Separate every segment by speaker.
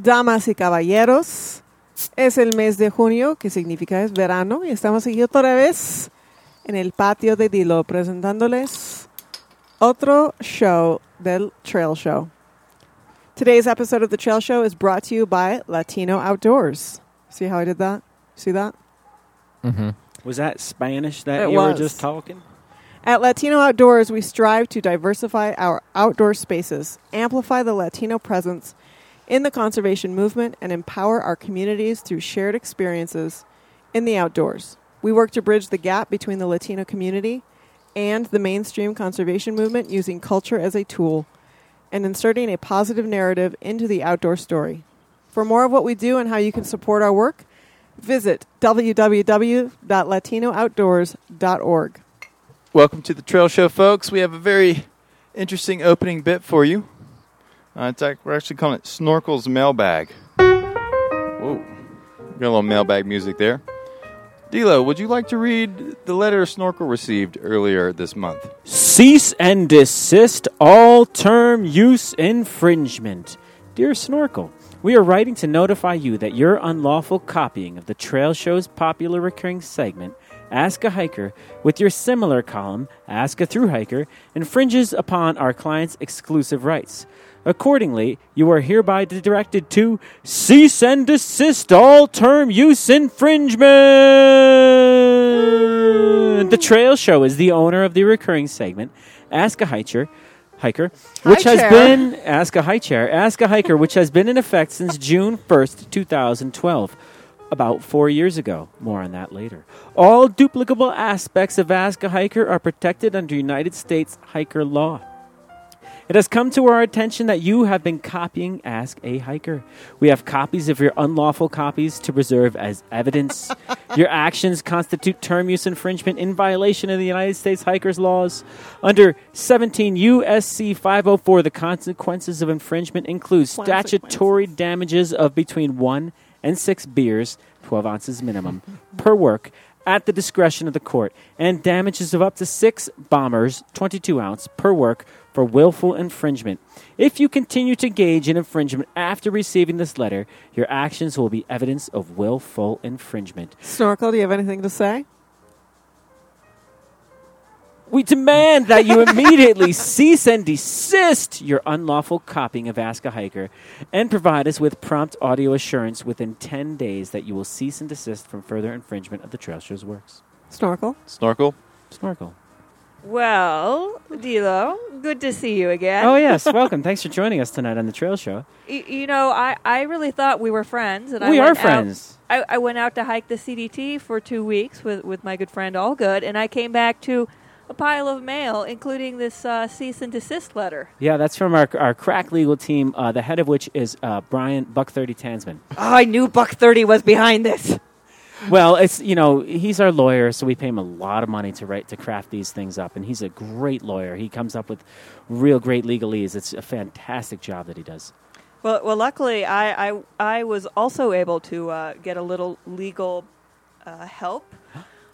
Speaker 1: damas y caballeros. Es el mes de junio, que significa es verano, y estamos aquí otra vez en el patio de Dilo presentándoles otro show del Trail Show. Today's episode of the Trail Show is brought to you by Latino Outdoors. See how I did that? See that?
Speaker 2: Was that Spanish that
Speaker 1: It
Speaker 2: you
Speaker 1: was.
Speaker 2: were just talking?
Speaker 1: At Latino Outdoors, we strive to diversify our outdoor spaces, amplify the Latino presence in the conservation movement, and empower our communities through shared experiences in the outdoors. We work to bridge the gap between the Latino community and the mainstream conservation movement using culture as a tool and inserting a positive narrative into the outdoor story. For more of what we do and how you can support our work, visit www.latinooutdoors.org.
Speaker 3: Welcome to the Trail Show, folks. We have a very interesting opening bit for you. Uh, it's like, we're actually calling it Snorkel's Mailbag. Whoa, got a little mailbag music there. Dilo, would you like to read the letter Snorkel received earlier this month?
Speaker 2: Cease and desist all term use infringement. Dear Snorkel, we are writing to notify you that your unlawful copying of the Trail Show's popular recurring segment, Ask a Hiker, with your similar column, Ask a Through Hiker, infringes upon our client's exclusive rights. Accordingly, you are hereby directed to cease and desist all term use infringement. Uh, The Trail Show is the owner of the recurring segment, Ask a Hiker, hiker which has
Speaker 1: chair.
Speaker 2: been Ask a High Chair, Ask a Hiker, which has been in effect since June 1st, 2012. About four years ago. More on that later. All duplicable aspects of Ask a Hiker are protected under United States hiker law. It has come to our attention that you have been copying Ask a Hiker. We have copies of your unlawful copies to preserve as evidence. your actions constitute term use infringement in violation of the United States Hikers laws. Under 17 U.S.C. 504, the consequences of infringement include statutory damages of between one and six beers, 12 ounces minimum, per work at the discretion of the court, and damages of up to six bombers, 22 ounce, per work for willful infringement. If you continue to gauge in infringement after receiving this letter, your actions will be evidence of willful infringement.
Speaker 1: Snorkel, do you have anything to say?
Speaker 2: We demand that you immediately cease and desist your unlawful copying of Ask a Hiker and provide us with prompt audio assurance within 10 days that you will cease and desist from further infringement of the Trail Show's works.
Speaker 1: Snorkel.
Speaker 3: Snorkel?
Speaker 2: Snorkel.
Speaker 4: Well, Dilo, good to see you again.
Speaker 2: Oh, yes. Welcome. Thanks for joining us tonight on the Trail Show.
Speaker 4: Y- you know, I, I really thought we were friends, and I
Speaker 2: we
Speaker 4: went
Speaker 2: are
Speaker 4: out-
Speaker 2: friends.
Speaker 4: I, I went out to hike the CDT for two weeks with with my good friend Allgood, and I came back to a pile of mail, including this uh, cease and desist letter.
Speaker 2: Yeah, that's from our, our crack legal team, uh, the head of which is uh, Brian Buck 30 Tansman.
Speaker 4: Oh, I knew Buck Thirty was behind this.
Speaker 2: Well, it's you know he's our lawyer, so we pay him a lot of money to write to craft these things up, and he's a great lawyer. He comes up with real great legalese. It's a fantastic job that he does.
Speaker 4: Well, well, luckily, I I, I was also able to uh, get a little legal uh, help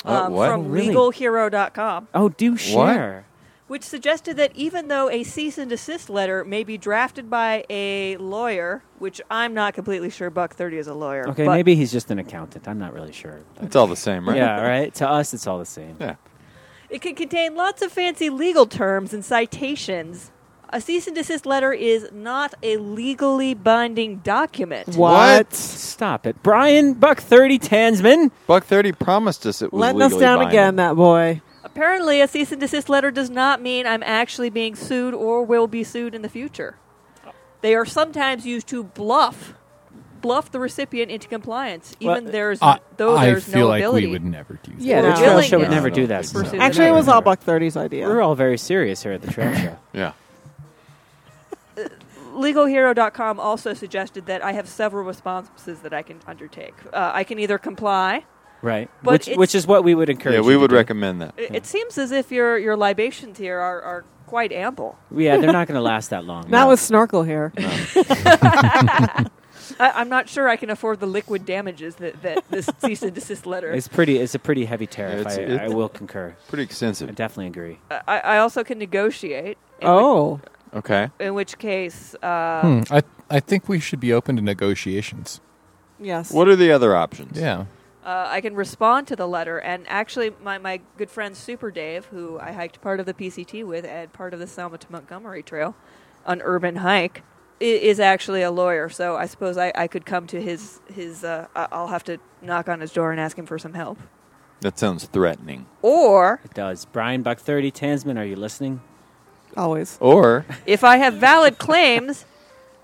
Speaker 3: Uh,
Speaker 4: um,
Speaker 3: what?
Speaker 4: from
Speaker 2: Oh, really?
Speaker 4: LegalHero.com.
Speaker 2: Oh, do share.
Speaker 4: which suggested that even though a cease and desist letter may be drafted by a lawyer, which I'm not completely sure Buck 30 is a lawyer.
Speaker 2: Okay,
Speaker 4: but-
Speaker 2: maybe he's just an accountant. I'm not really sure. but-
Speaker 3: It's all the same, right?
Speaker 2: Yeah, right. To us, it's all the same.
Speaker 3: Yeah.
Speaker 4: It can contain lots of fancy legal terms and citations. A cease and desist letter is not a legally binding document.
Speaker 3: What?
Speaker 2: Stop it, Brian Buck Thirty Tansman.
Speaker 3: Buck 30 promised us it was
Speaker 1: Letting us
Speaker 3: legally
Speaker 1: down
Speaker 3: binding.
Speaker 1: again, that boy.
Speaker 4: Apparently, a cease and desist letter does not mean I'm actually being sued or will be sued in the future. They are sometimes used to bluff. Bluff the recipient into compliance,
Speaker 2: Well,
Speaker 4: even there's
Speaker 5: I,
Speaker 4: though
Speaker 5: I
Speaker 4: there's no
Speaker 5: feel like
Speaker 4: ability.
Speaker 5: we would never do that.
Speaker 1: Yeah,
Speaker 2: the
Speaker 1: no.
Speaker 2: trail show would
Speaker 3: No,
Speaker 2: never
Speaker 3: no,
Speaker 2: do
Speaker 3: no,
Speaker 2: that.
Speaker 3: no.
Speaker 2: No.
Speaker 4: Actually,
Speaker 1: Actually, it was all
Speaker 2: Never.
Speaker 1: Buck 30's idea.
Speaker 2: We're all very serious here at the trail show.
Speaker 3: Yeah.
Speaker 4: LegalHero.com also suggested that I have several responses that I can undertake. Uh, I can either comply.
Speaker 2: Right,
Speaker 4: But
Speaker 2: which
Speaker 4: it's-
Speaker 2: which is what we would encourage.
Speaker 3: Yeah,
Speaker 2: you
Speaker 3: we
Speaker 2: to
Speaker 3: would
Speaker 2: do.
Speaker 3: recommend that.
Speaker 4: It, it seems as if your your libations here are, are quite ample.
Speaker 2: Yeah, they're not going to last that long.
Speaker 1: Not
Speaker 2: no.
Speaker 1: with Snorkel here.
Speaker 4: I, I'm not sure I can afford the liquid damages that, that this cease and desist letter.
Speaker 2: It's pretty. It's a pretty heavy tariff.
Speaker 3: It's-
Speaker 2: I,
Speaker 3: it-
Speaker 2: I will concur.
Speaker 3: Pretty
Speaker 2: I
Speaker 3: extensive.
Speaker 2: definitely agree.
Speaker 4: I, I also can negotiate. and
Speaker 1: oh.
Speaker 3: Okay.
Speaker 4: in which case, uh,
Speaker 5: Hmm. I I think we should be open to negotiations.
Speaker 1: Yes.
Speaker 3: What are the other options?
Speaker 5: Yeah.
Speaker 4: uh, I can respond to the letter. And actually, my, my good friend Super Dave, who I hiked part of the PCT with and part of the Selma to Montgomery Trail, an urban hike, i- is actually a lawyer. So I suppose I, I could come to his his. Uh, I- I'll have to knock on his door and ask him for some help.
Speaker 3: That sounds threatening.
Speaker 4: Or
Speaker 2: It does. Brian Buck 30 Tansman, are you listening?
Speaker 1: Always.
Speaker 3: Or
Speaker 4: if I have valid claims,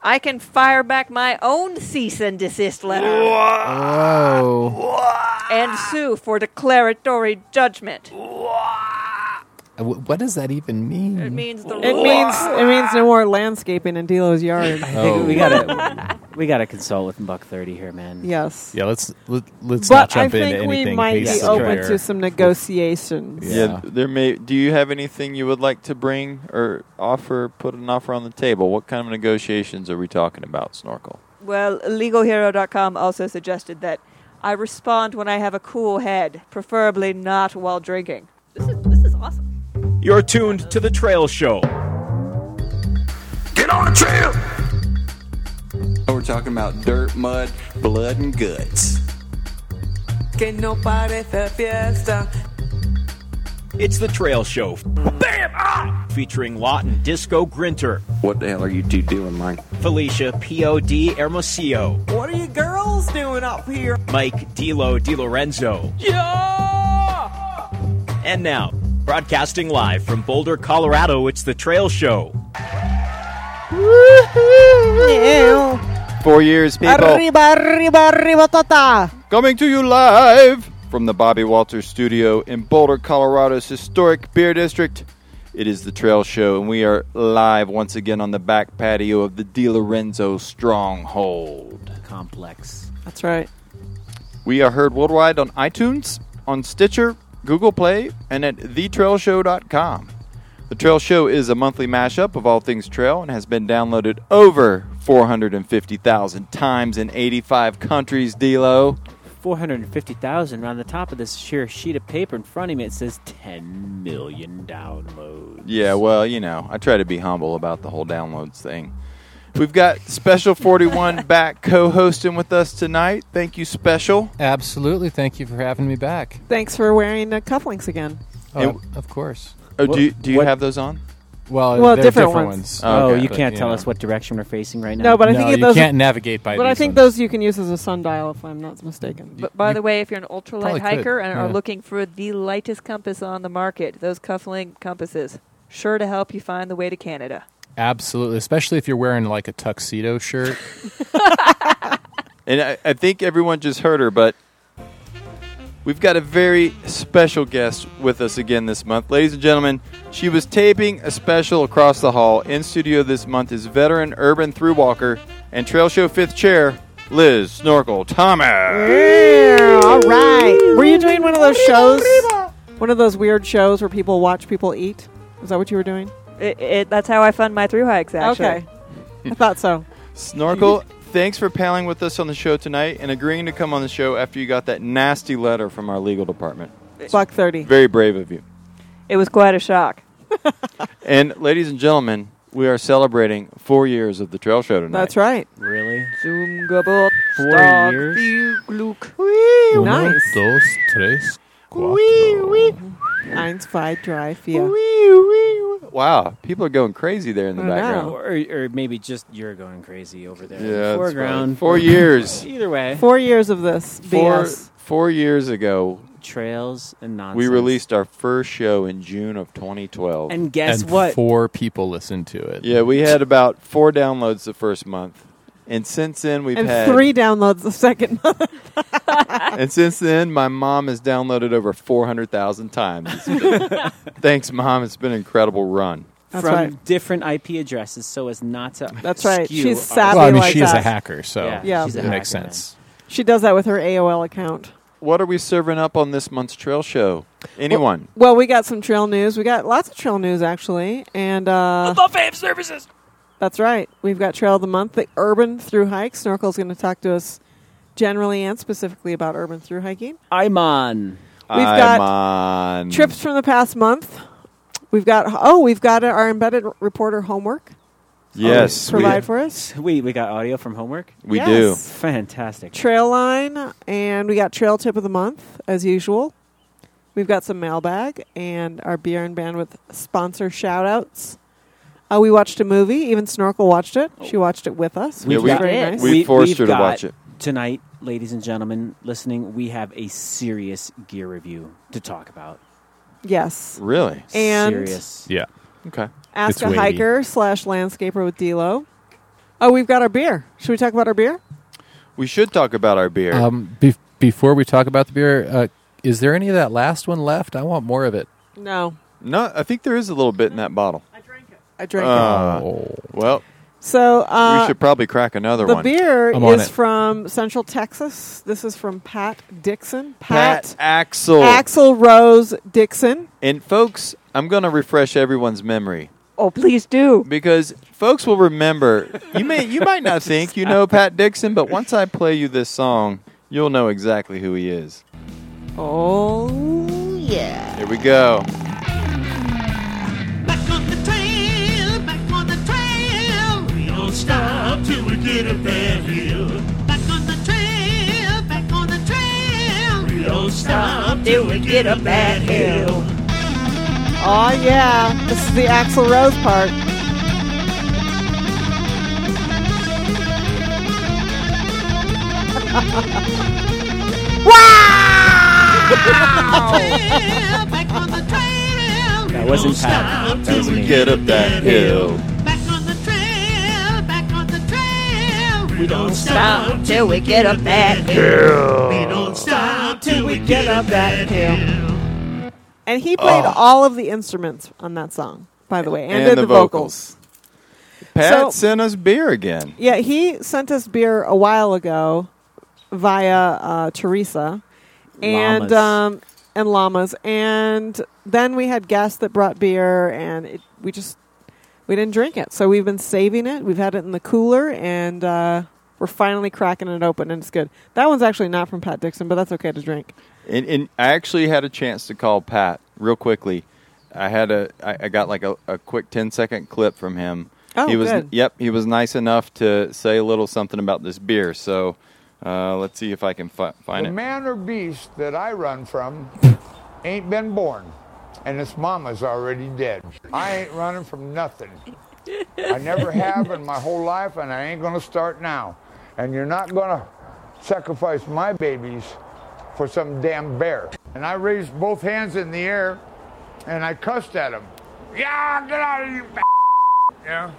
Speaker 4: I can fire back my own cease and desist letter
Speaker 1: Uh,
Speaker 5: Oh.
Speaker 4: and sue for declaratory judgment.
Speaker 5: What does that even mean?
Speaker 4: It means the
Speaker 1: It means it means no more landscaping in Delo's yard.
Speaker 2: I think
Speaker 5: Oh.
Speaker 2: we gotta we gotta consult with Buck 30 here, man.
Speaker 1: yes.
Speaker 5: Yeah, let's let, let's not
Speaker 1: But I
Speaker 5: jump into
Speaker 1: think
Speaker 5: anything.
Speaker 1: we might be
Speaker 5: hasty
Speaker 2: hastily
Speaker 1: open
Speaker 5: here.
Speaker 1: to some negotiations.
Speaker 5: Yeah.
Speaker 3: yeah. there may. Do you have anything you would like to bring or offer? Put an offer on the table. What kind of negotiations are we talking about, Snorkel?
Speaker 4: Well, legalhero.com also suggested that I respond when I have a cool head, preferably not while drinking. This is this is awesome.
Speaker 6: You're tuned to The Trail Show.
Speaker 7: Get on the trail. We're talking about dirt, mud, blood, and guts.
Speaker 8: que no parece fiesta.
Speaker 6: It's The Trail Show. Bam! Ah! Featuring Lawton Disco Grinter,
Speaker 7: What the hell are you two doing, Mike?
Speaker 6: Felicia POD Hermosillo,
Speaker 8: What are you girls doing up here?
Speaker 6: Mike Dilo DiLorenzo. Yeah! And now, broadcasting live from Boulder, Colorado, it's The Trail Show.
Speaker 1: Ew.
Speaker 3: Four years, people.
Speaker 1: Arriba, arriba, arriba, tota. tata.
Speaker 3: Coming to you live from the Bobby Walters studio in Boulder, Colorado's historic beer district. It is the Trail Show, and we are live once again on the back patio of the Di Lorenzo Stronghold.
Speaker 2: Complex.
Speaker 1: That's right.
Speaker 3: We are heard worldwide on iTunes, on Stitcher, Google Play, and at thetrailshow.com. The Trail Show is a monthly mashup of all things trail and has been downloaded over 450,000 times in 85 countries, D-Lo.
Speaker 2: 450,000 on the top of this sheer sheet of paper in front of me. It says 10 million downloads.
Speaker 3: Yeah, well, you know, I try to be humble about the whole downloads thing. We've got Special 41 back co hosting with us tonight. Thank you, Special.
Speaker 5: Absolutely. Thank you for having me back.
Speaker 1: Thanks for wearing uh, cufflinks again.
Speaker 5: Oh, of course.
Speaker 3: Oh, do you,
Speaker 2: What-
Speaker 3: do you
Speaker 2: what-
Speaker 3: have those on?
Speaker 5: Well,
Speaker 1: Well,
Speaker 5: they're
Speaker 1: different
Speaker 5: different,
Speaker 1: ones.
Speaker 5: ones.
Speaker 3: Oh,
Speaker 2: Oh,
Speaker 3: okay.
Speaker 2: you
Speaker 5: But,
Speaker 2: can't
Speaker 5: you
Speaker 2: tell
Speaker 5: know.
Speaker 2: us what direction we're facing right now.
Speaker 1: No, but I
Speaker 5: no,
Speaker 1: think it
Speaker 5: you
Speaker 1: does.
Speaker 5: can't navigate by.
Speaker 1: But I
Speaker 5: these
Speaker 1: think
Speaker 5: ones.
Speaker 1: those you can use as a sundial, if I'm not mistaken.
Speaker 4: But by
Speaker 5: you
Speaker 4: the way, if you're an ultralight
Speaker 5: probably could,
Speaker 4: hiker and are
Speaker 5: yeah.
Speaker 4: looking for the lightest compass on the market, those cufflink compasses, sure to help you find the way to Canada.
Speaker 5: absolutely, especially if you're wearing like a tuxedo shirt.
Speaker 3: And I, I think everyone just heard her, but we've got a very special guest with us again this month. Ladies and gentlemen, she was taping a special across the hall. In studio this month is veteran urban through walker and trail show fifth chair, Liz Snorkel Thomas.
Speaker 1: Yeah, all right. Were you doing one of those shows? One of those weird shows where people watch people eat? Is that what you were doing?
Speaker 4: It, it, that's how I fund my through hikes, actually.
Speaker 1: Okay. I thought so.
Speaker 3: Snorkel, thanks for palling with us on the show tonight and agreeing to come on the show after you got that nasty letter from our legal department.
Speaker 1: Buck 30.
Speaker 3: Very brave of you.
Speaker 4: It was quite a shock.
Speaker 3: And ladies and gentlemen, we are celebrating four years of the trail show tonight.
Speaker 1: That's right.
Speaker 2: Really?
Speaker 4: Zoom gebot,
Speaker 2: Four
Speaker 4: stark
Speaker 2: years?
Speaker 4: die Gluck.
Speaker 1: Nice.
Speaker 5: dos, tres,
Speaker 1: Eins, zwei, drei, vier.
Speaker 3: Wow, people are going crazy there in the
Speaker 1: I
Speaker 3: background.
Speaker 1: know.
Speaker 2: Or, or maybe just you're going crazy over there. in
Speaker 3: Yeah,
Speaker 2: the
Speaker 3: that's
Speaker 2: foreground.
Speaker 3: right. Four years.
Speaker 2: Either way,
Speaker 1: Four years of this
Speaker 3: Four,
Speaker 1: BS.
Speaker 3: four years ago,
Speaker 2: trails and nonsense.
Speaker 3: we released our first show in June of 2012.
Speaker 2: And guess
Speaker 5: and
Speaker 2: what?
Speaker 5: four people listened to it.
Speaker 3: yeah, we had about four downloads the first month. And since then, we've
Speaker 1: And
Speaker 3: had
Speaker 1: three downloads the second month.
Speaker 3: And since then, my mom has downloaded over 400,000 times. It's been- Thanks, mom. It's been an incredible run.
Speaker 1: That's
Speaker 2: from
Speaker 1: right.
Speaker 2: different IP addresses so as not to.
Speaker 1: That's right.
Speaker 2: skew
Speaker 1: She's
Speaker 2: our-
Speaker 1: savvy
Speaker 5: Well, I mean,
Speaker 1: like
Speaker 5: she is
Speaker 1: that.
Speaker 5: a hacker, so
Speaker 2: Yeah,
Speaker 1: Yeah.
Speaker 2: she's a
Speaker 5: it makes
Speaker 2: hacker, man.
Speaker 5: sense.
Speaker 1: She does that with her AOL account.
Speaker 3: What are we serving up on this month's trail show? Anyone?
Speaker 1: Well, we got some trail news. We got lots of trail news actually, and uh,
Speaker 6: Buffet of services!
Speaker 1: that's right. We've got trail of the month, the urban through hike. Snorkel's going to talk to us generally and specifically about urban through hiking.
Speaker 2: I'm on.
Speaker 1: We've
Speaker 3: I'm
Speaker 1: got
Speaker 3: on
Speaker 1: Trips from the past month. We've got oh, we've got our embedded reporter homework.
Speaker 3: Yes, we,
Speaker 1: provide Oh, for us.
Speaker 2: We we got audio from homework.
Speaker 3: we
Speaker 1: Yes.
Speaker 3: do.
Speaker 2: Fantastic.
Speaker 1: Trail line, and we got trail tip of the month as usual. We've got some mailbag and our beer and bandwidth sponsor shout outs. Uh, we watched a movie. Even Snorkel watched it. She watched it with us.
Speaker 3: Yeah,
Speaker 1: which
Speaker 3: we-
Speaker 1: was very
Speaker 4: Did.
Speaker 1: nice.
Speaker 3: we forced her to
Speaker 2: got-
Speaker 3: watch it.
Speaker 2: tonight, ladies and gentlemen listening. We have a serious gear review to talk about.
Speaker 1: yes.
Speaker 3: Really?
Speaker 1: And-
Speaker 2: serious.
Speaker 5: Yeah.
Speaker 3: Okay.
Speaker 1: Ask
Speaker 5: It's
Speaker 1: a
Speaker 5: wavy.
Speaker 1: hiker slash landscaper with D'Lo. Oh, we've got our beer. Should we talk about our beer?
Speaker 3: We should talk about our beer.
Speaker 9: Uh,
Speaker 5: Um, be- before we talk about the beer, uh, is there any of that last one left? I want more of it.
Speaker 1: No,
Speaker 3: no, I think there is a little bit in that bottle.
Speaker 1: I drank it.
Speaker 3: Uh,
Speaker 5: oh.
Speaker 3: Well,
Speaker 1: So uh,
Speaker 3: we should probably crack another
Speaker 1: The
Speaker 3: one.
Speaker 1: beer
Speaker 5: I'm on
Speaker 1: is
Speaker 5: it.
Speaker 1: from Central Texas. This is from Pat Dixon.
Speaker 3: Pat
Speaker 1: Pat,
Speaker 3: Axel.
Speaker 1: Axel Rose Dixon.
Speaker 3: and folks, I'm going to refresh everyone's memory
Speaker 4: Oh, please do.
Speaker 3: because folks will remember. You may you might not think you know Pat Dixon, but once I play you this song, you'll know exactly who he is.
Speaker 1: Oh yeah.
Speaker 3: Here we go.
Speaker 10: Back on the trail, back on the trail. We don't stop till we get up that hill. Back on the trail, back on the trail. We don't stop till we get up that hill.
Speaker 1: Oh yeah. This is the Axel Rose part.
Speaker 10: Trail, back on the trail.
Speaker 2: That
Speaker 10: We
Speaker 2: wasn't
Speaker 10: don't
Speaker 2: Pat.
Speaker 10: stop
Speaker 2: That
Speaker 10: till
Speaker 2: was
Speaker 10: we
Speaker 2: me.
Speaker 3: Get up that hill.
Speaker 10: Back on the trail, back on the trail.
Speaker 6: We don't
Speaker 10: stop till we get up that hill. We don't stop till we get up that hill.
Speaker 1: And he played all of the instruments on that song, by the way, and, did the vocals.
Speaker 3: Pat
Speaker 1: So-
Speaker 3: sent us beer again.
Speaker 1: Yeah, he sent us beer a while ago via uh, Teresa and
Speaker 2: Llamas.
Speaker 1: um, and llamas, and then we had guests that brought beer, and it, we just we didn't drink it, so we've been saving it. We've had it in the cooler, and uh, we're finally cracking it open, and it's good. That one's actually not from Pat Dixon, but that's okay to drink.
Speaker 3: And, and I actually had a chance to call Pat real quickly. I had a I, I got like a, a quick 10 second clip from him.
Speaker 1: Oh,
Speaker 3: he was
Speaker 1: good.
Speaker 3: yep, he was nice enough to say a little something about this beer. So uh, let's see if I can fi- find
Speaker 11: The
Speaker 3: it.
Speaker 11: man or beast that I run from ain't been born, and its mama's already dead. I ain't running from nothing. I never have in my whole life, and I ain't gonna start now. And you're not gonna sacrifice my babies for some damn bear. And I raised both hands in the air, and I cussed at him. Yeah, get out of you, b-. yeah.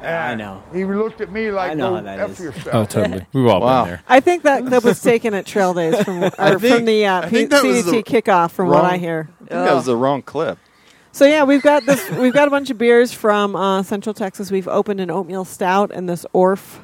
Speaker 2: I
Speaker 11: And
Speaker 2: know.
Speaker 11: He looked at me like,
Speaker 2: I know
Speaker 11: "Go
Speaker 2: how that
Speaker 11: F
Speaker 2: is."
Speaker 11: yourself.
Speaker 5: Oh, totally. We've all
Speaker 3: Wow.
Speaker 5: been there.
Speaker 1: I think that clip was taken at Trail Days from or from
Speaker 3: think-
Speaker 1: the uh,
Speaker 3: I
Speaker 1: P-
Speaker 3: think that was
Speaker 1: CDT
Speaker 3: the
Speaker 1: kickoff, from what
Speaker 3: wrong-
Speaker 1: I hear.
Speaker 3: I think that was the wrong clip.
Speaker 1: So yeah, we've got this. We've got a bunch of beers from uh, Central Texas. We've opened an oatmeal stout and this Orf.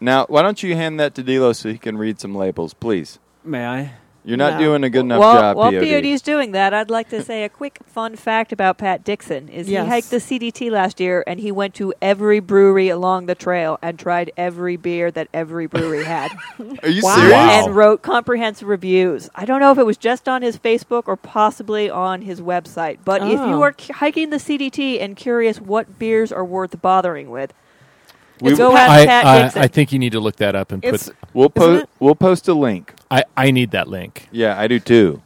Speaker 3: Now, why don't you hand that to Dilo so he can read some labels, please?
Speaker 2: May I?
Speaker 3: You're not
Speaker 1: No.
Speaker 3: doing a good enough
Speaker 4: while,
Speaker 3: job,
Speaker 4: while
Speaker 3: POD.
Speaker 4: POD's doing that, I'd like to say a quick fun fact about Pat Dixon is
Speaker 1: Yes.
Speaker 4: he hiked the CDT last year and he went to every brewery along the trail and tried every beer that every brewery had
Speaker 3: Are you
Speaker 1: Wow.
Speaker 3: serious?
Speaker 4: and wrote comprehensive reviews. I don't know if it was just on his Facebook or possibly on his website, but if
Speaker 1: Oh.
Speaker 4: you are c- hiking the CDT and curious what beers are worth bothering with,
Speaker 3: We-
Speaker 4: go at
Speaker 5: I,
Speaker 4: Pat
Speaker 5: I,
Speaker 4: Dixon.
Speaker 5: I think you need to look that up and
Speaker 1: It's
Speaker 5: put.
Speaker 3: We'll
Speaker 1: Isn't
Speaker 3: post
Speaker 1: it?
Speaker 3: we'll post a link.
Speaker 5: I, I need that link.
Speaker 3: Yeah, I do too.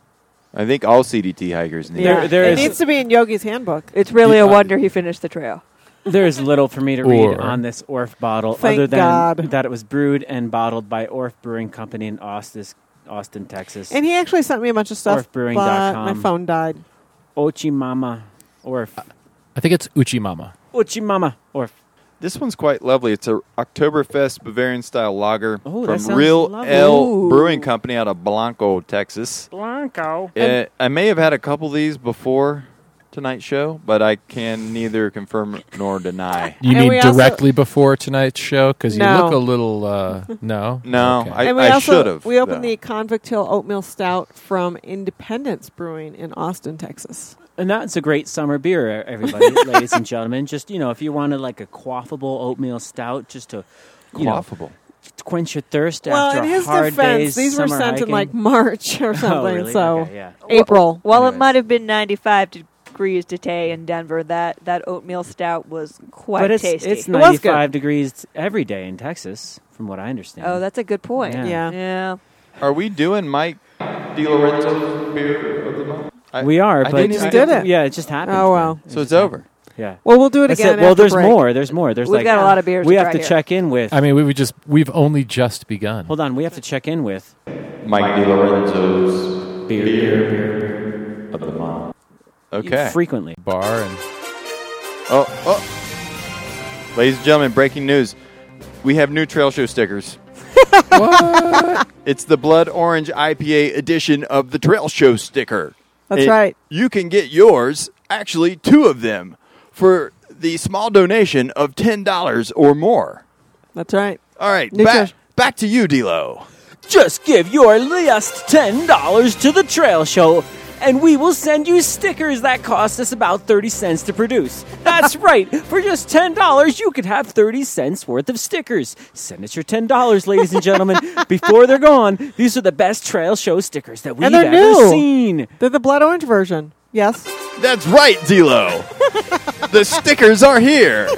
Speaker 3: I think all CDT hikers need
Speaker 2: There-
Speaker 1: yeah.
Speaker 3: it.
Speaker 2: there
Speaker 1: it
Speaker 2: is-
Speaker 1: needs to be in Yogi's handbook.
Speaker 4: it's really a wonder he finished the trail.
Speaker 2: There is little for me to read
Speaker 5: Or-
Speaker 2: on this Orf bottle
Speaker 1: Thank
Speaker 2: other than
Speaker 1: God.
Speaker 2: that it was brewed and bottled by Orf Brewing Company in Austin, Austin Texas.
Speaker 1: And he actually sent me a bunch of stuff, but
Speaker 2: Orfbrewing.com.
Speaker 1: my phone died.
Speaker 2: Ochimama Orf.
Speaker 5: I think it's Uchimama.
Speaker 2: Ochimama Orf.
Speaker 3: This one's quite lovely. It's a Oktoberfest Bavarian style lager
Speaker 2: Oh, that
Speaker 3: from
Speaker 2: sounds
Speaker 3: Real
Speaker 2: lovely.
Speaker 3: L
Speaker 2: Ooh. Um,
Speaker 3: Brewing Company out of Blanco, Texas.
Speaker 2: Blanco.
Speaker 3: Uh, I may have had a couple of these before tonight's show, but I can neither confirm nor deny.
Speaker 5: You
Speaker 1: And we
Speaker 5: mean
Speaker 1: also-
Speaker 5: directly before tonight's show because you
Speaker 1: No.
Speaker 5: look a little uh, no.
Speaker 3: No,
Speaker 5: Okay.
Speaker 3: I,
Speaker 1: and we
Speaker 3: I
Speaker 1: also
Speaker 3: should have.
Speaker 1: we opened
Speaker 3: though.
Speaker 1: the Convict Hill Oatmeal Stout from Independence Brewing in Austin, Texas.
Speaker 2: And that's a great summer beer, e, everybody, ladies and gentlemen. Just, you know, if you wanted like a quaffable oatmeal stout just to, you know,
Speaker 3: Quaffable.
Speaker 2: quench your thirst
Speaker 1: well,
Speaker 2: after
Speaker 1: in
Speaker 2: a
Speaker 1: his
Speaker 2: hard
Speaker 1: defense,
Speaker 2: day's
Speaker 1: these were
Speaker 2: summer
Speaker 1: sent in
Speaker 2: hiking.
Speaker 1: like March or
Speaker 2: Oh,
Speaker 1: something.
Speaker 2: really?
Speaker 1: So
Speaker 2: Okay, yeah.
Speaker 1: April.
Speaker 4: While it
Speaker 2: Anyways.
Speaker 4: might have been 95 degrees degrees today in Denver. That that oatmeal stout was quite
Speaker 2: but it's,
Speaker 4: tasty.
Speaker 2: it's 95 degrees every day in Texas, from what I understand.
Speaker 4: Oh, that's a good point.
Speaker 2: Yeah.
Speaker 4: Yeah.
Speaker 2: Yeah.
Speaker 3: Are we doing Mike DiLorenzo beer of the month? I-
Speaker 2: we are,
Speaker 3: I
Speaker 2: but
Speaker 3: think
Speaker 1: just did it.
Speaker 2: Yeah, it just happened.
Speaker 1: Oh, wow.
Speaker 3: So it's over.
Speaker 2: Yeah.
Speaker 1: Well, we'll do it
Speaker 2: That's
Speaker 1: again.
Speaker 2: Well,
Speaker 1: after
Speaker 2: there's
Speaker 1: break.
Speaker 2: more. There's more. There's
Speaker 4: We've
Speaker 2: like
Speaker 4: got a lot of beers
Speaker 2: We
Speaker 4: to
Speaker 2: have
Speaker 4: try
Speaker 2: to
Speaker 4: here.
Speaker 2: check in with.
Speaker 5: I mean, we would just we've only just begun.
Speaker 2: hold on, we have to check in with
Speaker 3: Mike DiLorenzo's
Speaker 2: beer, beer, beer
Speaker 3: of the month. Okay.
Speaker 2: frequently.
Speaker 5: Bar and
Speaker 3: Oh, oh. Ladies and gentlemen, breaking news. We have new trail show stickers. It's the Blood Orange IPA edition of the Trail Show sticker.
Speaker 1: That's
Speaker 3: And
Speaker 1: right.
Speaker 3: You can get yours, actually, two of them, for the small donation of $10 or more.
Speaker 1: That's right.
Speaker 3: All right,
Speaker 1: New
Speaker 3: back,
Speaker 1: Trail-
Speaker 3: back to you, D-Lo.
Speaker 2: Just give your last ten dollars to the trail show, and we will send you stickers that cost us about thirty cents to produce. That's right. For just ten dollars, you could have thirty cents worth of stickers. Send us your ten dollars, ladies and gentlemen, before they're gone. These are the best trail show stickers that we've
Speaker 1: they're
Speaker 2: ever
Speaker 1: new.
Speaker 2: seen.
Speaker 1: They're the blood orange version. Yes.
Speaker 3: That's right, D-Lo. the stickers are here.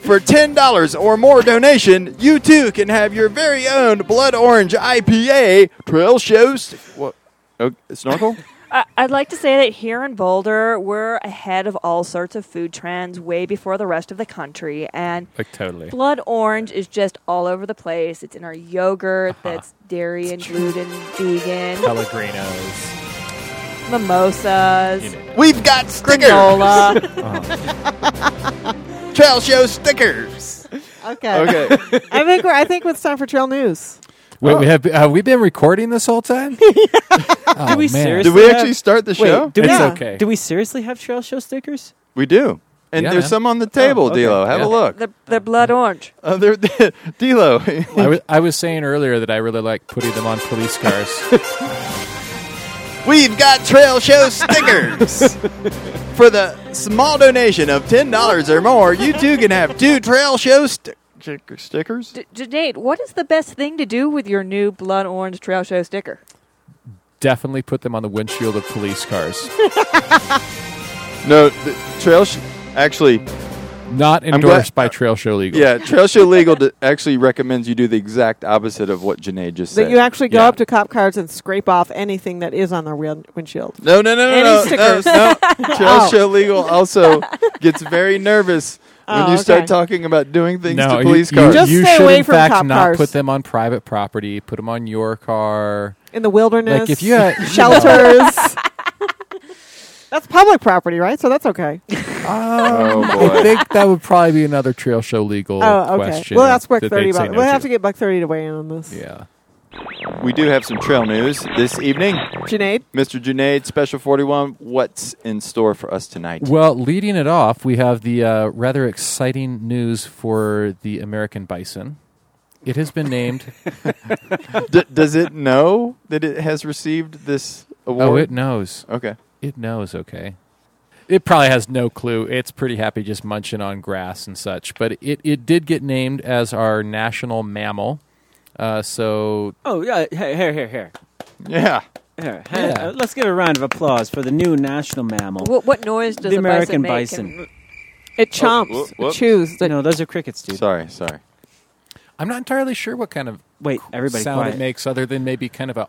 Speaker 3: For $10 or more donation, you too can have your very own Blood Orange IPA Trail Show st- What? Oh, snorkel?
Speaker 4: I, I'd like to say that here in Boulder, we're ahead of all sorts of food trends, way before the rest of the country, and
Speaker 5: like totally.
Speaker 4: Blood orange is just all over the place. It's in our yogurt that's dairy and gluten, vegan,
Speaker 5: Pellegrinos.
Speaker 4: mimosas,
Speaker 3: We've got stickers.
Speaker 4: granola.
Speaker 3: Trail Show stickers.
Speaker 1: Okay.
Speaker 3: Okay.
Speaker 1: I think we're, I think it's time for trail news.
Speaker 5: Wait, we have have we been recording this whole time? oh,
Speaker 2: Did we
Speaker 5: man.
Speaker 2: seriously?
Speaker 3: Did we
Speaker 2: have-
Speaker 3: actually start the
Speaker 2: Wait,
Speaker 3: show?
Speaker 2: do we,
Speaker 5: It's
Speaker 1: Yeah.
Speaker 5: okay.
Speaker 2: do we seriously have trail show stickers?
Speaker 3: we do. And
Speaker 5: Yeah,
Speaker 3: there's
Speaker 5: man.
Speaker 3: some on the table,
Speaker 5: Oh, okay.
Speaker 3: D'Lo. Have
Speaker 5: Yeah.
Speaker 3: a look.
Speaker 4: the, the blood orange.
Speaker 3: Uh, there, D'Lo.
Speaker 5: I was, I was saying earlier that I really like putting them on police cars.
Speaker 3: We've got Trail Show stickers. For the small donation of ten dollars or more, you too can have two Trail Show sti- stick- stickers.
Speaker 4: D- Jade, what is the best thing to do with your new blood orange trail show sticker?
Speaker 5: Definitely put them on the windshield of police cars.
Speaker 3: No, the Trail. Sh- actually,
Speaker 5: Not
Speaker 3: glad-
Speaker 5: endorsed by Trail Show Legal.
Speaker 3: yeah, Trail Show Legal d- actually recommends you do the exact opposite of what Janae just said.
Speaker 1: That you actually go
Speaker 5: Yeah.
Speaker 1: up to cop cars and scrape off anything that is on their win- windshield.
Speaker 3: No, no, no, no,
Speaker 1: Any
Speaker 3: no,
Speaker 1: stickers. Oh.
Speaker 3: no, no. Trail Show Legal also gets very nervous when
Speaker 1: Oh,
Speaker 3: you start
Speaker 1: okay.
Speaker 3: talking about doing things
Speaker 5: No,
Speaker 3: to
Speaker 5: you-
Speaker 3: police
Speaker 5: you,
Speaker 3: cars.
Speaker 1: Just
Speaker 5: you
Speaker 1: stay
Speaker 5: should
Speaker 1: away
Speaker 5: in
Speaker 1: from
Speaker 5: fact
Speaker 1: cop
Speaker 5: not
Speaker 1: cars.
Speaker 5: put them on private property. Put them on your car.
Speaker 1: In the wilderness.
Speaker 5: Like if you had you know,
Speaker 1: shelters. that's public property, right? So that's okay.
Speaker 5: um,
Speaker 3: Oh, boy.
Speaker 5: I think that would probably be another Trail Show Legal
Speaker 1: Oh, okay.
Speaker 5: question.
Speaker 1: We'll ask Buck
Speaker 5: that
Speaker 1: thirty
Speaker 5: they'd say
Speaker 1: about.
Speaker 5: no
Speaker 1: we'll have to get Buck thirty to weigh in on this.
Speaker 5: Yeah.
Speaker 3: we do have some trail news this evening.
Speaker 1: Junaid,
Speaker 3: Mr. Junaid, Special 41, what's in store for us tonight?
Speaker 5: Well, leading it off, we have the uh, rather exciting news for the American bison. It has been named.
Speaker 3: D- does it know that it has received this award?
Speaker 5: oh, it knows.
Speaker 3: Okay.
Speaker 5: It knows, okay. It probably has no clue. It's pretty happy just munching on grass and such. But it, it did get named as our national mammal. Uh, so,
Speaker 2: Oh yeah, here, here, here, here.
Speaker 3: Yeah.
Speaker 2: here.
Speaker 5: Yeah.
Speaker 2: Uh, let's give a round of applause for the new national mammal.
Speaker 4: What, what noise does
Speaker 2: the
Speaker 4: a
Speaker 2: American
Speaker 4: bison make?
Speaker 2: bison.
Speaker 1: it chomps,
Speaker 3: Oh, whoop,
Speaker 1: it
Speaker 3: whoops.
Speaker 1: chews. That
Speaker 2: no, those are crickets, dude.
Speaker 3: Sorry, sorry.
Speaker 5: I'm not entirely sure what kind of
Speaker 2: Wait, everybody,
Speaker 5: sound
Speaker 2: quiet.
Speaker 5: it makes, other than maybe kind of a.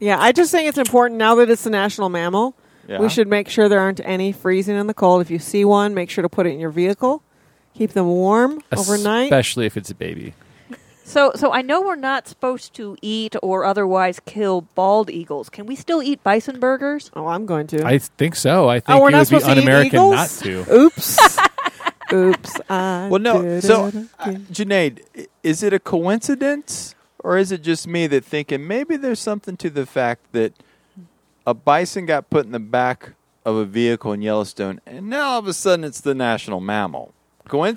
Speaker 1: Yeah, I just think it's important now that it's a national mammal.
Speaker 3: Yeah.
Speaker 1: We should make sure there aren't any freezing in the cold. If you see one, make sure to put it in your vehicle. Keep them warm overnight.
Speaker 5: Especially if it's a baby.
Speaker 4: So, so I know we're not supposed to eat or otherwise kill bald eagles. Can we still eat bison burgers?
Speaker 1: Oh, I'm going to.
Speaker 5: I think so. I think
Speaker 1: oh, we're
Speaker 5: it
Speaker 1: not
Speaker 5: would be
Speaker 1: supposed
Speaker 5: un
Speaker 1: to eat
Speaker 5: American
Speaker 1: eagles.
Speaker 5: not to.
Speaker 1: Oops. Oops. I
Speaker 3: Well, no.
Speaker 1: did
Speaker 3: So,
Speaker 1: it
Speaker 3: uh,
Speaker 1: again.
Speaker 3: Junaid, i- is it a coincidence or is it just me that thinking maybe there's something to the fact that a bison got put in the back of a vehicle in Yellowstone and now all of a sudden it's the national mammal?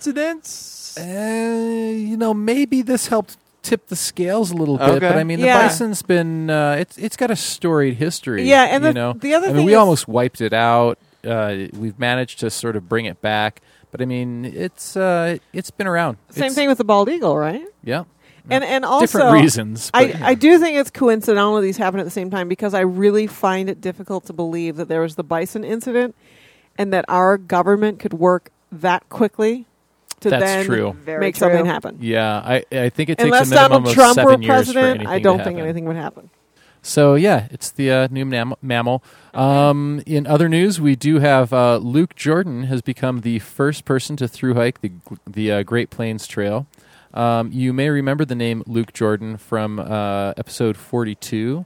Speaker 3: Coincidence?
Speaker 5: Uh, you know, maybe this helped tip the scales a little bit,
Speaker 3: Okay.
Speaker 5: but I mean,
Speaker 1: Yeah.
Speaker 5: the bison's been uh, it's it's got a storied history.
Speaker 1: Yeah, and
Speaker 5: you
Speaker 1: the-
Speaker 5: know,
Speaker 1: the other
Speaker 5: I mean,
Speaker 1: thing
Speaker 5: we
Speaker 1: is-
Speaker 5: almost wiped it out. Uh, we've managed to sort of bring it back, but I mean, it's uh, it's been around.
Speaker 1: Same
Speaker 5: It's-
Speaker 1: thing with the bald eagle, right?
Speaker 5: Yeah.
Speaker 1: And and also
Speaker 5: Different reasons,
Speaker 1: I,
Speaker 5: but-
Speaker 1: I do think it's coincidental that these happen at the same time because I really find it difficult to believe that there was the bison incident and that our government could work that quickly to
Speaker 5: That's
Speaker 1: then
Speaker 5: true.
Speaker 4: Very
Speaker 1: make
Speaker 4: true.
Speaker 1: something happen.
Speaker 5: Yeah, I, I think it takes
Speaker 1: Unless
Speaker 5: a minimum
Speaker 1: Donald
Speaker 5: of
Speaker 1: Trump
Speaker 5: seven
Speaker 1: were
Speaker 5: years for
Speaker 1: president,
Speaker 5: anything
Speaker 1: I
Speaker 5: to
Speaker 1: don't think
Speaker 5: happen.
Speaker 1: anything would happen.
Speaker 5: So yeah, it's the uh, new mam- mammal. Um, in other news, we do have uh, Luke Jordan has become the first person to through hike the the uh, Great Plains Trail. Um, you may remember the name Luke Jordan from uh, episode forty two,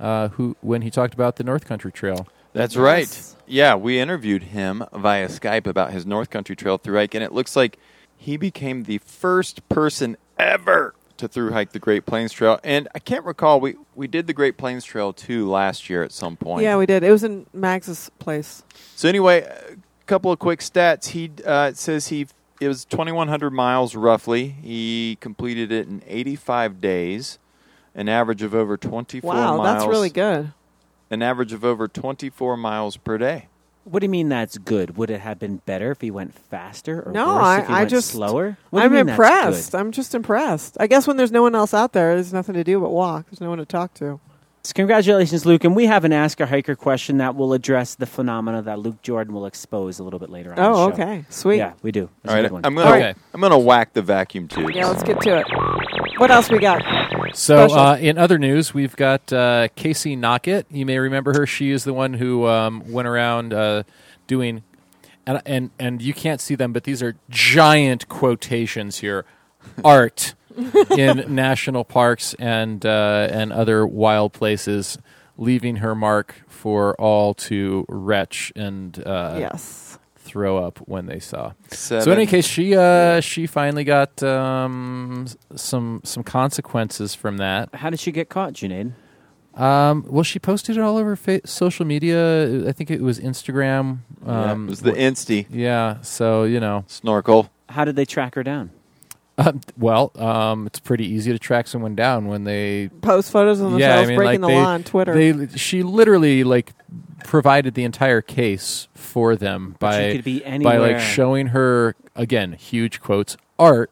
Speaker 5: uh, who when he talked about the North Country Trail.
Speaker 3: That's right. Yeah, we interviewed him via Skype about his North Country Trail through hike, and it looks like he became the first person ever to through hike the Great Plains Trail. And I can't recall we we did the Great Plains Trail too last year at some point.
Speaker 1: Yeah, we did. It was in Max's place.
Speaker 3: So anyway, a couple of quick stats. He uh, it says he it was 2,100 miles roughly. He completed it in 85 days, an average of over 24
Speaker 1: wow,
Speaker 3: miles.
Speaker 1: that's really good.
Speaker 3: An average of over 24 miles per day.
Speaker 2: What do you mean that's good? Would it have been better if he went faster or
Speaker 1: No,
Speaker 2: worse
Speaker 1: I,
Speaker 2: if he
Speaker 1: I
Speaker 2: went
Speaker 1: just
Speaker 2: slower? What do you
Speaker 1: I'm
Speaker 2: mean that's good?
Speaker 1: impressed. I'm just impressed. I guess when there's no one else out there, there's nothing to do but walk. There's no one to talk to.
Speaker 2: So congratulations, Luke. And we have an Ask a Hiker question that will address the phenomena that Luke Jordan will expose a little bit later on. the
Speaker 1: Oh,
Speaker 2: show.
Speaker 1: okay. Sweet.
Speaker 2: Yeah, we do. That's
Speaker 3: All
Speaker 2: a
Speaker 3: right,
Speaker 2: good one.
Speaker 3: I'm gonna
Speaker 5: Okay.
Speaker 3: I'm gonna whack the vacuum tube.
Speaker 1: Yeah, let's get to it. What else we got?
Speaker 5: So,
Speaker 1: Special.
Speaker 5: uh, in other news, we've got uh, Casey Knockett. You may remember her. She is the one who um, went around uh, doing, and, and and you can't see them, but these are giant quotations here. Art in national parks and uh, and other wild places, leaving her mark for all to retch and uh,
Speaker 1: yes.
Speaker 5: throw up when they saw.
Speaker 3: Seven.
Speaker 5: So in any case, she uh, she finally got um, s- some some consequences from that.
Speaker 2: How did she get caught, Junaid?
Speaker 5: Um, well, she posted it all over fa- social media. I think it was Instagram.
Speaker 3: Yeah,
Speaker 5: Um,
Speaker 3: it was the Insty
Speaker 5: yeah, so you know,
Speaker 3: snorkel.
Speaker 2: How did they track her down?
Speaker 5: um, well, um, it's pretty easy to track someone down when they.
Speaker 1: Post photos of themselves
Speaker 5: Yeah, I mean,
Speaker 1: breaking
Speaker 5: like
Speaker 1: the
Speaker 5: they,
Speaker 1: law on Twitter.
Speaker 5: They, she literally like provided the entire case for them
Speaker 2: But
Speaker 5: by
Speaker 2: she could be
Speaker 5: by
Speaker 2: anywhere.
Speaker 5: like showing her again huge quotes art.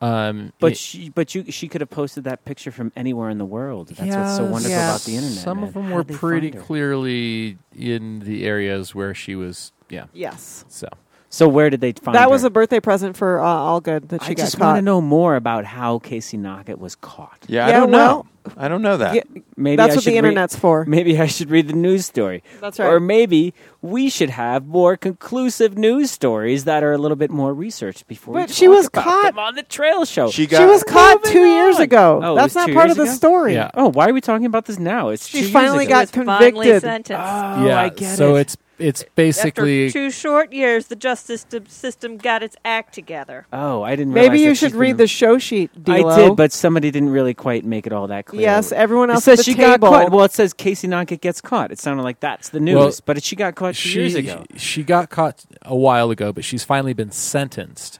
Speaker 5: Um,
Speaker 2: but
Speaker 5: it-
Speaker 2: she, but you, she could have posted that picture from anywhere in the world. That's what's
Speaker 5: Yeah,
Speaker 2: so wonderful
Speaker 1: yeah.
Speaker 2: about the internet.
Speaker 5: Some
Speaker 2: man.
Speaker 5: of them
Speaker 2: How
Speaker 5: were
Speaker 2: did they
Speaker 5: pretty
Speaker 2: find her?
Speaker 5: clearly in the areas where she was. Yeah.
Speaker 1: yes.
Speaker 5: So
Speaker 2: So where did they find
Speaker 1: That
Speaker 2: her?
Speaker 1: was a birthday present for uh, All Good that she
Speaker 2: I
Speaker 1: got
Speaker 2: just
Speaker 1: caught.
Speaker 2: want to know more about how Casey Knockett was caught.
Speaker 3: Yeah, I
Speaker 1: Yeah,
Speaker 3: don't
Speaker 1: well-
Speaker 3: know. I don't know that.
Speaker 1: Yeah,
Speaker 2: Maybe
Speaker 1: that's
Speaker 2: I
Speaker 1: what
Speaker 2: should
Speaker 1: the
Speaker 2: read-
Speaker 1: internet's for.
Speaker 2: Maybe I should read the news story.
Speaker 1: That's right.
Speaker 2: Or maybe we should have more conclusive news stories that are a little bit more researched before. we
Speaker 1: But she
Speaker 2: talk
Speaker 1: was
Speaker 2: about
Speaker 1: caught-
Speaker 2: them on the trail show.
Speaker 3: She got
Speaker 1: she was caught
Speaker 2: Moving
Speaker 1: two years
Speaker 2: on.
Speaker 1: ago.
Speaker 2: Oh, it
Speaker 1: That's
Speaker 2: was
Speaker 1: not
Speaker 2: two
Speaker 1: part of
Speaker 2: years
Speaker 1: the
Speaker 2: ago?
Speaker 1: story.
Speaker 5: Yeah.
Speaker 2: oh, why are we talking about this now? It's
Speaker 1: She
Speaker 2: two years
Speaker 1: finally
Speaker 2: ago.
Speaker 1: got
Speaker 4: was finally
Speaker 1: convicted.
Speaker 4: sentenced.
Speaker 2: Oh,
Speaker 5: yeah.
Speaker 2: I get
Speaker 5: so
Speaker 2: it.
Speaker 5: it's it's basically
Speaker 4: After two short years, the justice d- system got its act together.
Speaker 2: oh, I didn't.
Speaker 1: Maybe
Speaker 2: realize
Speaker 1: you
Speaker 2: that she's
Speaker 1: should read
Speaker 2: been-
Speaker 1: the show sheet, D-Lo.
Speaker 2: I did, but somebody didn't really quite make it all that clear.
Speaker 1: Yes, everyone
Speaker 2: It
Speaker 1: else
Speaker 2: says
Speaker 1: at the
Speaker 2: she
Speaker 1: table.
Speaker 2: got caught. Well, it says Casey Knockett gets caught. It sounded like that's the news,
Speaker 5: Well,
Speaker 2: but she got caught two
Speaker 5: she
Speaker 2: years ago.
Speaker 5: she got caught a while ago, but she's finally been sentenced.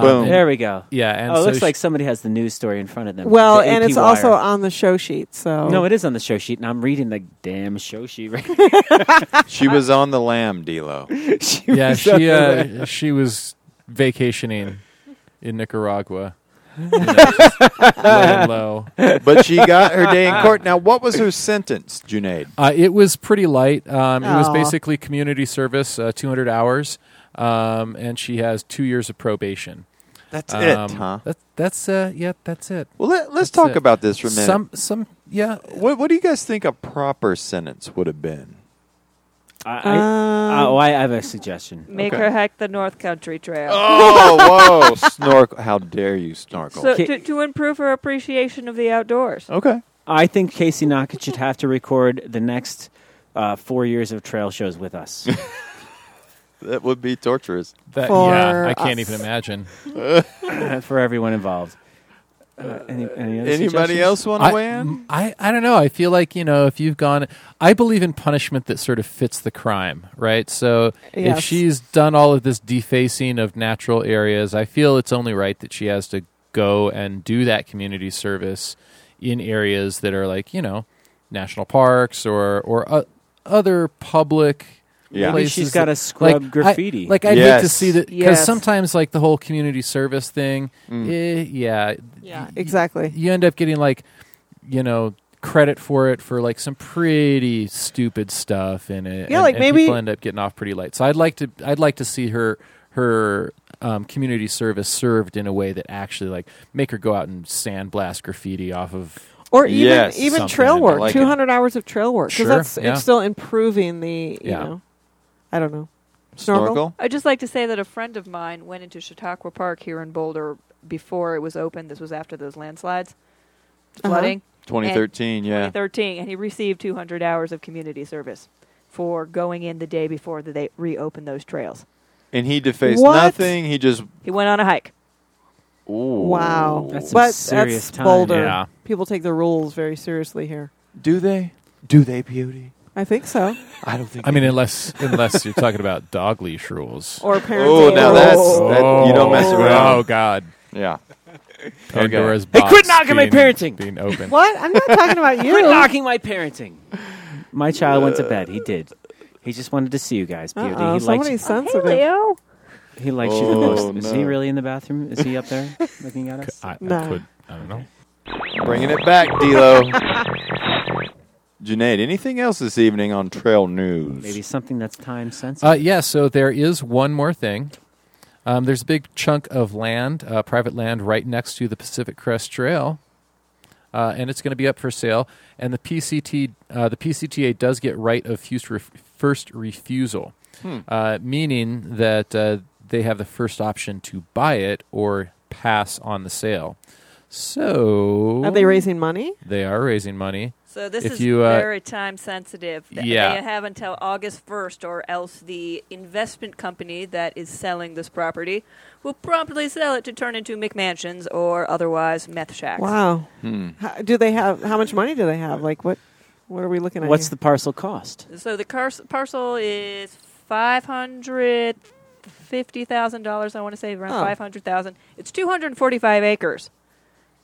Speaker 3: Boom.
Speaker 5: and-
Speaker 2: There we go.
Speaker 5: yeah, and
Speaker 2: oh, it
Speaker 5: so
Speaker 2: looks
Speaker 5: she-
Speaker 2: like somebody has the news story in front of them.
Speaker 1: well,
Speaker 2: The
Speaker 1: and
Speaker 2: AP
Speaker 1: it's
Speaker 2: wire.
Speaker 1: also um, on the show sheet. So
Speaker 2: No, it is on the show sheet, and I'm reading the damn show sheet right
Speaker 3: she was on the lamb, D'Lo.
Speaker 5: yeah, she uh, she was vacationing in Nicaragua. You know, just laying low.
Speaker 3: But she got her day in court. Now, what was her sentence, Junaid?
Speaker 5: Uh, it was pretty light. Um, it was
Speaker 1: Aw.
Speaker 5: basically community service, uh, 200 hours, um, and she has two years of probation.
Speaker 3: That's
Speaker 5: Um,
Speaker 3: it, huh?
Speaker 5: That, that's uh, yeah, that's it.
Speaker 3: Well, let, let's
Speaker 5: that's
Speaker 3: talk
Speaker 5: it.
Speaker 3: about this for a minute.
Speaker 5: Some, some, yeah.
Speaker 3: what, what do you guys think a proper sentence would have been?
Speaker 2: I, I,
Speaker 1: Um,
Speaker 2: oh, I have a suggestion.
Speaker 4: Make
Speaker 3: Okay.
Speaker 4: her hike the North Country Trail.
Speaker 3: Oh, whoa, snorkel! How dare you snorkel?
Speaker 4: So
Speaker 2: Okay.
Speaker 4: to, to improve her appreciation of the outdoors.
Speaker 3: okay,
Speaker 2: I think Casey Knockett should have to record the next uh, four years of trail shows with us.
Speaker 3: that would be torturous.
Speaker 5: That,
Speaker 1: For
Speaker 5: yeah, I can't
Speaker 1: us.
Speaker 5: even imagine.
Speaker 2: for everyone involved. Uh, any, any other suggestions?
Speaker 3: Anybody else want
Speaker 5: I,
Speaker 3: to weigh in?
Speaker 5: I, I don't know. I feel like you know, if you've gone, I believe in punishment that sort of fits the crime, right? So
Speaker 1: Yes.
Speaker 5: if she's done all of this defacing of natural areas, I feel it's only right that she has to go and do that community service in areas that are like you know, national parks or or uh, other public
Speaker 3: Yeah.
Speaker 2: Maybe
Speaker 5: places
Speaker 2: she's got
Speaker 5: that-
Speaker 2: to scrub
Speaker 5: like, I-
Speaker 2: graffiti.
Speaker 5: like I'd like to
Speaker 3: Yes.
Speaker 5: see that because
Speaker 4: Yes.
Speaker 5: sometimes like the whole community service thing,
Speaker 3: Mm.
Speaker 5: eh, yeah,
Speaker 1: Yeah, exactly.
Speaker 5: you end up getting like you know credit for it for like some pretty stupid stuff in it.
Speaker 1: Yeah,
Speaker 5: and-
Speaker 1: like,
Speaker 5: and
Speaker 1: maybe-
Speaker 5: people end up getting off pretty light. So I'd like to I'd like to see her her um, community service served in a way that actually like make her go out and sandblast graffiti off of.
Speaker 1: Or even
Speaker 3: Yes,
Speaker 1: even
Speaker 5: something
Speaker 1: trail
Speaker 5: I
Speaker 1: work,
Speaker 3: like it.
Speaker 1: 200 hours of trail work because
Speaker 5: Sure,
Speaker 1: that's
Speaker 5: yeah.
Speaker 1: it's still improving the you
Speaker 5: Yeah.
Speaker 1: know, I don't know.
Speaker 3: Snorkel?
Speaker 4: I'd just like to say that a friend of mine went into Chautauqua Park here in Boulder before it was open. This was after those landslides,
Speaker 1: Uh-huh.
Speaker 4: flooding,
Speaker 3: 2013, yeah.
Speaker 4: 2013, and he received 200 hours of community service for going in the day before that they reopened those trails.
Speaker 3: And he defaced
Speaker 1: What?
Speaker 3: nothing. He just.
Speaker 4: He went on a hike.
Speaker 3: Ooh.
Speaker 1: Wow,
Speaker 2: That's some
Speaker 1: but
Speaker 2: serious
Speaker 1: that's
Speaker 2: time.
Speaker 1: Boulder.
Speaker 5: Yeah.
Speaker 1: People take the rules very seriously here.
Speaker 3: Do they? Do they, peyote?
Speaker 1: I think so.
Speaker 3: I don't think.
Speaker 5: I
Speaker 3: they
Speaker 5: mean,
Speaker 3: do.
Speaker 5: unless unless you're talking about dog leash rules.
Speaker 1: Or parents.
Speaker 3: Oh, now that's
Speaker 1: Oh.
Speaker 3: that, you don't mess
Speaker 1: Oh.
Speaker 3: around.
Speaker 5: Oh God.
Speaker 3: Yeah.
Speaker 5: Pandora's
Speaker 2: Hey,
Speaker 5: box
Speaker 2: quit knocking my
Speaker 5: being-
Speaker 2: parenting.
Speaker 5: Being open.
Speaker 1: what? I'm not talking about you.
Speaker 2: Quit knocking my parenting. My child went to bed. He did. He just wanted to see you guys, beauty.
Speaker 1: Uh-oh,
Speaker 2: He likes.
Speaker 1: somebody's sensitive.
Speaker 4: Leo.
Speaker 2: He likes you the most.
Speaker 3: Oh,
Speaker 2: Is
Speaker 3: no.
Speaker 2: he really in the bathroom? Is he up there looking at us?
Speaker 5: I, I
Speaker 1: Nah.
Speaker 5: could. I don't know.
Speaker 3: Bringing it back, D'Lo. Janaid, anything else this evening on Trail News?
Speaker 2: Maybe something that's time sensitive.
Speaker 5: Uh, yeah, so there is one more thing. Um, there's a big chunk of land, uh, private land, right next to the Pacific Crest Trail, uh, and it's going to be up for sale. And the PCT, uh, the PCTA does get right of fus- ref- first refusal,
Speaker 1: Hmm.
Speaker 5: uh, meaning that uh, they have the first option to buy it or pass on the sale. So
Speaker 1: Are they Oh. raising money?
Speaker 5: they are raising money.
Speaker 4: So this
Speaker 5: If
Speaker 4: is
Speaker 5: you, uh,
Speaker 4: very time sensitive. Th-
Speaker 5: Yeah.
Speaker 4: They have until August 1st, or else the investment company that is selling this property will promptly sell it to turn into McMansions or otherwise meth shacks.
Speaker 1: Wow. How, do they have how much money do they have? Like what? What are we looking at?
Speaker 2: What's
Speaker 1: here?
Speaker 2: the parcel cost?
Speaker 4: So the car- parcel is five hundred fifty thousand dollars. I want to say around
Speaker 1: Oh.
Speaker 4: five hundred thousand. It's two hundred forty-five acres,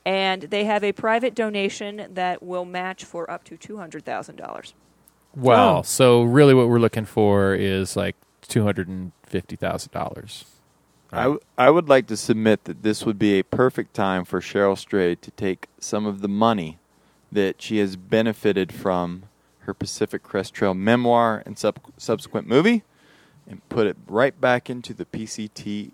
Speaker 4: and they have a private donation that will match for up to two hundred thousand dollars.
Speaker 5: Well,
Speaker 1: Oh.
Speaker 5: so really, what we're looking for is like two hundred and fifty thousand dollars.
Speaker 3: I, w- I would like to submit that this would be a perfect time for Cheryl Strayed to take some of the money that she has benefited from her Pacific Crest Trail memoir and sub- subsequent movie and put it right back into the PCT.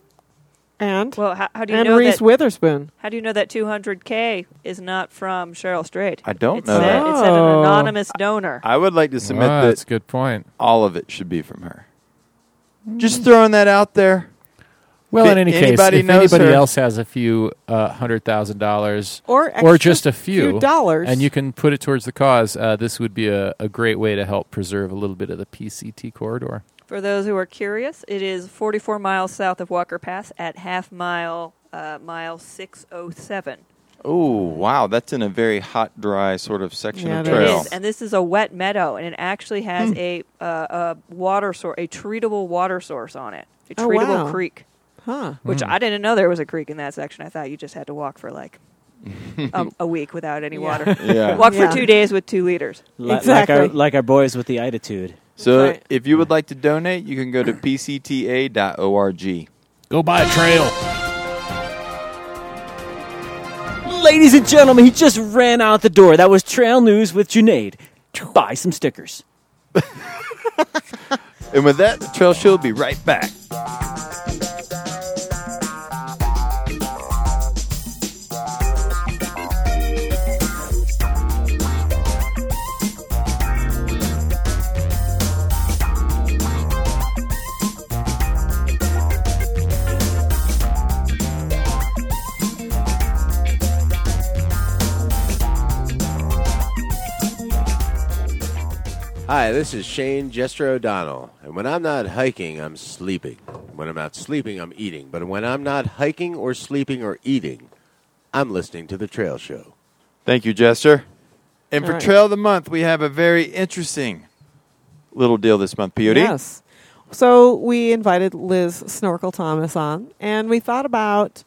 Speaker 1: and
Speaker 4: Well, how, how do you
Speaker 1: and
Speaker 4: know
Speaker 1: Reese
Speaker 4: that?
Speaker 1: Witherspoon?
Speaker 4: how do you know that two hundred k is not from Cheryl Strait?
Speaker 3: I don't
Speaker 4: It's
Speaker 3: know
Speaker 4: a-
Speaker 3: that.
Speaker 4: It's an
Speaker 1: Oh.
Speaker 4: anonymous donor.
Speaker 3: I would like to submit
Speaker 5: Ah,
Speaker 3: that
Speaker 5: that's a good point.
Speaker 3: all of it should be from her. Just throwing that out there.
Speaker 5: Well,
Speaker 3: If
Speaker 5: in any case,
Speaker 3: anybody
Speaker 5: if
Speaker 3: knows
Speaker 5: anybody
Speaker 3: her-
Speaker 5: else has a few uh, hundred thousand dollars,
Speaker 1: Or
Speaker 5: or
Speaker 1: extra
Speaker 5: just a few,
Speaker 1: few dollars.
Speaker 5: and you can put it towards the cause, uh, this would be a, a great way to help preserve a little bit of the PCT corridor.
Speaker 4: For those who are curious, it is 44 miles south of Walker Pass at half mile, uh, mile 607.
Speaker 3: Oh, wow. That's in a very hot, dry sort of section
Speaker 1: Yeah,
Speaker 3: of
Speaker 1: it
Speaker 4: It
Speaker 3: trail.
Speaker 4: is, and this is a wet meadow, and it actually has
Speaker 1: Hmm.
Speaker 4: a, uh, a water source, a treatable water source on it, a
Speaker 1: Oh,
Speaker 4: treatable
Speaker 1: wow.
Speaker 4: creek.
Speaker 1: Huh.
Speaker 4: Which
Speaker 3: Hmm.
Speaker 4: I didn't know there was a creek in that section. I thought you just had to walk for like um, a week without any water.
Speaker 3: Yeah.
Speaker 4: Walk
Speaker 1: Yeah.
Speaker 4: for two days with two liters.
Speaker 2: Li-
Speaker 1: Exactly.
Speaker 2: Like our, like our boys with the attitude.
Speaker 3: So
Speaker 1: Right.
Speaker 3: if you would like to donate, you can go to pcta.org.
Speaker 5: Go buy a trail.
Speaker 2: Ladies and gentlemen, he just ran out the door. That was Trail News with Junaid. Buy some stickers.
Speaker 3: And with that, the trail show will be right back.
Speaker 9: Hi, this is Shane Jester O'Donnell. And when I'm not hiking, I'm sleeping. When I'm not sleeping, I'm eating. But when I'm not hiking or sleeping or eating, I'm listening to The Trail Show.
Speaker 3: Thank you, Jester. And
Speaker 1: All
Speaker 3: for
Speaker 1: right.
Speaker 3: Trail of the Month, we have a very interesting little deal this month, Peyote.
Speaker 1: Yes. So we invited Liz Snorkel Thomas on, and we thought about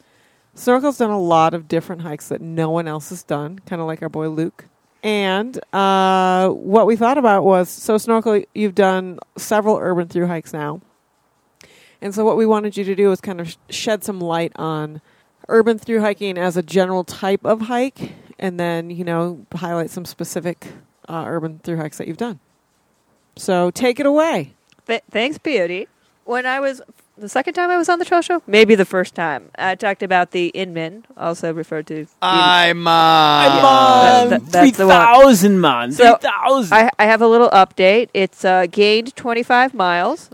Speaker 1: Snorkel's done a lot of different hikes that no one else has done, kind of like our boy Luke. And uh, what we thought about was so, Snorkel, you've done several urban through hikes now. And so, what we wanted you to do was kind of sh- shed some light on urban through hiking as a general type of hike, and then, you know, highlight some specific uh, urban through hikes that you've done. So, take it away.
Speaker 4: Th- thanks, Peyote. When I was the second time I was on the trail show, maybe the first time, I talked about the Inman, also referred to.
Speaker 3: I'm on.
Speaker 4: Yeah, that- that- that's the one.
Speaker 2: 3,000, man.
Speaker 4: So
Speaker 2: 3,000.
Speaker 4: I, I have a little update. It's uh, gained 25 miles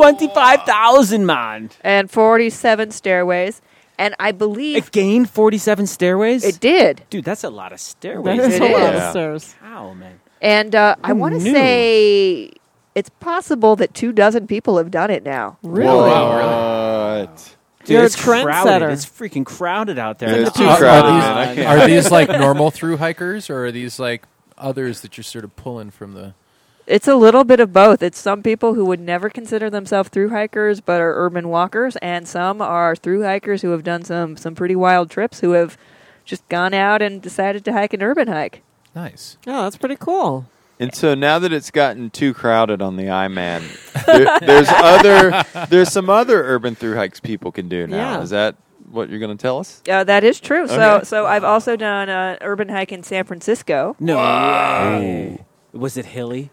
Speaker 2: 325,000, man.
Speaker 4: and 47 stairways, and I believe
Speaker 2: It gained 47 stairways?
Speaker 4: it did.
Speaker 2: Dude, that's a lot of stairways.
Speaker 4: That is a It lot of is.
Speaker 1: stairs.
Speaker 2: Wow, man.
Speaker 4: And uh, I
Speaker 2: Who
Speaker 4: want to
Speaker 2: knew?
Speaker 4: say it's possible that two dozen people have done it now.
Speaker 1: Really?
Speaker 3: What?
Speaker 2: Dude,
Speaker 1: You're a
Speaker 2: it's crowded.
Speaker 1: trendsetter.
Speaker 2: It's freaking crowded out there.
Speaker 3: Yeah,
Speaker 2: And
Speaker 3: it's
Speaker 2: the
Speaker 3: too
Speaker 2: people-
Speaker 3: crowded,
Speaker 5: are,
Speaker 3: man. I
Speaker 5: these,
Speaker 3: can't.
Speaker 5: are these, like normal through hikers, or are these like others that you're sort of pulling from the?
Speaker 4: It's a little bit of both. It's some people who would never consider themselves through hikers but are urban walkers, and some are through hikers who have done some, some pretty wild trips who have just gone out and decided to hike an urban hike.
Speaker 5: Nice.
Speaker 1: Oh, that's pretty cool.
Speaker 3: And so now that it's gotten too crowded on the I-Man, there, there's other there's some other urban through hikes people can do now.
Speaker 1: Yeah.
Speaker 3: Is that what you're going to tell us?
Speaker 4: Uh, that is true. So,
Speaker 3: Okay.
Speaker 4: so I've also done an urban hike in San Francisco.
Speaker 2: No way. Was it hilly?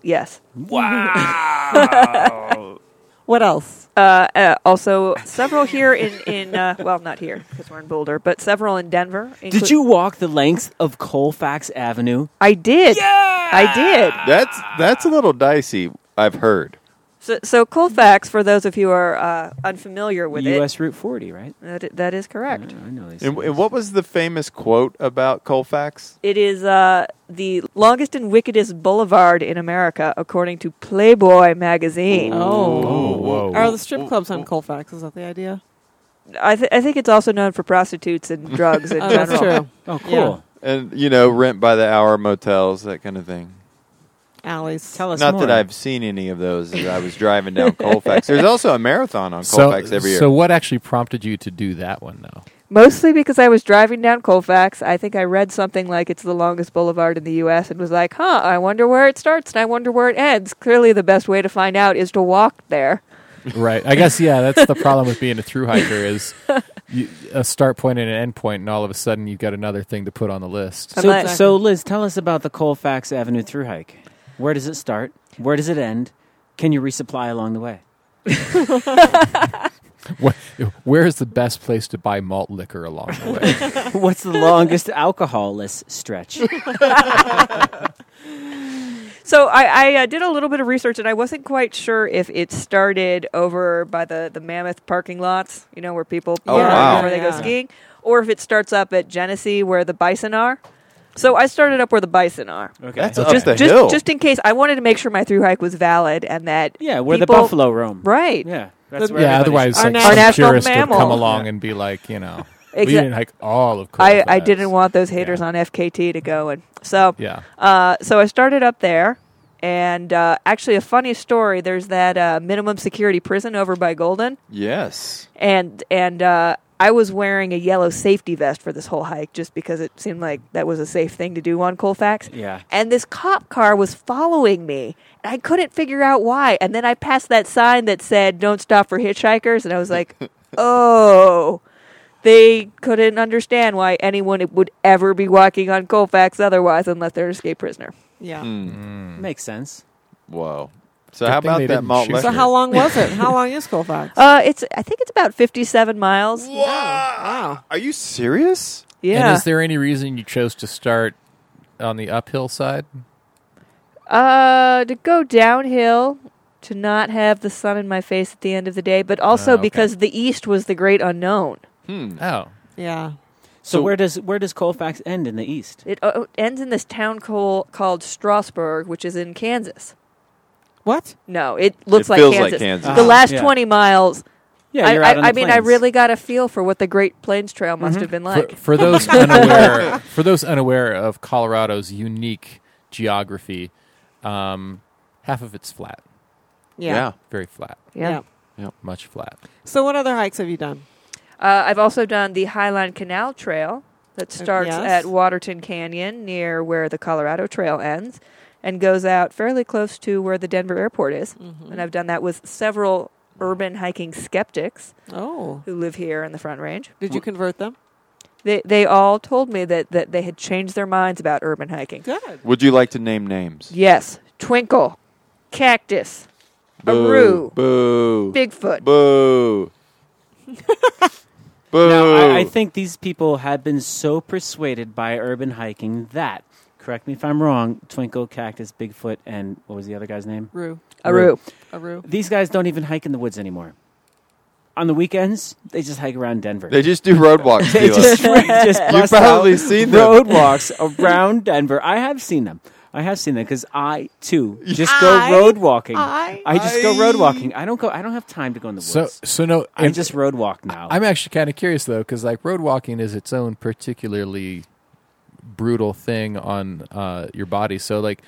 Speaker 4: Yes.
Speaker 2: Wow.
Speaker 1: What else?
Speaker 4: Uh, uh, also, several here in, in uh, well, not here because we're in Boulder, but several in Denver.
Speaker 2: Did
Speaker 4: inclu-
Speaker 2: you walk the length of Colfax Avenue?
Speaker 4: I did. I did.
Speaker 3: That's that's a little dicey. I've heard.
Speaker 4: So, so Colfax, for those of you who are uh, unfamiliar with
Speaker 2: U.S. Route 40, right?
Speaker 4: it, that, that is correct.
Speaker 2: Oh,
Speaker 1: Mm.
Speaker 2: I know these.
Speaker 3: And, and what was the famous quote about Colfax?
Speaker 4: It is uh, the longest and wickedest boulevard in America, according to Playboy magazine.
Speaker 1: Oh.
Speaker 5: whoa.
Speaker 1: Are the strip clubs on Colfax? Is that the idea?
Speaker 4: I, th- I think it's also known for prostitutes and drugs in
Speaker 1: Oh,
Speaker 4: general.
Speaker 1: that's true.
Speaker 2: Oh, cool.
Speaker 1: Yeah.
Speaker 3: And you know, rent by the hour motels, that kind of thing.
Speaker 1: Alleys.
Speaker 2: Tell us
Speaker 3: Not
Speaker 2: more.
Speaker 3: that I've seen any of those. As I was driving down Colfax. There's also a marathon on Colfax every year.
Speaker 5: so what actually prompted you to do that one though?
Speaker 4: Mostly because I was driving down Colfax. I think I read something like it's the longest boulevard in the U.S. and was like, huh, I wonder where it starts and I wonder where it ends. Clearly, the best way to find out is to walk there.
Speaker 5: Right. I guess yeah. That's the problem with being a through hiker is you, a start point and an end point, and all of a sudden you've got another thing to put on the list.
Speaker 4: I'm
Speaker 2: So,
Speaker 4: not-
Speaker 2: so Liz, tell us about the Colfax Avenue through hike. Where does it start? Where does it end? Can you resupply along the way?
Speaker 5: Wh- Where is the best place to buy malt liquor along the way?
Speaker 2: What's the longest alcoholless stretch?
Speaker 4: So I, I uh, did a little bit of research, and I wasn't quite sure if it started over by the, the Mammoth parking lots, you know, where people
Speaker 3: Oh,
Speaker 4: park
Speaker 3: wow.
Speaker 4: before they go
Speaker 1: Yeah.
Speaker 4: skiing, or if it starts up at Genesee where the bison are. So I started up where the bison are.
Speaker 2: Okay.
Speaker 3: That's up the
Speaker 4: just,
Speaker 3: hill.
Speaker 4: just in case, I wanted to make sure my through hike was valid and that
Speaker 2: yeah, where the
Speaker 4: people-
Speaker 2: buffalo roam.
Speaker 4: right
Speaker 2: Yeah. That's
Speaker 1: The-
Speaker 2: where
Speaker 5: yeah.
Speaker 2: everybody's-
Speaker 5: Otherwise,
Speaker 1: Our
Speaker 5: like
Speaker 1: nat-
Speaker 5: some
Speaker 1: Our
Speaker 4: national
Speaker 5: purist would come
Speaker 4: mammal.
Speaker 5: along and be like, you know, we
Speaker 4: Exact-
Speaker 5: didn't hike all of.
Speaker 4: I, I
Speaker 5: Colfax."
Speaker 4: didn't want those haters on FKT to go and so
Speaker 5: Yeah.
Speaker 4: uh, so I started up there and uh, actually a funny story there's that uh, minimum security prison over by Golden
Speaker 3: yes.
Speaker 4: and and uh, I was wearing a yellow safety vest for this whole hike just because it seemed like that was a safe thing to do on Colfax
Speaker 2: Yeah.
Speaker 4: and this cop car was following me and I couldn't figure out why and then I passed that sign that said don't stop for hitchhikers and I was like oh they couldn't understand why anyone would ever be walking on Colfax otherwise unless they're an escape prisoner.
Speaker 1: Yeah.
Speaker 3: Mm.
Speaker 2: Makes sense.
Speaker 3: Whoa. So
Speaker 5: Good
Speaker 3: how
Speaker 5: thing they
Speaker 3: about that
Speaker 5: didn't
Speaker 3: malt
Speaker 5: shoot
Speaker 3: liquor?
Speaker 1: So, how long was it? How long is Colfax?
Speaker 4: Uh, it's I think it's about fifty-seven miles.
Speaker 3: Whoa. Are you serious?
Speaker 4: Yeah.
Speaker 5: And is there any reason you chose to start on the uphill side?
Speaker 4: uh, to go downhill, to not have the sun in my face at the end of the day, but also
Speaker 5: Ah, okay.
Speaker 4: because the east was the great unknown.
Speaker 5: Oh,
Speaker 1: yeah.
Speaker 2: So,
Speaker 3: So-
Speaker 2: where does where does Colfax end in the east?
Speaker 4: It uh, ends in this town call, called Strasburg, which is in Kansas.
Speaker 1: What?
Speaker 4: No, it looks
Speaker 3: It
Speaker 4: like,
Speaker 3: feels like
Speaker 4: Kansas.
Speaker 3: Kansas.
Speaker 4: The
Speaker 2: Ah,
Speaker 4: last
Speaker 2: yeah.
Speaker 4: twenty miles.
Speaker 2: Yeah,
Speaker 4: I,
Speaker 2: you're
Speaker 4: I,
Speaker 2: out on
Speaker 4: I
Speaker 2: the
Speaker 4: mean, I
Speaker 2: plains.
Speaker 4: really got a feel for what the Great Plains Trail must have been like.
Speaker 5: for, for those unaware, for those unaware of Colorado's unique geography, um, half of it's flat,
Speaker 1: Yeah.
Speaker 5: very flat,
Speaker 4: yeah.
Speaker 1: Yeah.
Speaker 5: much flat.
Speaker 1: So, what other hikes have you done?
Speaker 4: Uh, I've also done the Highline Canal Trail. that starts
Speaker 1: yes.
Speaker 4: at Waterton Canyon near where the Colorado Trail ends and goes out fairly close to where the Denver airport is.
Speaker 1: Mm-hmm.
Speaker 4: And I've done that with several urban hiking skeptics
Speaker 1: oh.
Speaker 4: who live here in the Front Range.
Speaker 1: Did you convert them?
Speaker 4: They, they all told me that, that they had changed their minds about urban hiking.
Speaker 1: Good.
Speaker 3: Would you like to name names?
Speaker 4: Yes. Twinkle, Cactus,
Speaker 3: Boo.
Speaker 4: Aroo,
Speaker 3: Boo.
Speaker 4: Bigfoot.
Speaker 3: Boo. Boo.
Speaker 2: Now, I, I think these people have been so persuaded by urban hiking that, correct me if I'm wrong, Twinkle, Cactus, Bigfoot, and what was the other guy's name?
Speaker 1: Rue.
Speaker 4: Aroo.
Speaker 1: Aroo.
Speaker 2: These guys don't even hike in the woods anymore. On the weekends, they just hike around Denver.
Speaker 3: They just do road walks,
Speaker 2: they
Speaker 3: Tila.
Speaker 2: just, just
Speaker 3: You've
Speaker 2: bust
Speaker 3: probably
Speaker 2: out
Speaker 3: seen them.
Speaker 2: road walks around Denver. I have seen them. I have seen them because I too just
Speaker 1: I-
Speaker 2: go road walking.
Speaker 1: I-
Speaker 2: just go road walking. I don't go. I don't have time to go in the woods.
Speaker 5: So, so no,
Speaker 2: I
Speaker 5: and-
Speaker 2: just road walk now.
Speaker 5: I'm actually kind of curious though, because like road walking is its own particularly brutal thing on uh, your body. So like,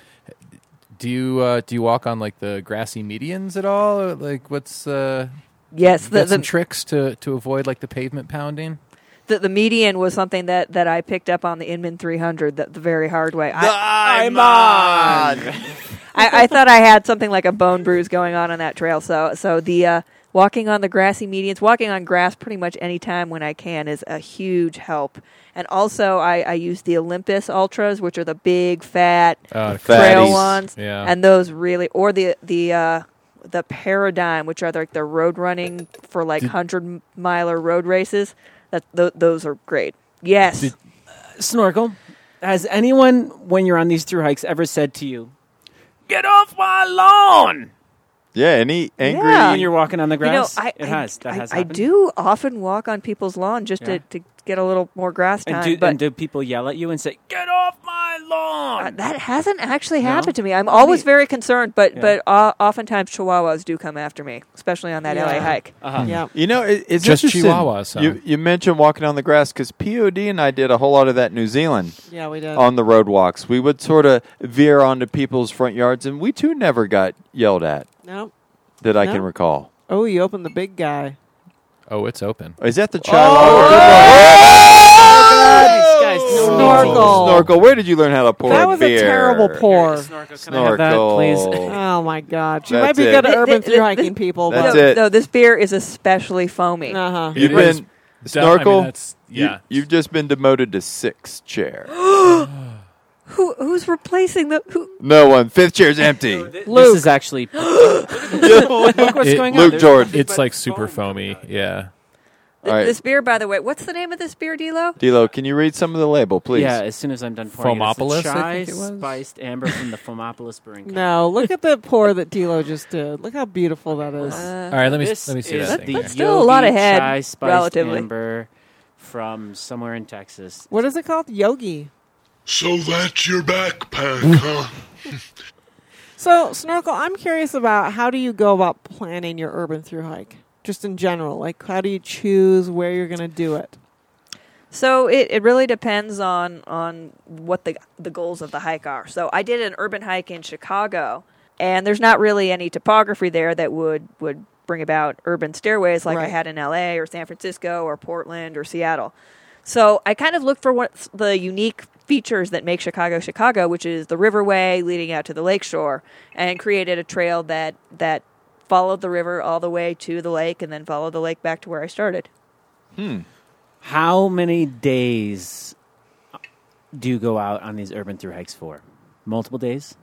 Speaker 5: do you uh, do you walk on like the grassy medians at all? Or, like, what's uh,
Speaker 4: Yes, the-
Speaker 5: got some
Speaker 4: the-
Speaker 5: tricks to to avoid like the pavement pounding.
Speaker 4: The, the median was something that, that I picked up on the Inman 300 the, the very hard way. I, I'm I, I thought I had something like a bone bruise going on on that trail. So so the uh, walking on the grassy medians, walking on grass pretty much any time when I can is a huge help. And also I, I use the Olympus Ultras, which are the big fat
Speaker 5: Oh, the
Speaker 4: trail
Speaker 5: fatties.
Speaker 4: ones,
Speaker 5: Yeah.
Speaker 4: and those really or the the. Uh, the paradigm, which are like the road running for like
Speaker 5: Did-
Speaker 4: hundred miler road races, that th- those are great. Yes,
Speaker 2: Did- Snorkel, has anyone, when you're on these through hikes, ever said to you, "Get off my lawn"?
Speaker 3: yeah, any angry.
Speaker 4: Yeah.
Speaker 2: When you're walking on the
Speaker 4: You know,
Speaker 2: grass,
Speaker 4: I,
Speaker 2: it
Speaker 4: I-
Speaker 2: has. That
Speaker 4: I,
Speaker 2: has.
Speaker 4: I
Speaker 2: happened.
Speaker 4: do often walk on people's lawn just
Speaker 2: Yeah.
Speaker 4: to, to get a little more grass time.
Speaker 2: And do,
Speaker 4: but
Speaker 2: and do people yell at you and say, "Get off my lawn"?
Speaker 4: uh, that hasn't actually happened to me. I'm always very concerned, but
Speaker 2: Yeah.
Speaker 4: but uh, oftentimes Chihuahuas do come after me, especially on that
Speaker 1: Yeah.
Speaker 4: LA hike.
Speaker 2: Uh-huh.
Speaker 1: Yeah.
Speaker 3: You know, it, it's
Speaker 5: Just
Speaker 3: interesting.
Speaker 5: Chihuahuas, huh?
Speaker 3: You, you mentioned walking on the grass because POD and I did a whole lot of that in New Zealand
Speaker 1: Yeah, we did.
Speaker 3: on the road walks. We would sort of veer onto people's front yards, and we too never got yelled at
Speaker 1: no.
Speaker 3: that I
Speaker 1: No.
Speaker 3: can recall.
Speaker 1: Oh, you opened the big guy.
Speaker 5: Oh, it's open.
Speaker 3: Is that the Chihuahua?
Speaker 2: Guys,
Speaker 1: Snorkel.
Speaker 3: Oh, Snorkel, where did you learn how to pour
Speaker 1: That
Speaker 3: a
Speaker 1: was
Speaker 3: beer?
Speaker 1: a terrible pour.
Speaker 2: Can I have that, please?
Speaker 1: Oh my God! She
Speaker 3: That's
Speaker 1: might be
Speaker 3: it.
Speaker 1: good at
Speaker 4: Th-
Speaker 1: urban
Speaker 4: th- th-
Speaker 1: through hiking people.
Speaker 3: That's
Speaker 4: no,
Speaker 3: it.
Speaker 4: no, this beer is especially foamy.
Speaker 1: Uh huh.
Speaker 3: You've
Speaker 5: It is
Speaker 3: been snorkel.
Speaker 5: that's-
Speaker 3: you-
Speaker 5: yeah.
Speaker 3: you've just been demoted to sixth chair.
Speaker 4: Who who's replacing the who?
Speaker 3: no one. Fifth chair's empty.
Speaker 2: This is actually look what's
Speaker 5: It-
Speaker 2: going on.
Speaker 3: Luke
Speaker 2: There's-
Speaker 3: Jordan.
Speaker 5: It's like super foamy. Yeah.
Speaker 4: th-
Speaker 3: All right.
Speaker 4: This beer, by the way, what's the name of this beer, D'Lo?
Speaker 3: D'Lo, can you read some of the label, please?
Speaker 2: Yeah, as soon as I'm done pouring it,
Speaker 5: Fomopolis,
Speaker 2: it's a
Speaker 5: I
Speaker 2: chai
Speaker 5: think it was.
Speaker 2: spiced amber from the Fomopolis Brewing Company.
Speaker 1: No, look at the pour that Dilo just did. Look how beautiful that is.
Speaker 5: All right. Let me
Speaker 2: Uh, This
Speaker 5: let me see
Speaker 2: is
Speaker 5: that
Speaker 2: the
Speaker 5: thing.
Speaker 4: That's still a lot
Speaker 2: Yogi
Speaker 4: ahead,
Speaker 2: chai spiced
Speaker 4: relatively.
Speaker 2: amber from somewhere in Texas.
Speaker 1: what is it called? Yogi.
Speaker 10: So that's your backpack, huh?
Speaker 1: So, Snorkel, I'm curious about how do you go about planning your urban through hike, just in general? Like, how do you choose where you're going to do it?
Speaker 4: So it, it really depends on on what the the goals of the hike are. So I did an urban hike in Chicago, and there's not really any topography there that would would bring about urban stairways like I
Speaker 1: Right.
Speaker 4: had in L.A. or San Francisco or Portland or Seattle. So I kind of looked for what the unique features that make Chicago Chicago, which is the riverway leading out to the lakeshore, and created a trail that that followed the river all the way to the lake and then followed the lake back to where I started.
Speaker 2: How many days do you go out on these urban through hikes for? Multiple days?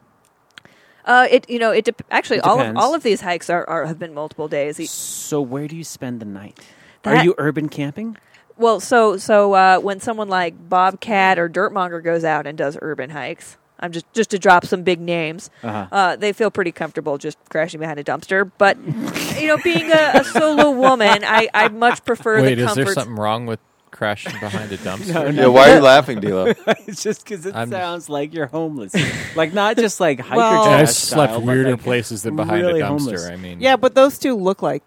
Speaker 4: Uh, it you know it dep actually
Speaker 2: It
Speaker 4: all of,
Speaker 2: depends.
Speaker 4: all of these hikes are, are have been multiple days. E-
Speaker 2: So where do you spend the night? Are
Speaker 4: That-
Speaker 2: you urban camping?
Speaker 4: Well, so so uh, when someone like Bobcat or Dirtmonger goes out and does urban hikes, I'm just just to drop some big names.
Speaker 2: Uh-huh.
Speaker 4: Uh, they feel pretty comfortable just crashing behind a dumpster. But you know, being a, a solo woman, I, I much prefer
Speaker 5: Wait,
Speaker 4: the
Speaker 5: is
Speaker 4: comfort.
Speaker 5: there something wrong with crashing behind a dumpster?
Speaker 3: Yeah, why are you laughing, D'Lo?
Speaker 2: it's just because it
Speaker 5: I'm-
Speaker 2: sounds like you're homeless. like not just like hiker
Speaker 1: Well-
Speaker 2: trash
Speaker 5: Yeah, I've
Speaker 2: style,
Speaker 5: slept
Speaker 2: but,
Speaker 5: weirder
Speaker 2: like,
Speaker 5: places than behind
Speaker 2: Oh, really
Speaker 5: a dumpster.
Speaker 2: homeless.
Speaker 5: I mean,
Speaker 1: Yeah, but those two look like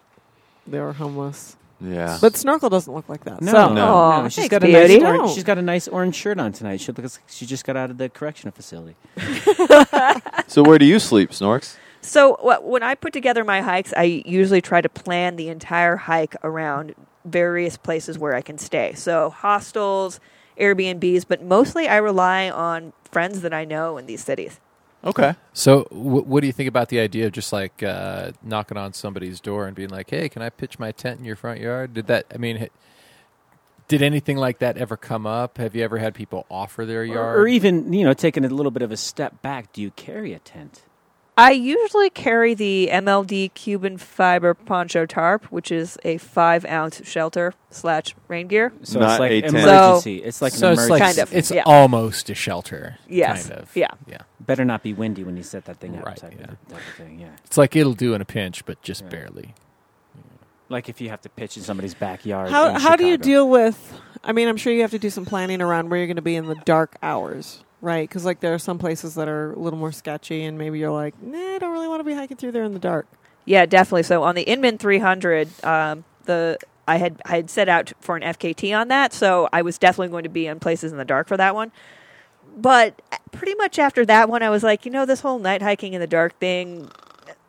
Speaker 1: they were homeless.
Speaker 3: Yeah.
Speaker 1: But Snorkel doesn't look like that.
Speaker 2: No,
Speaker 1: so,
Speaker 3: No.
Speaker 4: Aw,
Speaker 2: no, she's
Speaker 4: thanks,
Speaker 2: got a nice
Speaker 4: beauty.
Speaker 2: orange,
Speaker 1: No.
Speaker 2: she's got a nice orange shirt on tonight. She looks like she just got out of the correctional facility.
Speaker 3: so where do you sleep, Snorks?
Speaker 4: So wh- when I put together my hikes, I usually try to plan the entire hike around various places where I can stay. So hostels, Airbnbs, but mostly I rely on friends that I know in these cities.
Speaker 3: Okay.
Speaker 5: So, wh- what do you think about the idea of just like uh, knocking on somebody's door and being like, "Hey, can I pitch my tent in your front yard?" Did that? I mean, h- did anything like that ever come up? Have you ever had people offer their yard?
Speaker 2: Or even, you know, taking a little bit of a step back, do you carry a tent?
Speaker 4: I usually carry the MLD Cuban fiber poncho tarp, which is a five ounce shelter slash rain gear.
Speaker 2: So it's like
Speaker 4: an
Speaker 2: emergency. it's like
Speaker 5: so
Speaker 2: an
Speaker 5: it's
Speaker 2: emergency.
Speaker 5: like
Speaker 4: Kind of,
Speaker 5: it's
Speaker 4: yeah.
Speaker 5: almost a shelter.
Speaker 4: Yes,
Speaker 5: kind of.
Speaker 4: yeah.
Speaker 5: yeah.
Speaker 2: Better not be windy when you set that thing up.
Speaker 5: Right,
Speaker 2: type of-
Speaker 5: yeah.
Speaker 2: type of thing, yeah.
Speaker 5: It's like it'll do in a pinch, but just barely.
Speaker 2: Like if you have to pitch in somebody's backyard.
Speaker 1: How
Speaker 2: in
Speaker 1: how do you
Speaker 2: Chicago.
Speaker 1: deal with? I mean, I'm sure you have to do some planning around where you're going to be in the dark hours, right? Because like there are some places that are a little more sketchy, and maybe you're like, nah, I don't really want to be hiking through there in the dark.
Speaker 4: Yeah, definitely. So on the Inman 300, um, the I had I had set out for an FKT on that, so I was definitely going to be in places in the dark for that one. But eh, pretty much after that one, I was like, you know, this whole night hiking in the dark thing.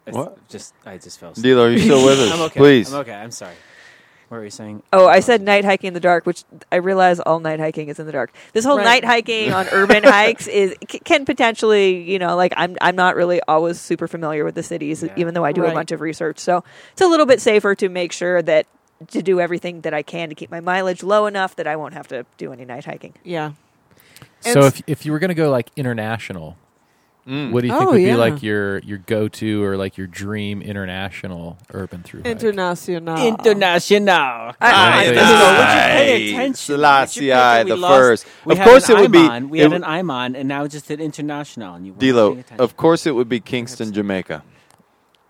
Speaker 2: It's Just I just fell asleep.
Speaker 3: Dilo, are you still with us?
Speaker 2: I'm okay.
Speaker 3: Please.
Speaker 2: I'm okay. I'm sorry. What were you saying?
Speaker 4: Oh, I said night hiking in the dark, which I realize all night hiking is in the dark. This whole
Speaker 1: Right.
Speaker 4: night hiking on urban hikes is c- can potentially, you know, like I'm I'm not really always super familiar with the cities, even though I do
Speaker 1: Right.
Speaker 4: a bunch of research. So it's a little bit safer to make sure that to do everything that I can to keep my mileage low enough that I won't have to do any night hiking.
Speaker 1: Yeah.
Speaker 5: So, if if you were going to go like international,
Speaker 3: Mm.
Speaker 5: what do you think
Speaker 1: Oh,
Speaker 5: would
Speaker 1: yeah.
Speaker 5: be like your your go to or like your dream international urban through? hike?
Speaker 1: international,
Speaker 2: International.
Speaker 5: I-
Speaker 2: Dilo, would you pay attention? Would you pay
Speaker 3: Selassie
Speaker 2: attention?
Speaker 3: the
Speaker 2: We lost-
Speaker 3: first.
Speaker 2: we
Speaker 3: Of
Speaker 2: had
Speaker 3: course
Speaker 2: an
Speaker 3: it would
Speaker 2: I'm
Speaker 3: be-
Speaker 2: on. We
Speaker 3: it
Speaker 2: had
Speaker 3: would-
Speaker 2: an I'm on, and now it just did international. And you weren't paying
Speaker 3: Dilo,
Speaker 2: attention.
Speaker 3: of course it would be Kingston, Jamaica.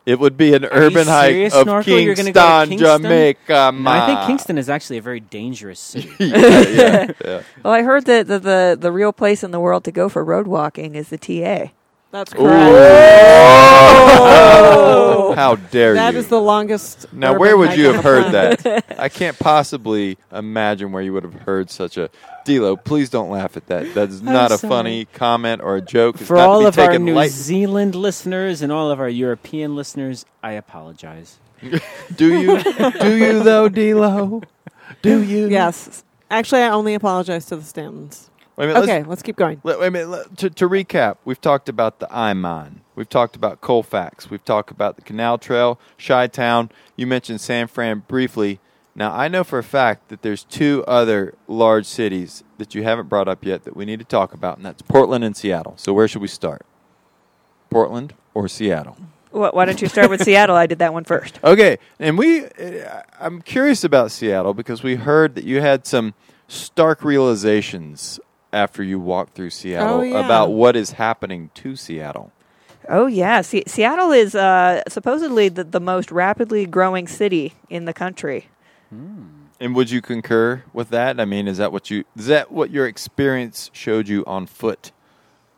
Speaker 3: It would be an urban hike
Speaker 2: serious,
Speaker 3: of
Speaker 2: Snorkel? You're
Speaker 3: Kingston,
Speaker 2: gonna go to Kingston?
Speaker 3: Jamaica.
Speaker 2: No, I think
Speaker 3: ma.
Speaker 2: Kingston is actually a very dangerous city.
Speaker 3: yeah, yeah.
Speaker 4: Well, I heard that the, the the real place in the world to go for road walking is the TA.
Speaker 1: That's
Speaker 3: Oh! How dare
Speaker 1: That
Speaker 3: you?
Speaker 1: is the longest.
Speaker 3: now,
Speaker 1: urban
Speaker 3: where would
Speaker 1: hike
Speaker 3: you
Speaker 1: on
Speaker 3: have
Speaker 1: the
Speaker 3: heard
Speaker 1: planet.
Speaker 3: that? I can't possibly imagine where you would have heard such a. Dilo, please don't laugh at that. That is
Speaker 2: I'm
Speaker 3: not a
Speaker 2: sorry.
Speaker 3: funny comment or a joke. It's
Speaker 2: For
Speaker 3: not
Speaker 2: all
Speaker 3: to be
Speaker 2: of our
Speaker 3: taken
Speaker 2: New
Speaker 3: light-
Speaker 2: Zealand listeners and all of our European listeners, I apologize.
Speaker 3: Do you? Do you though, Dilo? Do you?
Speaker 1: Yes. Actually, I only apologize to the Stantons.
Speaker 3: Wait a minute,
Speaker 1: okay,
Speaker 3: let's-
Speaker 1: let's, keep going.
Speaker 3: Let, wait a minute. let- to, to recap, we've talked about the I Mine. We've talked about Colfax. We've talked about the Canal Trail, Chi Town. You mentioned San Fran briefly. Now, I know for a fact that there's two other large cities that you haven't brought up yet that we need to talk about, and that's Portland and Seattle. So, where should we start? Portland or Seattle?
Speaker 4: Wh- Why don't you start with Seattle? I did that one first.
Speaker 3: Okay, and we, uh, I'm curious about Seattle because we heard that you had some stark realizations after you walked through Seattle
Speaker 4: Oh, yeah.
Speaker 3: about what is happening to Seattle.
Speaker 4: Oh yeah, Se- Seattle is uh, supposedly the, the most rapidly growing city in the country.
Speaker 3: And would you concur with that? I mean, is that what you is that what your experience showed you on foot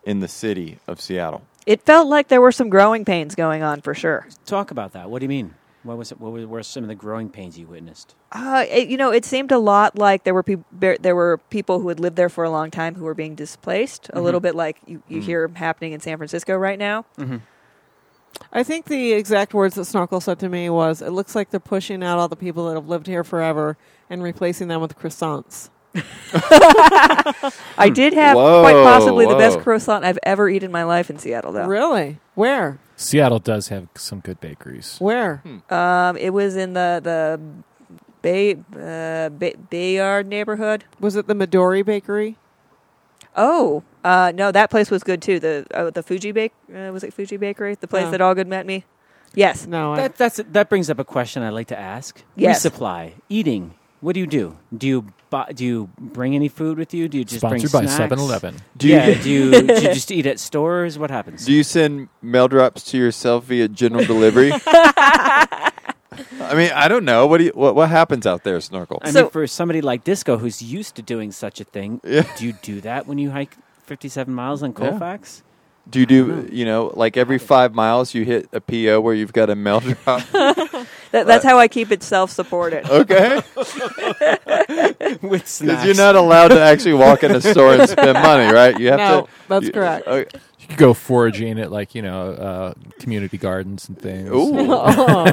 Speaker 3: in the city of Seattle?
Speaker 4: It felt like there were some growing pains going on for sure.
Speaker 2: Talk about that. What do you mean? What was it? What were, were some of the growing pains you witnessed?
Speaker 4: Uh, it, you know, it seemed a lot like there were peop there, there were people who had lived there for a long time who were being displaced, a
Speaker 3: Mm-hmm.
Speaker 4: little bit like you, you hear happening in San Francisco right now.
Speaker 1: I think the exact words that Snorkel said to me was, "It looks like they're pushing out all the people that have lived here forever and replacing them with croissants."
Speaker 4: I did have
Speaker 3: Whoa,
Speaker 4: quite possibly the best
Speaker 3: whoa.
Speaker 4: croissant I've ever eaten in my life in Seattle, though.
Speaker 1: Really? Where?
Speaker 5: Seattle does have some good bakeries.
Speaker 1: Where?
Speaker 4: Um, it was in the the Bay uh, Bay, Bayard neighborhood.
Speaker 1: Was it the Midori Bakery?
Speaker 4: Oh uh, no, that place was good too. The uh, the Fuji Bake uh, was it Fuji Bakery? The place
Speaker 1: No.
Speaker 4: that all good met me. Yes.
Speaker 1: No. I,
Speaker 2: That that's that brings up a question I'd like to ask.
Speaker 4: Yes.
Speaker 2: Resupply, eating. What do you do? Do you buy, do you bring any food with you? Do you just bring
Speaker 5: Sponsored by
Speaker 2: snacks?
Speaker 5: 7-Eleven.
Speaker 3: Do you-
Speaker 2: yeah. do, you, do you just eat at stores? What happens?
Speaker 3: Do you send mail drops to yourself via general delivery? I mean, I don't know. What do you, what what happens out there, Snorkel?
Speaker 2: I
Speaker 4: So-
Speaker 2: mean, for somebody like Disco who's used to doing such a thing, do you do that when you hike 57 miles on Colfax?
Speaker 3: Do you do you know like every five miles you hit a PO where you've got a mail drop?
Speaker 4: That, that's how I keep it self-supported.
Speaker 3: Okay.
Speaker 2: With
Speaker 3: Because you're not allowed to actually walk in a store and spend money, right? You have to. Oh, you- okay.
Speaker 5: You could go foraging at like you know uh, community gardens and things.
Speaker 4: Oh.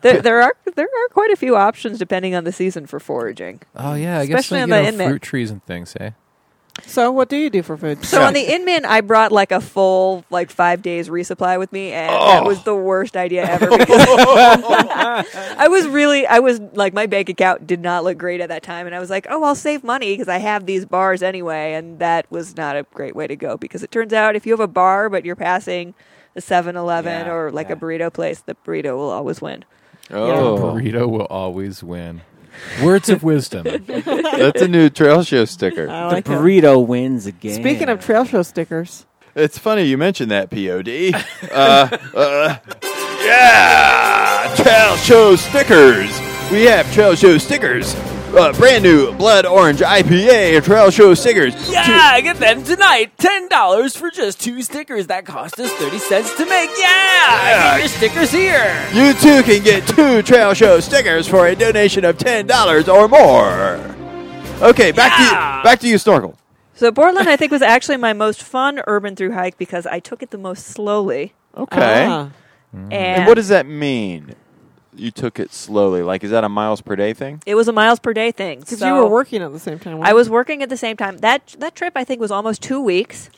Speaker 4: there, there are there are quite a few options depending on the season for foraging.
Speaker 5: Oh yeah, I guess
Speaker 4: especially
Speaker 5: like,
Speaker 4: on
Speaker 5: you
Speaker 4: the
Speaker 5: know,
Speaker 4: Inman.
Speaker 5: fruit trees and things. Hey,
Speaker 1: So what do you do for food?
Speaker 4: So on the Inman, I brought like a full like five days resupply with me, and
Speaker 1: Oh.
Speaker 4: that was the worst idea ever. Because I was really, I was like, my bank account did not look great at that time, and I was like, oh, I'll save money because I have these bars anyway, and that was not a great way to go because it turns out if you have a bar but you're passing a 7-Eleven or like a burrito place, the burrito will always win.
Speaker 3: Oh.
Speaker 5: The burrito will always win. Words of wisdom.
Speaker 3: That's a new trail show sticker.
Speaker 1: I like
Speaker 2: the burrito wins again.
Speaker 1: Speaking of trail show stickers,
Speaker 3: It's funny you mentioned that, POD. uh, uh, yeah! Trail Show stickers! We have Trail Show stickers! Uh, brand new Blood Orange IPA Trail Show stickers!
Speaker 10: Yeah, get them tonight. Ten dollars for just two stickers that cost us thirty cents to make. Yeah,
Speaker 3: Yeah.
Speaker 10: get your stickers here.
Speaker 3: You too can get two Trail Show stickers for a donation of $10 or more! Okay, back to you, back to you, Snorkel.
Speaker 4: So Portland, I think, was actually my most fun urban through hike because I took it the most slowly.
Speaker 3: Okay.
Speaker 1: Ah, Mm.
Speaker 4: And,
Speaker 3: And what does that mean? You took it slowly. Like, is that a miles per day thing?
Speaker 4: It was a miles per day thing.
Speaker 1: because you
Speaker 4: So
Speaker 1: were working at the same time,
Speaker 4: I was working at the same time. That that trip, I think, was almost two weeks.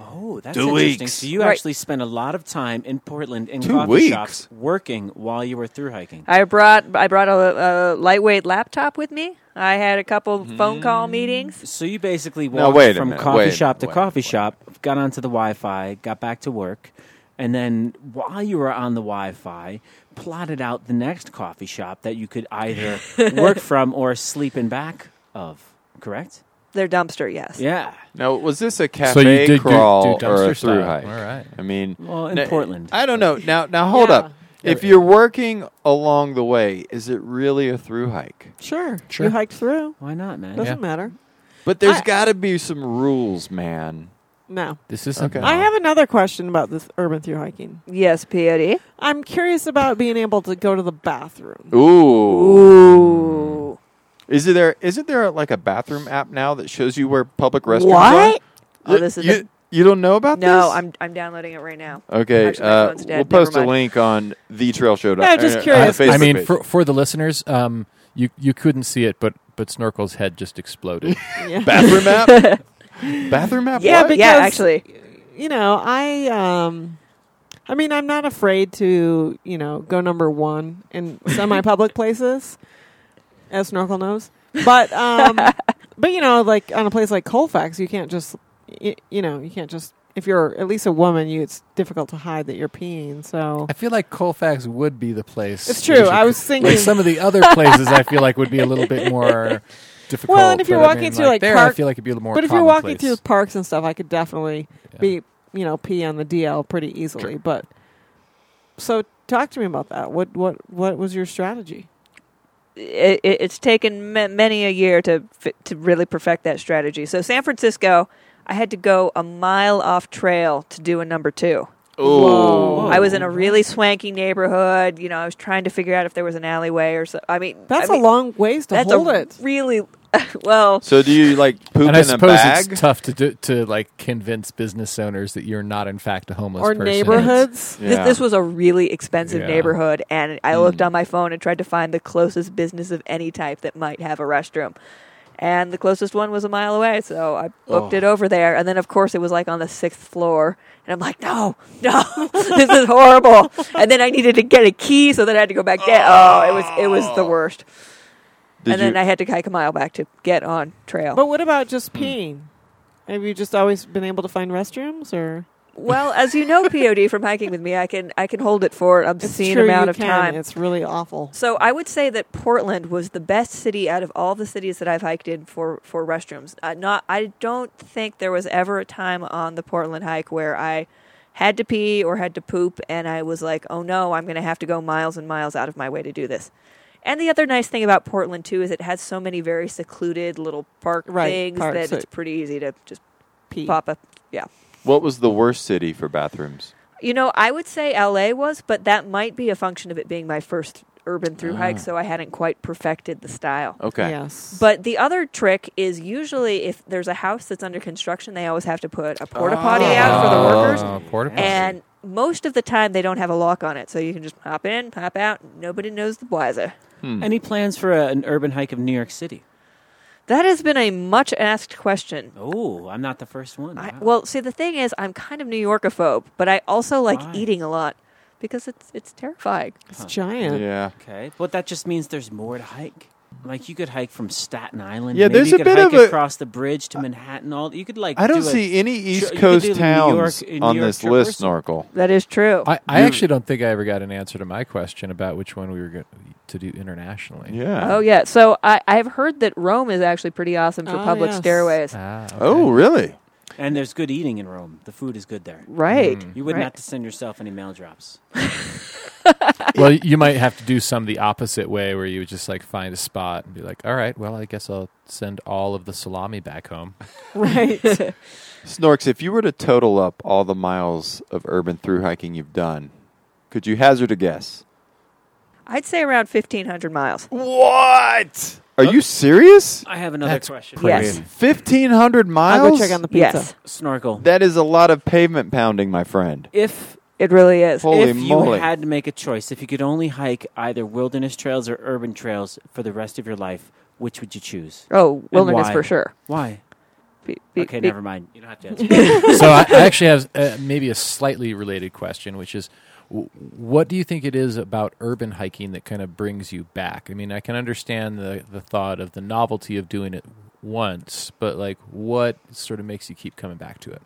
Speaker 2: Oh, that's
Speaker 3: Two
Speaker 2: interesting.
Speaker 3: weeks.
Speaker 2: So you
Speaker 4: Right.
Speaker 2: actually spent a lot of time in Portland in
Speaker 3: Two
Speaker 2: coffee
Speaker 3: weeks?
Speaker 2: shops working while you were through hiking.
Speaker 4: I brought I brought a, a lightweight laptop with me. I had a couple phone call meetings.
Speaker 2: So you basically
Speaker 3: Now,
Speaker 2: walked
Speaker 3: wait a
Speaker 2: from
Speaker 3: minute,
Speaker 2: coffee
Speaker 3: wait,
Speaker 2: shop to
Speaker 3: wait,
Speaker 2: coffee shop, got onto the Wi-Fi, got back to work, and then while you were on the Wi-Fi, plotted out the next coffee shop that you could either work from or sleep in back of. Correct?
Speaker 4: Their dumpster, yes.
Speaker 2: Yeah.
Speaker 3: Now, was this a cafe
Speaker 5: So you did do- do
Speaker 3: crawl or a
Speaker 5: dumpster style.
Speaker 3: through hike?
Speaker 5: All right.
Speaker 3: I mean,
Speaker 2: Well, in
Speaker 3: now-
Speaker 2: Portland.
Speaker 3: I don't know. Now, now hold
Speaker 1: Yeah.
Speaker 3: up. If you're working along the way, is it really a through hike?
Speaker 1: Sure,
Speaker 5: Sure.
Speaker 1: You hiked through.
Speaker 2: Why not, man?
Speaker 1: Doesn't matter.
Speaker 3: But there's
Speaker 1: I-
Speaker 3: got to be some rules, man.
Speaker 1: No.
Speaker 5: This isn't.
Speaker 3: Okay.
Speaker 1: I have another question about this urban through hiking.
Speaker 4: Yes, P.O.D.
Speaker 1: I'm curious about being able to go to the bathroom.
Speaker 3: Ooh.
Speaker 4: Ooh.
Speaker 3: Is it there? Isn't there like a bathroom app now that shows you where public restrooms are?
Speaker 4: What? Oh,
Speaker 3: You-
Speaker 4: this is
Speaker 3: you,
Speaker 4: the-
Speaker 3: you don't know about this?
Speaker 4: No, I'm I'm downloading it right now.
Speaker 3: Okay,
Speaker 4: Actually, my
Speaker 3: uh,
Speaker 4: phone's dead.
Speaker 3: we'll
Speaker 4: Never
Speaker 3: post a
Speaker 4: mind.
Speaker 3: link on the trail show.
Speaker 1: Yeah, just curious.
Speaker 5: I mean, for, for the listeners, um, you you couldn't see it, but but Snorkel's head just exploded.
Speaker 1: Yeah.
Speaker 3: bathroom app. bathroom app.
Speaker 1: Yeah,
Speaker 3: what?
Speaker 1: because-
Speaker 4: yeah, actually,
Speaker 1: you know, I um I mean, I'm not afraid to, you know, go number 1 in semi-public places as Snorkel knows. But um but you know, like on a place like Colfax, you can't just you, you know, you can't just if you're at least a woman, you it's difficult to hide that you're peeing. So
Speaker 5: I feel like Colfax would be the place.
Speaker 1: It's
Speaker 5: where
Speaker 1: true.
Speaker 5: you
Speaker 1: I
Speaker 5: could-
Speaker 1: was thinking-
Speaker 5: like some of the other places. I feel like would be a little bit more difficult.
Speaker 1: Well, and if you're
Speaker 5: but I
Speaker 1: walking
Speaker 5: mean,
Speaker 1: through, like,
Speaker 5: there, I
Speaker 1: park-
Speaker 5: feel like it'd be a little more.
Speaker 1: But if you're walking
Speaker 5: commonplace.
Speaker 1: through parks and stuff, I could definitely be, you know, pee on the DL pretty easily. But so talk to me about that. What what what was your strategy?
Speaker 4: it, it, it's taken ma- many a year to fi- to really perfect that strategy. So San Francisco, I had to go a mile off trail to do a number two.
Speaker 1: Whoa.
Speaker 4: I was in a really swanky neighborhood. You know, I was trying to figure out if there was an alleyway or so. I mean,
Speaker 1: That's
Speaker 4: I mean,
Speaker 1: a long ways to
Speaker 4: That's
Speaker 1: hold
Speaker 4: a
Speaker 1: it.
Speaker 4: really well.
Speaker 3: So do you like poop
Speaker 5: and
Speaker 3: in
Speaker 5: I
Speaker 3: a
Speaker 5: suppose
Speaker 3: bag?
Speaker 5: it's tough to do, to like convince business owners that you're not in fact a homeless
Speaker 1: Or
Speaker 5: person.
Speaker 1: neighborhoods.
Speaker 4: This, this was a really expensive
Speaker 5: Yeah.
Speaker 4: neighborhood, and I looked on my phone and tried to find the closest business of any type that might have a restroom. And the closest one was a mile away, so I booked it over there. And then, of course, it was like on the sixth floor, and I'm like, "No, no, this is horrible." And then I needed to get a key, so then I had to go back down. Oh, it was it was the worst.
Speaker 3: Did
Speaker 4: and
Speaker 3: you-
Speaker 4: then I had to hike a mile back to get on trail.
Speaker 1: But what about
Speaker 3: Hmm.
Speaker 1: just peeing? Have you just always been able to find restrooms or
Speaker 4: well, as you know, Pod from hiking with me, I can I can hold it for an obscene
Speaker 1: true,
Speaker 4: amount
Speaker 1: you
Speaker 4: of
Speaker 1: can.
Speaker 4: time.
Speaker 1: It's really awful.
Speaker 4: So I would say that Portland was the best city out of all the cities that I've hiked in for for restrooms. Uh, not I don't think there was ever a time on the Portland hike where I had to pee or had to poop and I was like, "Oh no, I'm going to have to go miles and miles out of my way to do this." And the other nice thing about Portland too is it has so many very secluded little park
Speaker 1: Right,
Speaker 4: things
Speaker 1: parks
Speaker 4: that
Speaker 1: that-
Speaker 4: it's pretty easy to just
Speaker 1: Pee.
Speaker 4: pop a yeah.
Speaker 3: What was the worst city for bathrooms?
Speaker 4: You know, I would say LA was, but that might be a function of it being my first urban through hike,
Speaker 3: Ah.
Speaker 4: so I hadn't quite perfected the style.
Speaker 3: Okay. Yes.
Speaker 4: But the other trick is usually if there's a house that's under construction, they always have to put a porta potty out for the workers.
Speaker 5: Oh, porta potty.
Speaker 4: And most of the time, they don't have a lock on it, so you can just pop in, pop out. Nobody knows the wiser.
Speaker 3: Hmm.
Speaker 2: Any plans for a, an urban hike of New York City?
Speaker 4: That has been a much asked question.
Speaker 2: Oh, I'm not the first one.
Speaker 4: I, well, see, the thing is, I'm kind of New Yorkophobe, but I also like eating a lot because it's it's terrifying.
Speaker 2: It's
Speaker 1: giant.
Speaker 3: Yeah.
Speaker 2: Okay, but that just means there's more to hike. Like you could hike from Staten Island.
Speaker 3: Yeah,
Speaker 2: maybe
Speaker 3: there's
Speaker 2: you
Speaker 3: a
Speaker 2: could
Speaker 3: bit
Speaker 2: hike
Speaker 3: of a-
Speaker 2: across the bridge to Manhattan. All you could like.
Speaker 3: I don't
Speaker 2: do a
Speaker 3: see any
Speaker 2: tr-
Speaker 3: East
Speaker 2: you could
Speaker 3: Coast
Speaker 2: do New
Speaker 3: towns
Speaker 2: York- New
Speaker 3: on
Speaker 2: York
Speaker 3: this list,
Speaker 2: traversal.
Speaker 3: Snorkel.
Speaker 4: That is true.
Speaker 5: I, I
Speaker 3: You-
Speaker 5: actually don't think I ever got an answer to my question about which one we were going to do internationally.
Speaker 3: Yeah.
Speaker 4: Oh yeah, so I I've heard that Rome is actually pretty awesome for
Speaker 2: Ah,
Speaker 4: public
Speaker 2: yes.
Speaker 4: stairways.
Speaker 5: Uh, Ah,
Speaker 3: Oh, really?
Speaker 2: And there's good eating in Rome. The food is good there.
Speaker 4: Right,
Speaker 5: hmm.
Speaker 4: Mm.
Speaker 2: You wouldn't
Speaker 4: right.
Speaker 2: have to send yourself any mail drops.
Speaker 5: well, you might have to do some the opposite way where you would just like find a spot and be like, all right, well, I guess I'll send all of the salami back home.
Speaker 1: Right.
Speaker 3: Snorks, if you were to total up all the miles of urban through hiking you've done, could you hazard a guess?
Speaker 4: I'd say around fifteen hundred miles.
Speaker 3: What? Are you serious?
Speaker 2: I have another
Speaker 4: That's
Speaker 2: question.
Speaker 4: Yes. crazy.
Speaker 3: 1,500 miles?
Speaker 2: Yes. Snorkel.
Speaker 3: That is a lot of pavement pounding, my friend.
Speaker 2: If
Speaker 4: it really is.
Speaker 3: Holy
Speaker 2: if
Speaker 3: moly.
Speaker 2: you had to make a choice, if you could only hike either wilderness trails or urban trails for the rest of your life, which would you choose?
Speaker 4: Oh,
Speaker 2: And
Speaker 4: wilderness
Speaker 2: why?
Speaker 4: for sure.
Speaker 2: Why? okay,
Speaker 4: be-
Speaker 2: never mind. You don't have to answer.
Speaker 5: so I, I actually have uh, maybe a slightly related question, which is, w- what do you think it is about urban hiking that kind of brings you back? I mean, I can understand the the thought of the novelty of doing it once, but like, what sort of makes you keep coming back to it?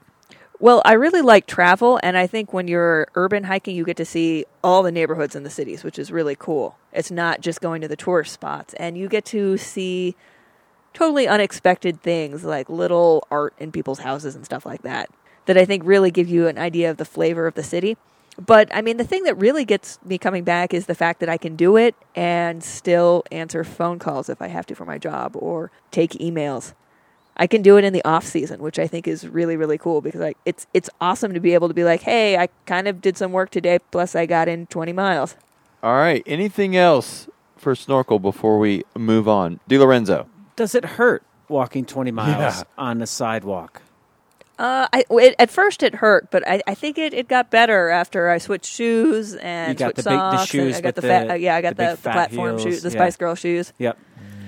Speaker 4: Well, I really like travel, and I think when you're urban hiking, you get to see all the neighborhoods in the cities, which is really cool. It's not just going to the tourist spots, and you get to see totally unexpected things like little art in people's houses and stuff like that, that I think really give you an idea of the flavor of the city. But I mean, the thing that really gets me coming back is the fact that I can do it and still answer phone calls if I have to for my job or take emails. I can do it in the off season, which I think is really really cool because like it's it's awesome to be able to be like, hey, I kind of did some work today, plus I got in twenty miles.
Speaker 3: All right. Anything else for Snorkel before we move on? Di Lorenzo.
Speaker 2: Does it hurt walking 20 miles on a sidewalk?
Speaker 4: Uh, I well, it, at first it hurt, but I, I think it, it got better after I switched shoes and
Speaker 2: You got
Speaker 4: switched
Speaker 2: the big- the
Speaker 4: socks.
Speaker 2: shoes
Speaker 4: and I got
Speaker 2: with
Speaker 4: the, fat,
Speaker 2: the-
Speaker 4: uh, yeah, I got
Speaker 2: the
Speaker 4: the,
Speaker 2: big
Speaker 4: the
Speaker 2: fat
Speaker 4: platform shoes,
Speaker 2: heels,
Speaker 4: the
Speaker 2: yeah.
Speaker 4: Spice Girl shoes,
Speaker 2: Yep.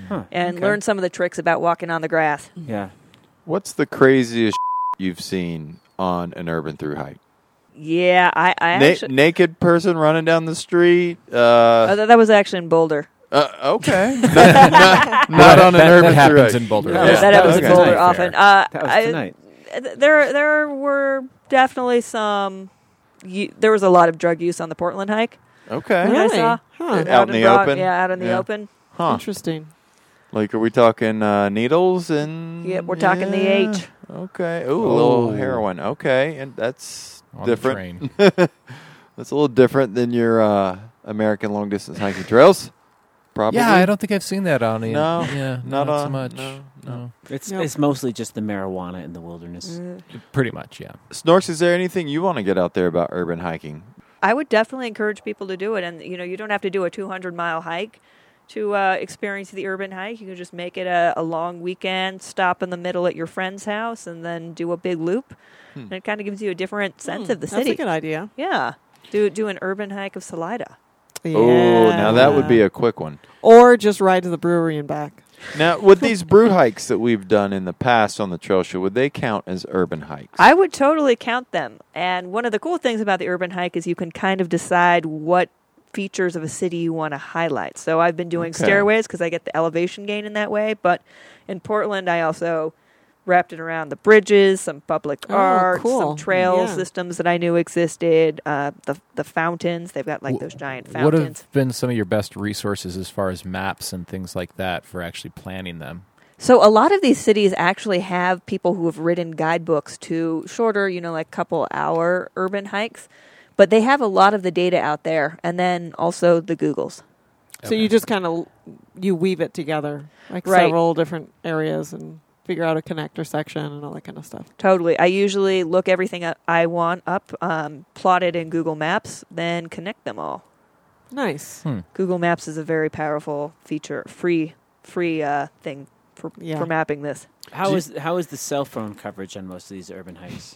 Speaker 2: Huh.
Speaker 4: and
Speaker 2: Okay.
Speaker 4: learned some of the tricks about walking on the grass.
Speaker 2: Yeah.
Speaker 3: What's the craziest you've seen on an urban through hike?
Speaker 4: Yeah, I, I
Speaker 3: Na-
Speaker 4: actually,
Speaker 3: naked person running down the street. Uh,
Speaker 4: oh, that, that was actually in Boulder.
Speaker 3: uh, okay, not, not- not on an
Speaker 5: That- that
Speaker 3: urban
Speaker 5: happens
Speaker 3: through hike.
Speaker 5: in Boulder.
Speaker 4: Oh, That was- that happens in
Speaker 3: Okay.
Speaker 4: Boulder often. Uh,
Speaker 2: That was
Speaker 4: I-
Speaker 2: tonight.
Speaker 4: th- there, there were definitely some. You, there was a lot of drug use on the Portland hike.
Speaker 3: Okay.
Speaker 4: that I saw.
Speaker 3: Out, in the
Speaker 4: Broad-
Speaker 3: open.
Speaker 4: Yeah, out in the
Speaker 3: Yeah.
Speaker 4: open.
Speaker 3: Huh.
Speaker 1: Interesting.
Speaker 3: Like, are we talking uh, needles
Speaker 1: Mm,
Speaker 3: and?
Speaker 4: Yeah, we're talking the
Speaker 3: Yeah.
Speaker 4: H.
Speaker 3: Okay. Ooh, a little
Speaker 5: Oh.
Speaker 3: heroin. Okay, and that's
Speaker 5: On the
Speaker 3: different. that's a little different than your uh, American long distance hiking trails. Probably.
Speaker 5: Yeah, I don't think I've seen that on the
Speaker 3: No,
Speaker 5: yeah,
Speaker 3: not
Speaker 5: not, so
Speaker 3: on-
Speaker 5: much.
Speaker 3: no,
Speaker 5: no.
Speaker 2: It's,
Speaker 1: Yep.
Speaker 2: it's mostly just the marijuana in the
Speaker 4: Mm.
Speaker 2: wilderness.
Speaker 5: pretty much, yeah.
Speaker 3: Snorks, is there anything you want to get out there about urban hiking?
Speaker 4: I would definitely encourage people to do it, and you know, you don't have to do a 200 mile hike to uh, experience the urban hike. You can just make it a, a long weekend, stop in the middle at your friend's house, and then do a big loop.
Speaker 3: Hmm.
Speaker 4: And it kind of gives you a different sense of the
Speaker 1: Hmm, That's
Speaker 4: city.
Speaker 1: a good idea.
Speaker 4: Yeah, do do an urban hike of Salida.
Speaker 3: Oh, now that would
Speaker 1: Yeah.
Speaker 3: be a quick one.
Speaker 1: Or just ride to the brewery and back.
Speaker 3: Now, would these brew hikes that we've done in the past on the trail show, would they count as urban hikes?
Speaker 4: I would totally count them. And one of the cool things about the urban hike is you can kind of decide what features of a city you want to highlight. So I've been doing
Speaker 12: Okay.
Speaker 4: stairways because I get the elevation gain in that way. But in Portland, I also wrapped it around the bridges, some public
Speaker 1: Oh,
Speaker 4: art,
Speaker 1: cool.
Speaker 4: some trail
Speaker 1: Yeah.
Speaker 4: systems that I knew existed, uh, the the fountains. They've got like those giant
Speaker 5: What
Speaker 4: fountains.
Speaker 5: have been some of your best resources as far as maps and things like that for actually planning them?
Speaker 4: So a lot of these cities actually have people who have written guidebooks to shorter, you know, like couple hour urban hikes, but they have a lot of the data out there and then also the Googles.
Speaker 1: So you just kind of you weave it together, like
Speaker 4: Right.
Speaker 1: several different areas and figure out a connector section and all that kind of stuff.
Speaker 4: Totally. I usually look everything I- I want up, um, plot it in Google Maps, then connect them all.
Speaker 1: Nice.
Speaker 5: Hmm.
Speaker 4: Google Maps is a very powerful feature, free, free uh, thing for
Speaker 1: Yeah.
Speaker 4: for mapping this.
Speaker 2: How is how is the cell phone coverage on most of these urban hikes?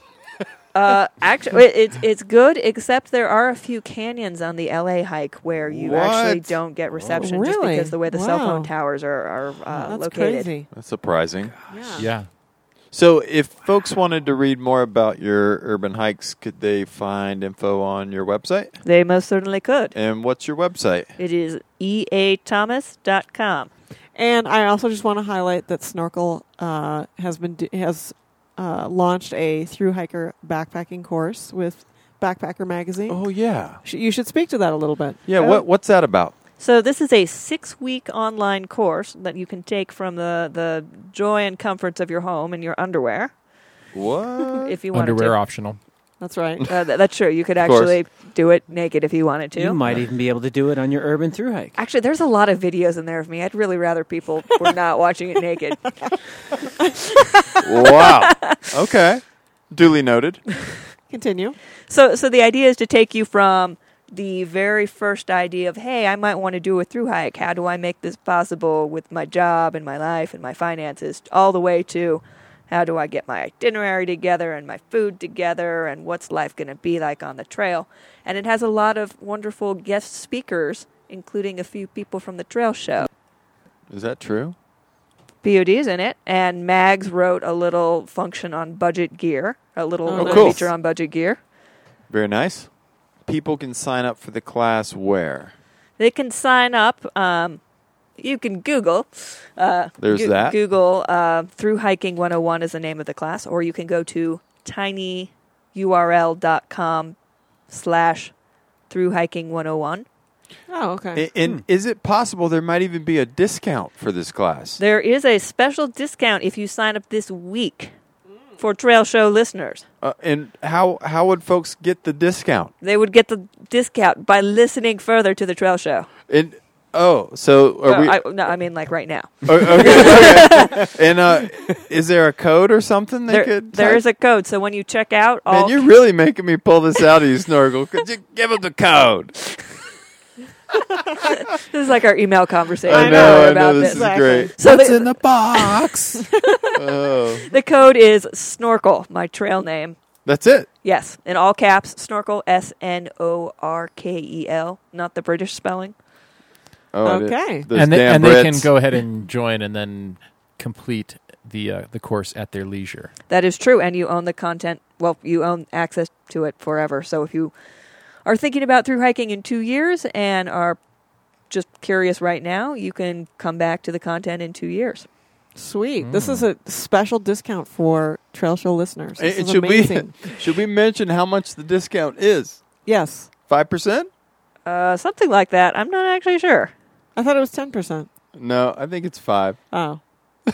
Speaker 4: Uh, actually, it's it's good, except there are a few canyons on the LA hike where you actually
Speaker 3: What?
Speaker 4: don't get reception just
Speaker 1: Really?
Speaker 4: because the way the cell
Speaker 1: Wow.
Speaker 4: phone towers are are uh,
Speaker 1: that's
Speaker 4: located.
Speaker 1: crazy.
Speaker 3: That's surprising.
Speaker 5: Yeah.
Speaker 3: So, if folks wanted to read more about your urban hikes, could they find info on your website?
Speaker 4: They most certainly could.
Speaker 3: And what's your website?
Speaker 4: It is e eathomas.com.
Speaker 1: And I also just want to highlight that Snorkel uh, has been do- has uh, launched a through hiker backpacking course with Backpacker Magazine.
Speaker 3: Oh yeah,
Speaker 1: Sh- you should speak to that a little bit.
Speaker 3: yeah.
Speaker 4: Oh.
Speaker 3: What what's that about?
Speaker 4: So this is a six-week online course that you can take from the, the joy and comforts of your home in your underwear,
Speaker 3: What?
Speaker 4: if you want
Speaker 5: Underwear
Speaker 4: to.
Speaker 5: optional.
Speaker 1: Oh, That's right.
Speaker 4: Uh, th- that's true. You could
Speaker 3: Of course.
Speaker 4: actually do it naked if you wanted to.
Speaker 2: You might even be able to do it on your urban through hike.
Speaker 4: Actually, there's a lot of videos in there of me. I'd really rather people were not watching it naked.
Speaker 3: wow. Okay. Duly noted.
Speaker 1: Continue.
Speaker 4: So, so the idea is to take you from the very first idea of, hey, I might want to do a through hike. How do I make this possible with my job and my life and my finances? All the way to, how do I get my itinerary together and my food together and what's life going to be like on the trail? And it has a lot of wonderful guest speakers, including a few people from the trail show.
Speaker 3: Is that true?
Speaker 4: PODs in it, and Mags wrote a little function on budget gear, a little,
Speaker 1: Oh,
Speaker 4: little
Speaker 3: cool.
Speaker 4: feature on budget gear.
Speaker 3: Very nice. People can sign up for the class where?
Speaker 4: They can sign up. Um, you can Google. Uh,
Speaker 3: There's that.
Speaker 4: Google uh, Through Hiking 101 is the name of the class, or you can go to tinyurl.com slash through hiking 101.
Speaker 1: Oh, okay.
Speaker 3: And,
Speaker 5: Hmm.
Speaker 3: and is it possible there might even be a discount for this class?
Speaker 4: There is a special discount if you sign up this week for Trail Show listeners.
Speaker 3: Uh, and how how would folks get the discount?
Speaker 4: They would get the discount by listening further to the Trail Show.
Speaker 3: And oh, so are
Speaker 4: Uh,
Speaker 3: we?
Speaker 4: I, no, I mean like right now.
Speaker 3: o- okay, okay. and uh, is there a code or something they
Speaker 4: There,
Speaker 3: could?
Speaker 4: there
Speaker 3: type?
Speaker 4: is a code. So when you check out,
Speaker 3: Man,
Speaker 4: all
Speaker 3: you're really making me pull this out of you, Snorkel. Could you give him the code?
Speaker 4: this is like our email conversation.
Speaker 1: know,
Speaker 3: I know,
Speaker 4: earlier
Speaker 3: I know.
Speaker 4: about
Speaker 3: This is
Speaker 1: Exactly.
Speaker 3: great.
Speaker 4: So the,
Speaker 5: the box?
Speaker 3: Oh,
Speaker 4: the code is Snorkel, my trail name.
Speaker 3: that's it.
Speaker 4: Yes, in all caps, Snorkel, S N O R K E L, not the British spelling.
Speaker 3: Oh, I did-
Speaker 1: Okay.
Speaker 3: those
Speaker 5: and they,
Speaker 3: damn
Speaker 5: and they can
Speaker 3: Brits.
Speaker 5: go ahead and join and then complete the uh, the course at their leisure.
Speaker 4: That is true, and you own the content. Well, you own access to it forever. So if you are thinking about through hiking in two years and are just curious right now, you can come back to the content in two years.
Speaker 1: Sweet. This
Speaker 3: Hmm.
Speaker 1: is a special discount for Trail Show listeners. This
Speaker 3: And
Speaker 1: is
Speaker 3: should
Speaker 1: amazing.
Speaker 3: we should we mention how much the discount is?
Speaker 1: yes.
Speaker 3: Five percent?
Speaker 4: Uh, something like that. I'm not actually sure.
Speaker 1: I thought it was 10%.
Speaker 3: No, I think it's five.
Speaker 1: Oh.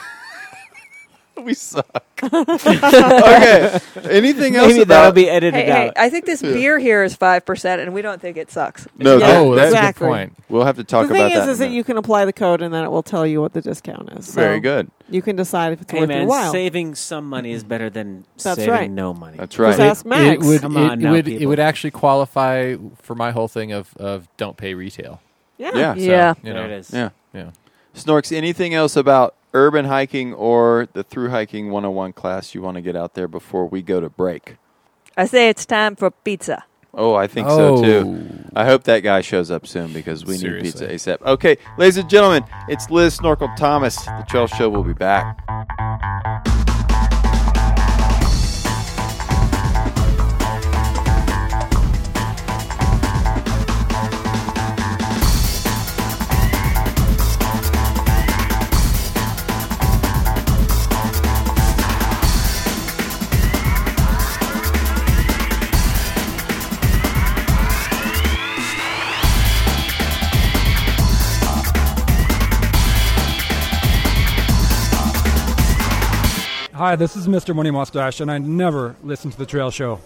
Speaker 3: We suck. okay. Anything else?
Speaker 2: Maybe
Speaker 3: about
Speaker 2: that'll be edited
Speaker 4: Hey, hey,
Speaker 2: out.
Speaker 4: I think this beer here is 5%, and we don't think it sucks.
Speaker 3: no.
Speaker 1: Yeah.
Speaker 3: that-
Speaker 5: oh, that's
Speaker 1: exactly.
Speaker 5: a good point.
Speaker 3: we'll have to talk
Speaker 1: the
Speaker 3: about
Speaker 1: thing
Speaker 3: that.
Speaker 1: is, is
Speaker 3: in a
Speaker 1: that you can apply the code and then it will tell you what the discount is.
Speaker 3: minute.
Speaker 1: So
Speaker 3: Very good.
Speaker 1: You can decide if it's
Speaker 2: Hey
Speaker 1: worth your
Speaker 2: man,
Speaker 1: while.
Speaker 2: saving some money is better than
Speaker 1: That's
Speaker 2: saving
Speaker 1: right.
Speaker 2: no money.
Speaker 3: That's
Speaker 1: Just
Speaker 3: right.
Speaker 1: ask Max.
Speaker 5: It would,
Speaker 2: Come
Speaker 5: it
Speaker 2: on now,
Speaker 5: would, it
Speaker 2: people.
Speaker 5: would actually qualify for my whole thing of, of don't pay retail.
Speaker 1: yeah.
Speaker 3: Yeah.
Speaker 5: So,
Speaker 4: Yeah.
Speaker 5: You know,
Speaker 2: there it is.
Speaker 3: Yeah.
Speaker 5: Yeah.
Speaker 3: Snorks, anything else about urban hiking or the through hiking 101 class you want to get out there before we go to break?
Speaker 4: I say it's time for pizza.
Speaker 3: Oh, I think so too. I hope that guy shows up soon because we
Speaker 5: Oh. Seriously.
Speaker 3: need pizza ASAP. Okay, ladies and gentlemen, it's Liz Snorkel Thomas. The Trail Show will be back.
Speaker 12: Hi, this is Mr. Money Mustache, and I never listen to the Trail Show.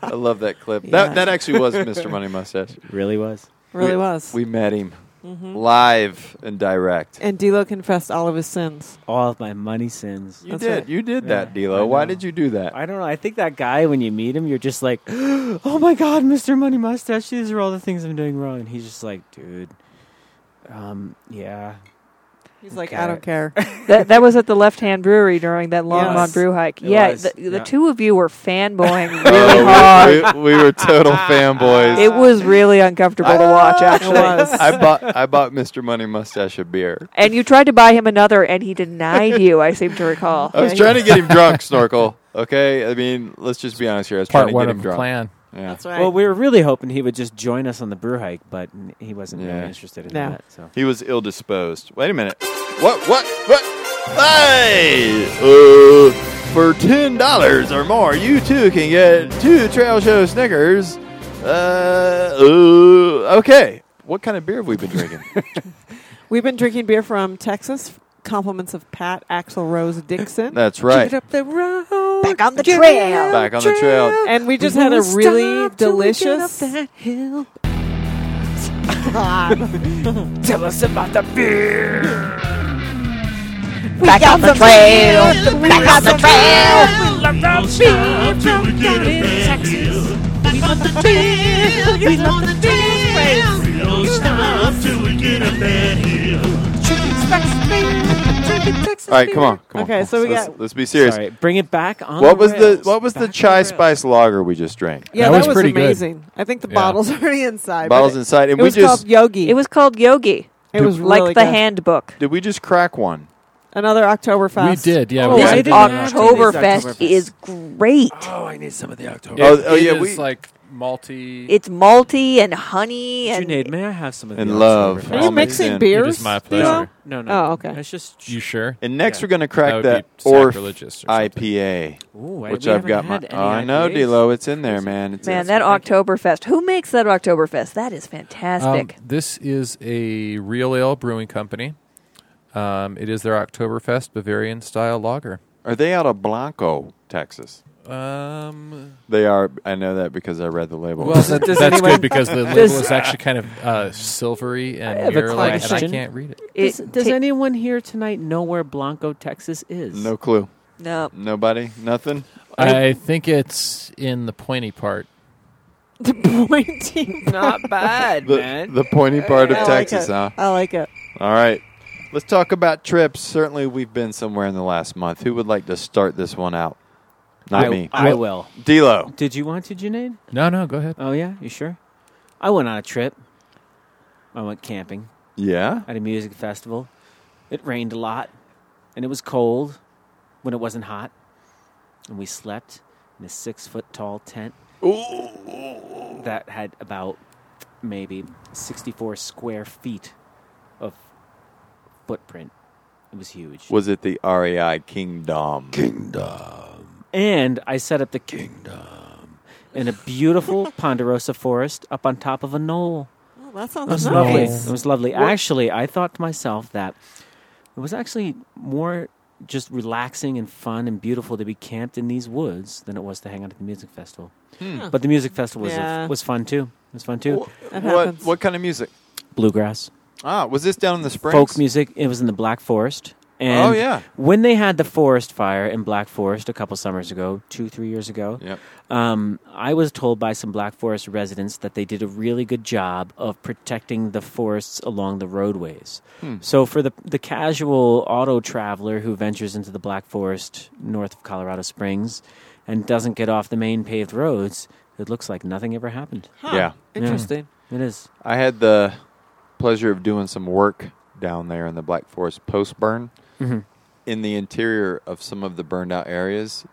Speaker 3: I love that clip.
Speaker 1: Yeah.
Speaker 3: That that actually was Mr. Money Mustache.
Speaker 2: Really was.
Speaker 1: Really
Speaker 3: We-
Speaker 1: was.
Speaker 3: We met him.
Speaker 4: Mm-hmm.
Speaker 3: live and direct.
Speaker 1: And D'Lo confessed all of his sins.
Speaker 2: All of my money sins.
Speaker 3: You did. You did that, D'Lo. Why did you do that?
Speaker 2: I don't know. I think that guy, when you meet him, you're just like, oh my God, Mr. Money Mustache, these are all the things I'm doing wrong. And he's just like, dude, um, yeah.
Speaker 1: He's like, I don't care.
Speaker 4: that that was at the Left Hand Brewery during that Longmont
Speaker 1: Yes.
Speaker 4: Brew hike.
Speaker 1: It
Speaker 4: yeah,
Speaker 1: was,
Speaker 4: the, the
Speaker 1: yeah.
Speaker 4: two of you were fanboying really
Speaker 3: Oh,
Speaker 4: hard.
Speaker 3: we- we, we were total fanboys.
Speaker 4: It was really uncomfortable to watch.
Speaker 1: Ah,
Speaker 4: Actually,
Speaker 3: I bought I bought Mr. Money Mustache a beer.
Speaker 4: and you tried to buy him another, and he denied you. I seem to recall.
Speaker 3: I was trying to get him drunk, Snorkel. Okay, I mean, let's just be honest here. I was
Speaker 5: Part
Speaker 3: trying to
Speaker 5: one
Speaker 3: get
Speaker 5: of
Speaker 3: him
Speaker 5: the
Speaker 3: drunk.
Speaker 5: plan.
Speaker 3: Yeah.
Speaker 1: That's right.
Speaker 2: Well, we were really hoping he would just join us on the brew hike, but n- he wasn't really interested in
Speaker 1: No.
Speaker 2: that. So
Speaker 3: He was ill disposed. Wait a minute. What? What? What? Hey! Uh, for ten dollars or more, you too can get two Trail Show Snickers. Uh, uh, okay. What kind of beer have we been drinking?
Speaker 1: We've been drinking beer from Texas. Compliments of Pat Axel Rose Dixon.
Speaker 3: That's right.
Speaker 1: Give it up the road. Back
Speaker 4: on the trail.
Speaker 3: Back on the trail.
Speaker 1: And we just had a
Speaker 4: won't
Speaker 1: really
Speaker 4: stop till we get
Speaker 1: delicious.
Speaker 4: up that hill.
Speaker 10: Tell us about the beer.
Speaker 4: Back on the trail.
Speaker 10: Back on the trail. We love the beer from down in Texas. Back on the trail. We love the trail. We don't stop till we get up that hill.
Speaker 3: All right, come on, come on.
Speaker 1: Okay, so we
Speaker 3: let's,
Speaker 1: got-
Speaker 3: Let's be serious.
Speaker 2: Sorry, bring it back on.
Speaker 3: What
Speaker 2: the
Speaker 3: was the
Speaker 2: rails.
Speaker 3: What was the chai spice lager we just drank?
Speaker 1: yeah, that, was, amazing. I think the
Speaker 3: Yeah.
Speaker 1: bottles are inside. but
Speaker 3: Bottles
Speaker 1: it-
Speaker 3: inside, and
Speaker 1: it
Speaker 3: we
Speaker 1: was
Speaker 3: just
Speaker 1: called Yogi.
Speaker 4: It was called Yogi.
Speaker 1: It was
Speaker 4: like
Speaker 1: really
Speaker 4: the
Speaker 1: good.
Speaker 4: handbook.
Speaker 3: did we just crack one?
Speaker 1: Another Oktoberfest.
Speaker 5: We did, yeah,
Speaker 1: Oh,
Speaker 5: we
Speaker 1: I
Speaker 5: did.
Speaker 1: didn't have to do this
Speaker 4: Oktoberfest is great.
Speaker 9: Oh, I need some of the October.
Speaker 3: Oh, oh, yeah,
Speaker 5: It is
Speaker 3: we-
Speaker 5: like malty.
Speaker 4: It's malty and honey and
Speaker 2: Junaid, may I have some of
Speaker 3: And
Speaker 2: the
Speaker 3: love.
Speaker 2: Oktoberfest?
Speaker 3: Are you All mixed mixing in. beers,
Speaker 5: It is my
Speaker 2: No,
Speaker 5: pleasure.
Speaker 2: No, no.
Speaker 1: Oh, okay.
Speaker 2: It's just
Speaker 5: You sure?
Speaker 3: And next
Speaker 2: Yeah.
Speaker 3: we're gonna
Speaker 5: That
Speaker 3: crack
Speaker 5: would
Speaker 3: that,
Speaker 5: be
Speaker 3: Orf
Speaker 5: sacrilegious or
Speaker 3: IPA,
Speaker 2: Ooh, I-
Speaker 3: which
Speaker 2: we
Speaker 3: I've got
Speaker 2: haven't
Speaker 3: my.
Speaker 2: had any
Speaker 3: Oh, I know,
Speaker 2: IPAs.
Speaker 3: D'Lo, it's in there, man. It's
Speaker 4: man,
Speaker 3: in
Speaker 4: that
Speaker 3: there.
Speaker 4: Oktoberfest. Who makes that Oktoberfest? That is
Speaker 5: Um,
Speaker 4: fantastic.
Speaker 5: this is a real ale brewing company. Um, it is their Oktoberfest Bavarian style lager.
Speaker 3: Are they out of Blanco, Texas?
Speaker 5: Um,
Speaker 3: They are. I know that because I read the label.
Speaker 5: well, that, that's good because the label
Speaker 2: Does-
Speaker 5: is actually kind of uh, silvery,
Speaker 2: I
Speaker 5: and
Speaker 2: have a
Speaker 5: you're like, and I
Speaker 2: question.
Speaker 5: can't read it.
Speaker 2: Does,
Speaker 4: It
Speaker 2: does
Speaker 4: ta-
Speaker 2: anyone here tonight know where Blanco, Texas is?
Speaker 3: no clue.
Speaker 4: no,
Speaker 3: Nobody. Nothing.
Speaker 5: I think it's in the pointy part.
Speaker 1: The pointy.
Speaker 4: not bad,
Speaker 3: The, the pointy part of
Speaker 1: I like
Speaker 3: Texas,
Speaker 1: it.
Speaker 3: huh?
Speaker 1: I like it.
Speaker 3: All right. Let's talk about trips. Certainly, we've been somewhere in the last month. Who would like to start this one out? Not
Speaker 2: I,
Speaker 3: me.
Speaker 2: I will.
Speaker 3: D'Lo.
Speaker 2: Did you want to, Junaid?
Speaker 5: No, no, go ahead.
Speaker 2: Oh yeah, you sure? I went on a trip. I went camping
Speaker 3: Yeah.
Speaker 2: at a music festival. It rained a lot, and it was cold when it wasn't hot, and we slept in a six foot tall tent that had about maybe sixty four square feet of footprint. It was huge.
Speaker 3: Was it the REI Kingdom? Kingdom.
Speaker 2: and I set up the kingdom in a beautiful ponderosa forest up on top of a knoll.
Speaker 1: Oh, that
Speaker 2: It
Speaker 1: sounds
Speaker 2: was lovely.
Speaker 1: nice.
Speaker 2: It was lovely.
Speaker 1: What-
Speaker 2: Actually, I thought to myself that it was actually more just relaxing and fun and beautiful to be camped in these woods than it was to hang out at the music festival. But the music festival was
Speaker 1: Yeah.
Speaker 2: was fun too. It was fun too.
Speaker 1: That
Speaker 3: Hmm. What,
Speaker 1: happens.
Speaker 3: what kind of music?
Speaker 2: Bluegrass,
Speaker 3: Ah, was this down in the springs?
Speaker 2: folk music. It was in the Black Forest. And
Speaker 3: Oh, yeah.
Speaker 2: when they had the forest fire in Black Forest a couple summers ago, two three years ago,
Speaker 3: Yep.
Speaker 2: Um, I was told by some Black Forest residents that they did a really good job of protecting the forests along the roadways. So for the the casual auto traveler who ventures into the Black Forest north of Colorado Springs and doesn't get off the main paved roads, it looks like nothing ever happened.
Speaker 3: Yeah.
Speaker 1: Interesting.
Speaker 2: It is.
Speaker 3: I had the pleasure of doing some work down there in the Black Forest post burn
Speaker 2: Mhm.
Speaker 3: in the interior of some of the burned out areas,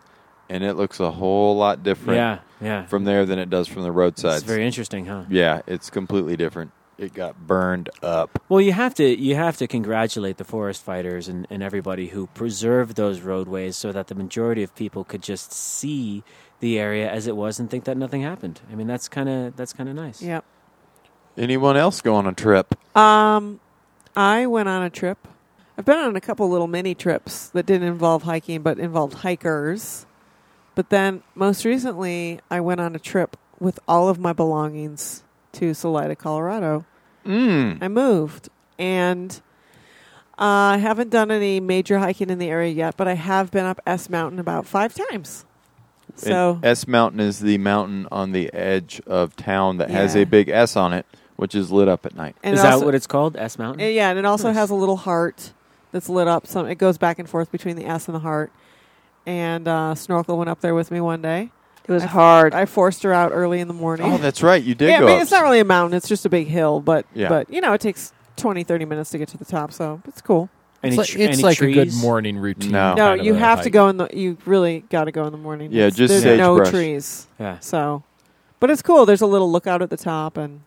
Speaker 3: and it looks a whole lot different
Speaker 2: Yeah, yeah.
Speaker 3: from there than it does from the roadside.
Speaker 2: It's very interesting, huh?
Speaker 3: yeah, it's completely different. It got burned up.
Speaker 2: Well, you have to you have to congratulate the forest fighters and, and everybody who preserved those roadways so that the majority of people could just see the area as it was and think that nothing happened. I mean, that's kind of that's kind of nice.
Speaker 1: Yep.
Speaker 3: Anyone else go on a trip?
Speaker 1: Um, I went on a trip. I've been on a couple little mini trips that didn't involve hiking, but involved hikers. But then, most recently, I went on a trip with all of my belongings to Salida, Colorado,
Speaker 3: Mm.
Speaker 1: I moved, and uh, I haven't done any major hiking in the area yet, but I have been up S Mountain about five times. So
Speaker 3: And S Mountain is the mountain on the edge of town that has
Speaker 1: Yeah.
Speaker 3: a big S on it, which is lit up at night.
Speaker 1: And Is that also- what
Speaker 2: it's called? S Mountain?
Speaker 1: And yeah, and it also
Speaker 2: Nice.
Speaker 1: has a little heart that's lit up. Some it goes back and forth between the S and the heart. And uh, Snorkel went up there with me one day.
Speaker 4: It was
Speaker 1: hard. I forced her out early in the morning.
Speaker 3: Oh, that's right. You did
Speaker 1: Yeah,
Speaker 3: go
Speaker 1: I mean,
Speaker 3: up.
Speaker 1: it's not really a mountain. It's just a big hill, but
Speaker 3: Yeah.
Speaker 1: but you know, it takes 20, 30 minutes to get to the top, so it's cool.
Speaker 5: Any It's like- tr- it's any like a good trees? morning routine
Speaker 3: No,
Speaker 1: No, you have to go in the. You really got to go in the morning.
Speaker 3: Yeah,
Speaker 1: It's-
Speaker 3: just
Speaker 1: there's no
Speaker 3: sagebrush.
Speaker 1: trees.
Speaker 3: Yeah.
Speaker 1: So, but it's cool. There's a little lookout at the top, and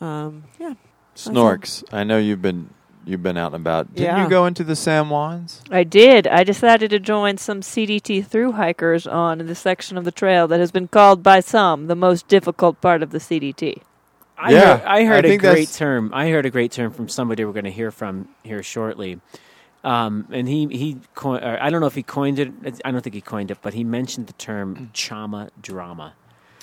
Speaker 1: um, yeah.
Speaker 3: Snorks. I know you've been you've been out and about. Didn't
Speaker 4: Yeah.
Speaker 3: you go into the San Juans?
Speaker 4: I did. I decided to join some CDT through hikers on the section of the trail that has been called by some the most difficult part of the CDT.
Speaker 2: I
Speaker 4: Yeah,
Speaker 2: heard, I heard
Speaker 4: I
Speaker 2: a
Speaker 4: think
Speaker 2: great
Speaker 4: that's-
Speaker 2: term. I heard a great term from somebody we're going to hear from here shortly. Um, and he he, coin, or I don't know if he coined it. I don't think he coined it, but he mentioned the
Speaker 5: Mm.
Speaker 2: term chama drama.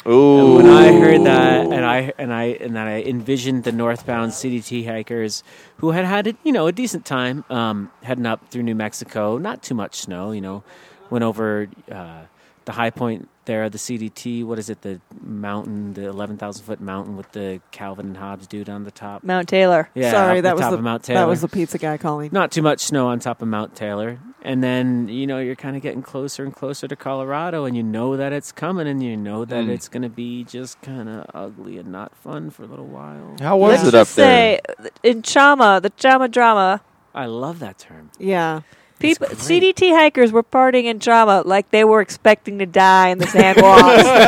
Speaker 2: And when I heard that, and I and I and then I envisioned the northbound CDT hikers who had had you know a decent time um, heading up through New Mexico, not too much snow, you know, went over uh, the high point there, the CDT. What is it? The mountain, the eleven thousand foot mountain with the Calvin and Hobbes dude on the top.
Speaker 4: Mount Taylor.
Speaker 2: Yeah,
Speaker 1: Sorry,
Speaker 2: up
Speaker 1: that
Speaker 2: the
Speaker 1: was
Speaker 2: top
Speaker 1: the
Speaker 2: of Mount Taylor.
Speaker 1: that was the pizza guy calling.
Speaker 2: Not too much snow on top of Mount Taylor. And then, you know, you're kind of getting closer and closer to Colorado, and you know that it's coming, and you know that
Speaker 3: Mm.
Speaker 2: it's going to be just kind of ugly and not fun for a little while.
Speaker 3: How was
Speaker 4: Let's
Speaker 3: it up
Speaker 4: just
Speaker 3: there?
Speaker 4: say th- in Chama, the Chama drama,
Speaker 2: I love that term.
Speaker 1: Yeah.
Speaker 4: people CDT hikers were partying in Chama like they were expecting to die in the sand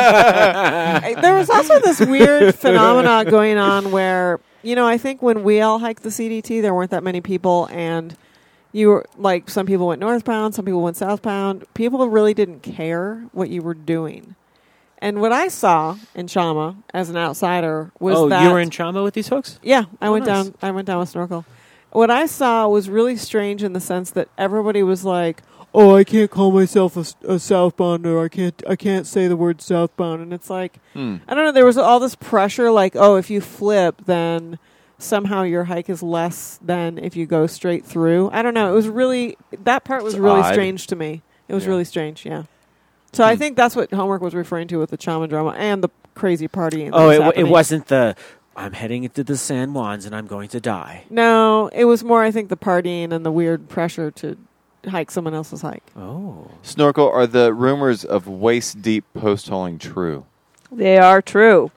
Speaker 4: walls.
Speaker 1: Hey, there was also this weird phenomenon going on where you know I think when we all hiked the CDT, there weren't that many people, and you were like some people went northbound, some people went southbound. People really didn't care what you were doing. And what I saw in Chama as an outsider was
Speaker 2: oh,
Speaker 1: that
Speaker 2: you were in trauma with these folks?
Speaker 1: yeah, I
Speaker 2: Oh,
Speaker 1: went
Speaker 2: nice.
Speaker 1: down. I went down with snorkel. What I saw was really strange in the sense that everybody was like, "Oh, I can't call myself a, s- a southbounder. I can't. I can't say the word southbound." And it's like,
Speaker 10: Hmm.
Speaker 1: I don't know. There was all this pressure, like, "Oh, if you flip, then somehow your hike is less than if you go straight through." I don't know. It was really that part was
Speaker 10: It's
Speaker 1: really
Speaker 10: odd.
Speaker 1: strange to me. It was
Speaker 10: Yeah.
Speaker 1: really strange. Yeah. So I think that's what homework was referring to with the chama drama and the crazy party. that
Speaker 2: Oh,
Speaker 1: was
Speaker 2: it, wa- it
Speaker 1: happening.
Speaker 2: wasn't the I'm heading into the San Juans and I'm going to die.
Speaker 1: No, it was more, I think, the partying and the weird pressure to hike someone else's hike.
Speaker 2: Oh.
Speaker 3: Snorkel, are the rumors of waist deep post holing true?
Speaker 4: they are true.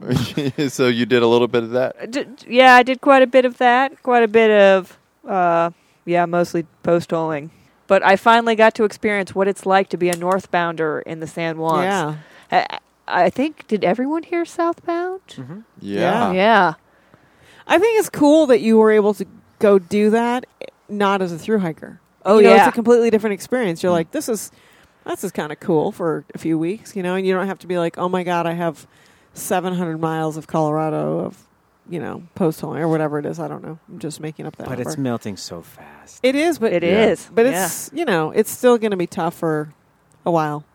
Speaker 3: so you did a little bit of that?
Speaker 4: D- d- yeah, I did quite a bit of that. Quite a bit of, uh, yeah, mostly post holing. But I finally got to experience what it's like to be a northbounder in the San Juans.
Speaker 1: Yeah.
Speaker 4: I, I think, did everyone hear Southbound?
Speaker 5: Mm-hmm.
Speaker 1: Yeah.
Speaker 4: Oh, Yeah.
Speaker 1: I think it's cool that you were able to go do that, eh, not as a through hiker.
Speaker 4: Oh,
Speaker 1: You know,
Speaker 4: yeah.
Speaker 1: It's
Speaker 4: Mm.
Speaker 1: a completely different experience. You're like, this is, this is kind of cool for a few weeks, you know, and you don't have to be like, oh my God, I have 700 miles of Colorado of, you know, post holing or whatever it is. I don't know. I'm just making up that
Speaker 2: But it's
Speaker 1: number.
Speaker 2: melting so fast.
Speaker 1: It is, but
Speaker 4: It
Speaker 1: it
Speaker 4: Yeah.
Speaker 1: is,
Speaker 4: is,
Speaker 1: But it's you know, it's still going to be tough for a while.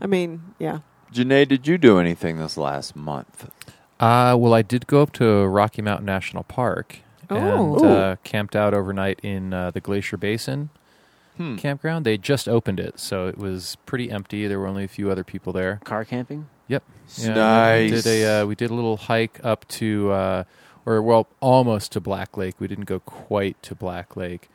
Speaker 1: I mean, yeah.
Speaker 3: Janae, did you do anything this last month?
Speaker 5: Uh, well, I did go up to Rocky Mountain National Park and
Speaker 1: Oh.
Speaker 5: uh, camped out overnight in uh, the Glacier Basin
Speaker 2: Hmm.
Speaker 5: campground. They just opened it, so it was pretty empty. There were only a few other people there.
Speaker 2: Car camping?
Speaker 5: Yep. We
Speaker 3: Nice.
Speaker 5: did, a, uh, we did a little hike up to, uh, or well, almost to Black Lake. We didn't go quite to Black Lake.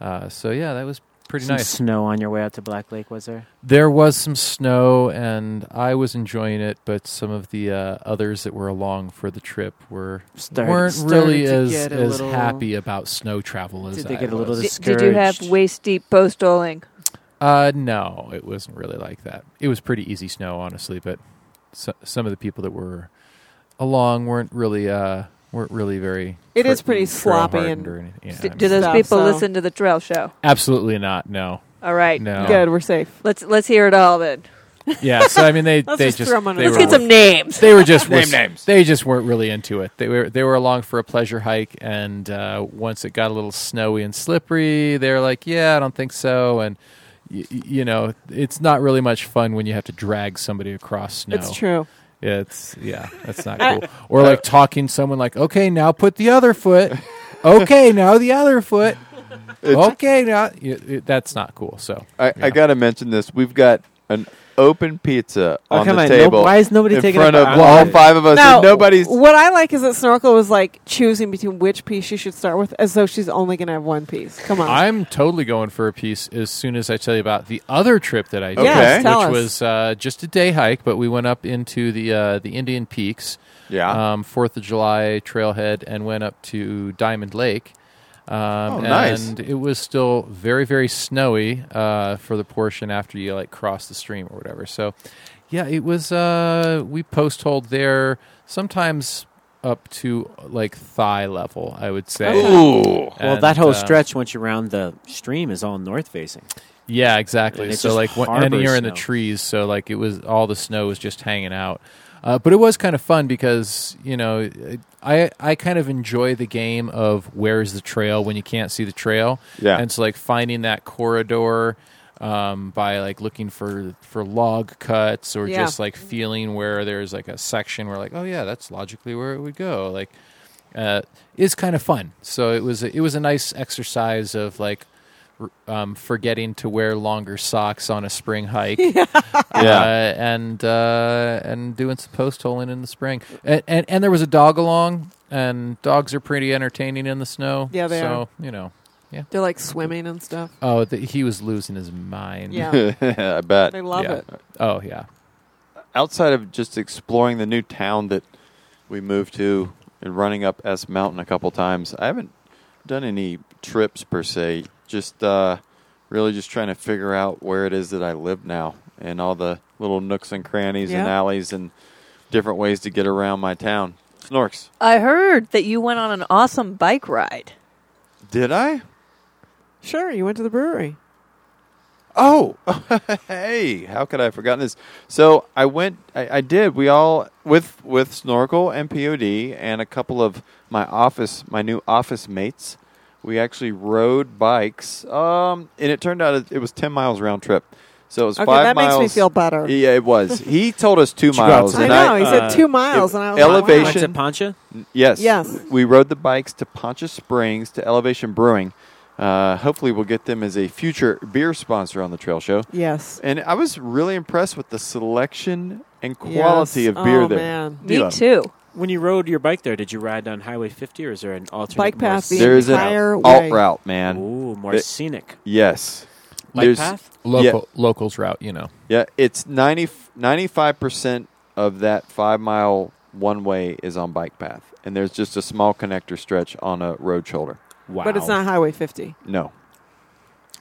Speaker 5: Uh, so yeah, that was pretty
Speaker 2: Some
Speaker 5: nice.
Speaker 2: snow on your way out to Black Lake, was there?
Speaker 5: There was some snow, and I was enjoying it, but some of the uh, others that were along for the trip were
Speaker 2: Started-
Speaker 5: weren't
Speaker 2: started
Speaker 5: really
Speaker 2: to
Speaker 5: as,
Speaker 2: get a
Speaker 5: as
Speaker 2: little-
Speaker 5: happy about snow travel as
Speaker 2: Did they
Speaker 5: I
Speaker 2: get a little
Speaker 5: was.
Speaker 4: D- did you have waist deep post holing?
Speaker 5: Uh, no, it wasn't really like that. It was pretty easy snow, honestly, but so, some of the people that were along weren't really uh, weren't really very.
Speaker 1: It is
Speaker 5: tra-
Speaker 1: pretty sloppy
Speaker 5: trail-hardened
Speaker 1: and-
Speaker 5: or anything. Yeah,
Speaker 4: D-
Speaker 5: I mean-
Speaker 4: do those
Speaker 1: Stop,
Speaker 4: people
Speaker 1: so-
Speaker 4: listen to the trail show?
Speaker 5: Absolutely not. No.
Speaker 4: All right.
Speaker 5: No.
Speaker 1: Good, we're safe.
Speaker 4: Let's let's hear it all then.
Speaker 5: Yeah, so I mean, they
Speaker 4: Let's
Speaker 5: they
Speaker 4: just
Speaker 5: just,
Speaker 4: throw 'em under
Speaker 5: they
Speaker 4: the
Speaker 5: were-
Speaker 4: bus. Let's get some names.
Speaker 5: They were just
Speaker 4: Name
Speaker 5: was-
Speaker 4: names.
Speaker 5: They just weren't really into it. They were they were along for a pleasure hike, and uh, once it got a little snowy and slippery, they were like, "Yeah, I don't think so." And y- y- you know, it's not really much fun when you have to drag somebody across snow.
Speaker 1: It's true.
Speaker 5: It's yeah, that's not
Speaker 10: I-
Speaker 5: cool. Or like
Speaker 4: Uh,
Speaker 5: talking to someone like, okay, now put the other foot. Okay, now the other foot. okay, now y- y- that's not cool. So
Speaker 3: I, I got to mention this. We've got an open pizza
Speaker 2: Oh,
Speaker 3: on
Speaker 2: come
Speaker 3: the
Speaker 2: on. No-
Speaker 3: table.
Speaker 2: why is nobody
Speaker 3: in
Speaker 2: taking
Speaker 3: front
Speaker 2: it?
Speaker 3: of
Speaker 2: I'm
Speaker 3: all
Speaker 2: not-
Speaker 3: five of us?
Speaker 1: Now,
Speaker 3: and nobody's.
Speaker 1: What I like is that Snorkel was like choosing between which piece she should start with, as though she's only going to have one piece. Come
Speaker 3: Um,
Speaker 1: on.
Speaker 5: I'm totally going for a piece as soon as I tell you about the other trip that I did,
Speaker 1: Yes,
Speaker 5: which
Speaker 1: tell us.
Speaker 5: was uh, just a day hike, but we went up into the uh, the Indian Peaks,
Speaker 3: yeah,
Speaker 5: um, Fourth of July trailhead, and went up to Diamond Lake. Um,
Speaker 3: Oh, nice.
Speaker 5: And it was still very very snowy uh, for the portion after you like cross the stream or whatever. So, yeah, it was. Uh, we post hold there sometimes up to like thigh level, I would say.
Speaker 2: Well,
Speaker 5: And,
Speaker 2: that whole
Speaker 5: uh,
Speaker 2: stretch once you're around the stream is all north facing.
Speaker 5: yeah, exactly.
Speaker 2: And it
Speaker 5: So
Speaker 2: just
Speaker 5: like when,
Speaker 2: harbors
Speaker 5: and you're in the
Speaker 2: snow.
Speaker 5: trees, so like it was all the snow was just hanging out. Uh, but it was kind of fun because you know it- I I kind of enjoy the game of where's the trail when you can't see the trail.
Speaker 3: Yeah.
Speaker 5: and so like finding that corridor um, by like looking for for log cuts or
Speaker 2: Yeah.
Speaker 5: just like feeling where there's like a section where like oh yeah that's logically where it would go like uh, is kind of fun. So it was a, it was a nice exercise of like r- um, forgetting to wear longer socks on a spring hike. yeah, uh, and uh, and doing some post holing in the spring. And, and and there was a dog along, and dogs are pretty entertaining in the snow.
Speaker 1: yeah, they
Speaker 5: so,
Speaker 1: are.
Speaker 5: You know. Yeah.
Speaker 1: They're like swimming and stuff.
Speaker 5: Oh, the, he was losing his mind.
Speaker 1: Yeah.
Speaker 3: I bet
Speaker 1: They love
Speaker 5: Yeah.
Speaker 1: it.
Speaker 5: Oh yeah.
Speaker 3: Outside of just exploring the new town that we moved to and running up S Mountain a couple times, I haven't done any trips per se. Just uh, really just trying to figure out where it is that I live now and all the little nooks and crannies and
Speaker 4: Yeah.
Speaker 3: alleys and different ways to get around my town. Snorks,
Speaker 4: I heard that you went on an awesome bike ride.
Speaker 3: did I?
Speaker 1: Sure, you went to the brewery.
Speaker 3: Oh, hey, how could I have forgotten this? So I went, I, I did. We all with with Snorkel and POD and a couple of my office, my new office mates. We actually rode bikes, um, and it turned out it, it was ten miles round trip. So it was
Speaker 1: Okay,
Speaker 3: five
Speaker 1: that makes me
Speaker 3: miles.
Speaker 1: feel better.
Speaker 3: Yeah, it was. He told us two
Speaker 2: Did you go
Speaker 3: miles.
Speaker 2: outside?
Speaker 3: and
Speaker 2: I know, he said two
Speaker 1: miles, and I was like, wow.
Speaker 3: Uh, elevation
Speaker 2: Went to Poncha?
Speaker 3: Yes.
Speaker 1: Yes.
Speaker 3: We rode the bikes to Poncha Springs to Elevation Brewing. Uh, hopefully, we'll get them as a future beer sponsor on the Trail Show.
Speaker 1: Yes.
Speaker 3: And I was really impressed with the selection and quality of
Speaker 1: Oh,
Speaker 3: beer there. Yeah.
Speaker 4: too.
Speaker 2: When you rode your bike there, did you ride on Highway 50 or is there an alternate
Speaker 1: Bike
Speaker 2: more
Speaker 1: path the
Speaker 2: scenic
Speaker 3: There's an
Speaker 1: entire
Speaker 3: alt
Speaker 1: way.
Speaker 3: route, man.
Speaker 2: Ooh, more
Speaker 3: The-
Speaker 2: scenic.
Speaker 3: Yes.
Speaker 5: Bike
Speaker 3: There's-
Speaker 2: path?
Speaker 5: Local locals route, you know.
Speaker 3: Yeah, yeah it's 95 percent of that five mile one way is on bike path, and there's just a small connector stretch on a road shoulder.
Speaker 2: Wow.
Speaker 1: But it's not Highway 50.
Speaker 3: No.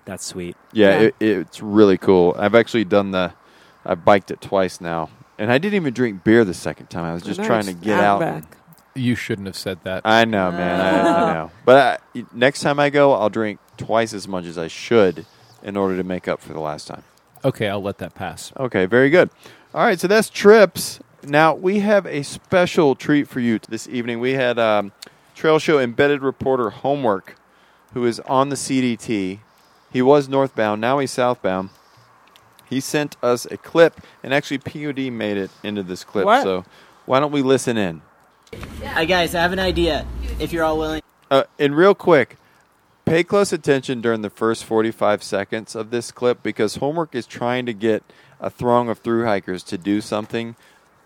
Speaker 2: That's sweet.
Speaker 3: Yeah,
Speaker 1: Yeah.
Speaker 3: It, it's really cool. I've actually done the, I biked it twice now, and I didn't even drink beer the second time. I was just
Speaker 1: No,
Speaker 3: trying to
Speaker 1: just
Speaker 3: get out. and-
Speaker 5: You shouldn't have said that.
Speaker 3: I know, man. I, I know. But I, next time I go, I'll drink twice as much as I should in order to make up for the last time.
Speaker 5: Okay, I'll let that pass.
Speaker 3: Okay, very good. All right, so that's trips. Now we have a special treat for you this evening. We had um, Trail Show embedded reporter Homework, who is on the CDT. He was northbound, now he's southbound. He sent us a clip, and actually POD made it into this clip.
Speaker 13: What?
Speaker 3: So why don't we listen in?
Speaker 13: Hi guys, I have an idea. If you're all willing,
Speaker 3: Uh, and real quick, pay close attention during the first 45 seconds of this clip because Homework is trying to get a throng of through hikers to do something.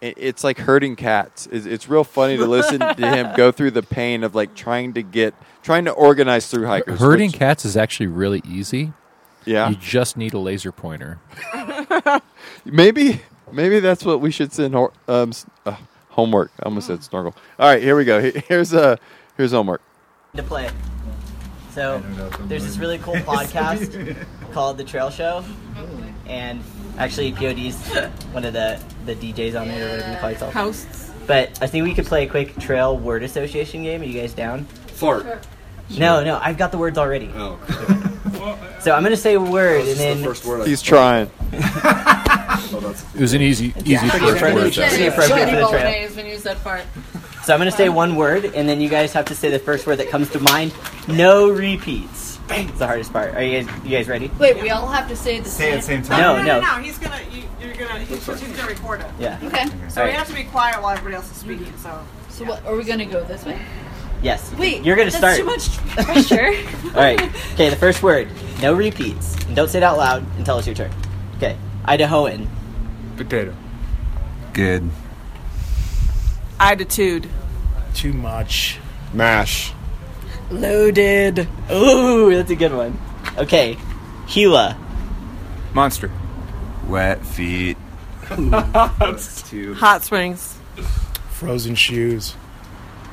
Speaker 3: I- It's like herding cats. It's, it's real funny to listen to him go through the pain of like trying to get, trying to organize through hikers.
Speaker 5: Herding cats is actually really easy.
Speaker 3: Yeah.
Speaker 5: You just need a laser pointer.
Speaker 3: Maybe, maybe that's what we should send hor- um, s- uh, Homework. I almost said snorkel. All right, here we go. He- Here's uh, here's Homework.
Speaker 13: to play. So there's this really cool podcast called The Trail Show, and actually POD's one of the the DJs on there or whatever you call yourself.
Speaker 14: Hosts.
Speaker 13: But I think we could play a quick trail word association game. Are you guys down?
Speaker 14: Fart. Sure.
Speaker 13: No, no, I've got the words already. Oh. so I'm gonna say a word, and then
Speaker 3: He's trying.
Speaker 5: It was an easy, easy
Speaker 13: Yeah, pretty
Speaker 5: first
Speaker 13: appropriate.
Speaker 5: word.
Speaker 13: Pretty Pretty appropriate for the appropriate. trail.
Speaker 14: Days when you said fart.
Speaker 13: So I'm gonna say one word, and then you guys have to say the first word that comes to mind. No repeats. It's the hardest part. Are you guys you guys ready?
Speaker 14: Wait, we all have to say the
Speaker 13: Say it
Speaker 14: same.
Speaker 13: same
Speaker 1: Oh,
Speaker 13: time. No, no.
Speaker 14: He's gonna. You, you're
Speaker 1: gonna. He's, he's gonna record it.
Speaker 13: Yeah.
Speaker 14: Okay.
Speaker 1: So we have to be quiet while everybody else is speaking. So.
Speaker 14: So what are we gonna go this way?
Speaker 13: Yes.
Speaker 14: Wait,
Speaker 13: You're gonna
Speaker 14: that's
Speaker 13: start.
Speaker 14: too much pressure.
Speaker 13: All right. Okay. The first word. No repeats. And don't say it out loud until it's your turn. Okay. Idahoan.
Speaker 15: Potato.
Speaker 7: Good.
Speaker 1: Attitude.
Speaker 15: Too much.
Speaker 7: Mash.
Speaker 13: Loaded. Ooh, that's a good one. Okay. Gila.
Speaker 15: Monster.
Speaker 7: Wet feet.
Speaker 1: Hot springs.
Speaker 15: Frozen shoes.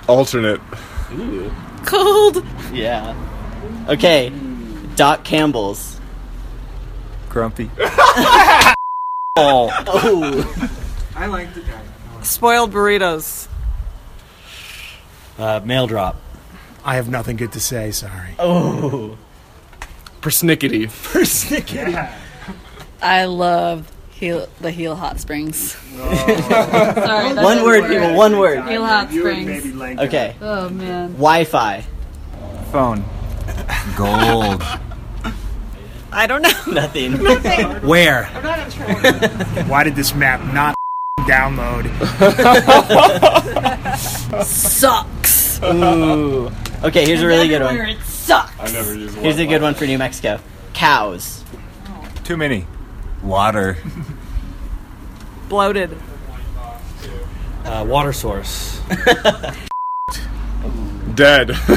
Speaker 7: Alternate.
Speaker 13: Ooh.
Speaker 1: Cold.
Speaker 13: Yeah. Okay. Doc Campbell's.
Speaker 15: Grumpy.
Speaker 13: Oh.
Speaker 1: I like the guy. Spoiled burritos.
Speaker 15: Uh, mail drop. I have nothing good to say. Sorry.
Speaker 13: Oh.
Speaker 15: Persnickety. Persnickety.
Speaker 14: I love heel, the heel hot springs.
Speaker 13: Sorry, that's One a word, word. people, one word.
Speaker 14: Heel hot
Speaker 13: You and
Speaker 14: springs.
Speaker 13: maybe Langdon. Okay.
Speaker 14: Oh man.
Speaker 13: Wi-Fi. Phone. Gold.
Speaker 1: I don't know.
Speaker 13: Nothing.
Speaker 15: Nothing.
Speaker 16: Where?
Speaker 1: I'm not in
Speaker 15: Why did this map not download?
Speaker 14: Sucks.
Speaker 13: Ooh. Okay, here's a really good
Speaker 14: Everywhere
Speaker 13: one.
Speaker 14: It sucks.
Speaker 13: I never use Here's a good one for New Mexico. Cows.
Speaker 7: Too many. Water.
Speaker 1: Bloated.
Speaker 16: Uh, water source.
Speaker 7: Dead.
Speaker 15: I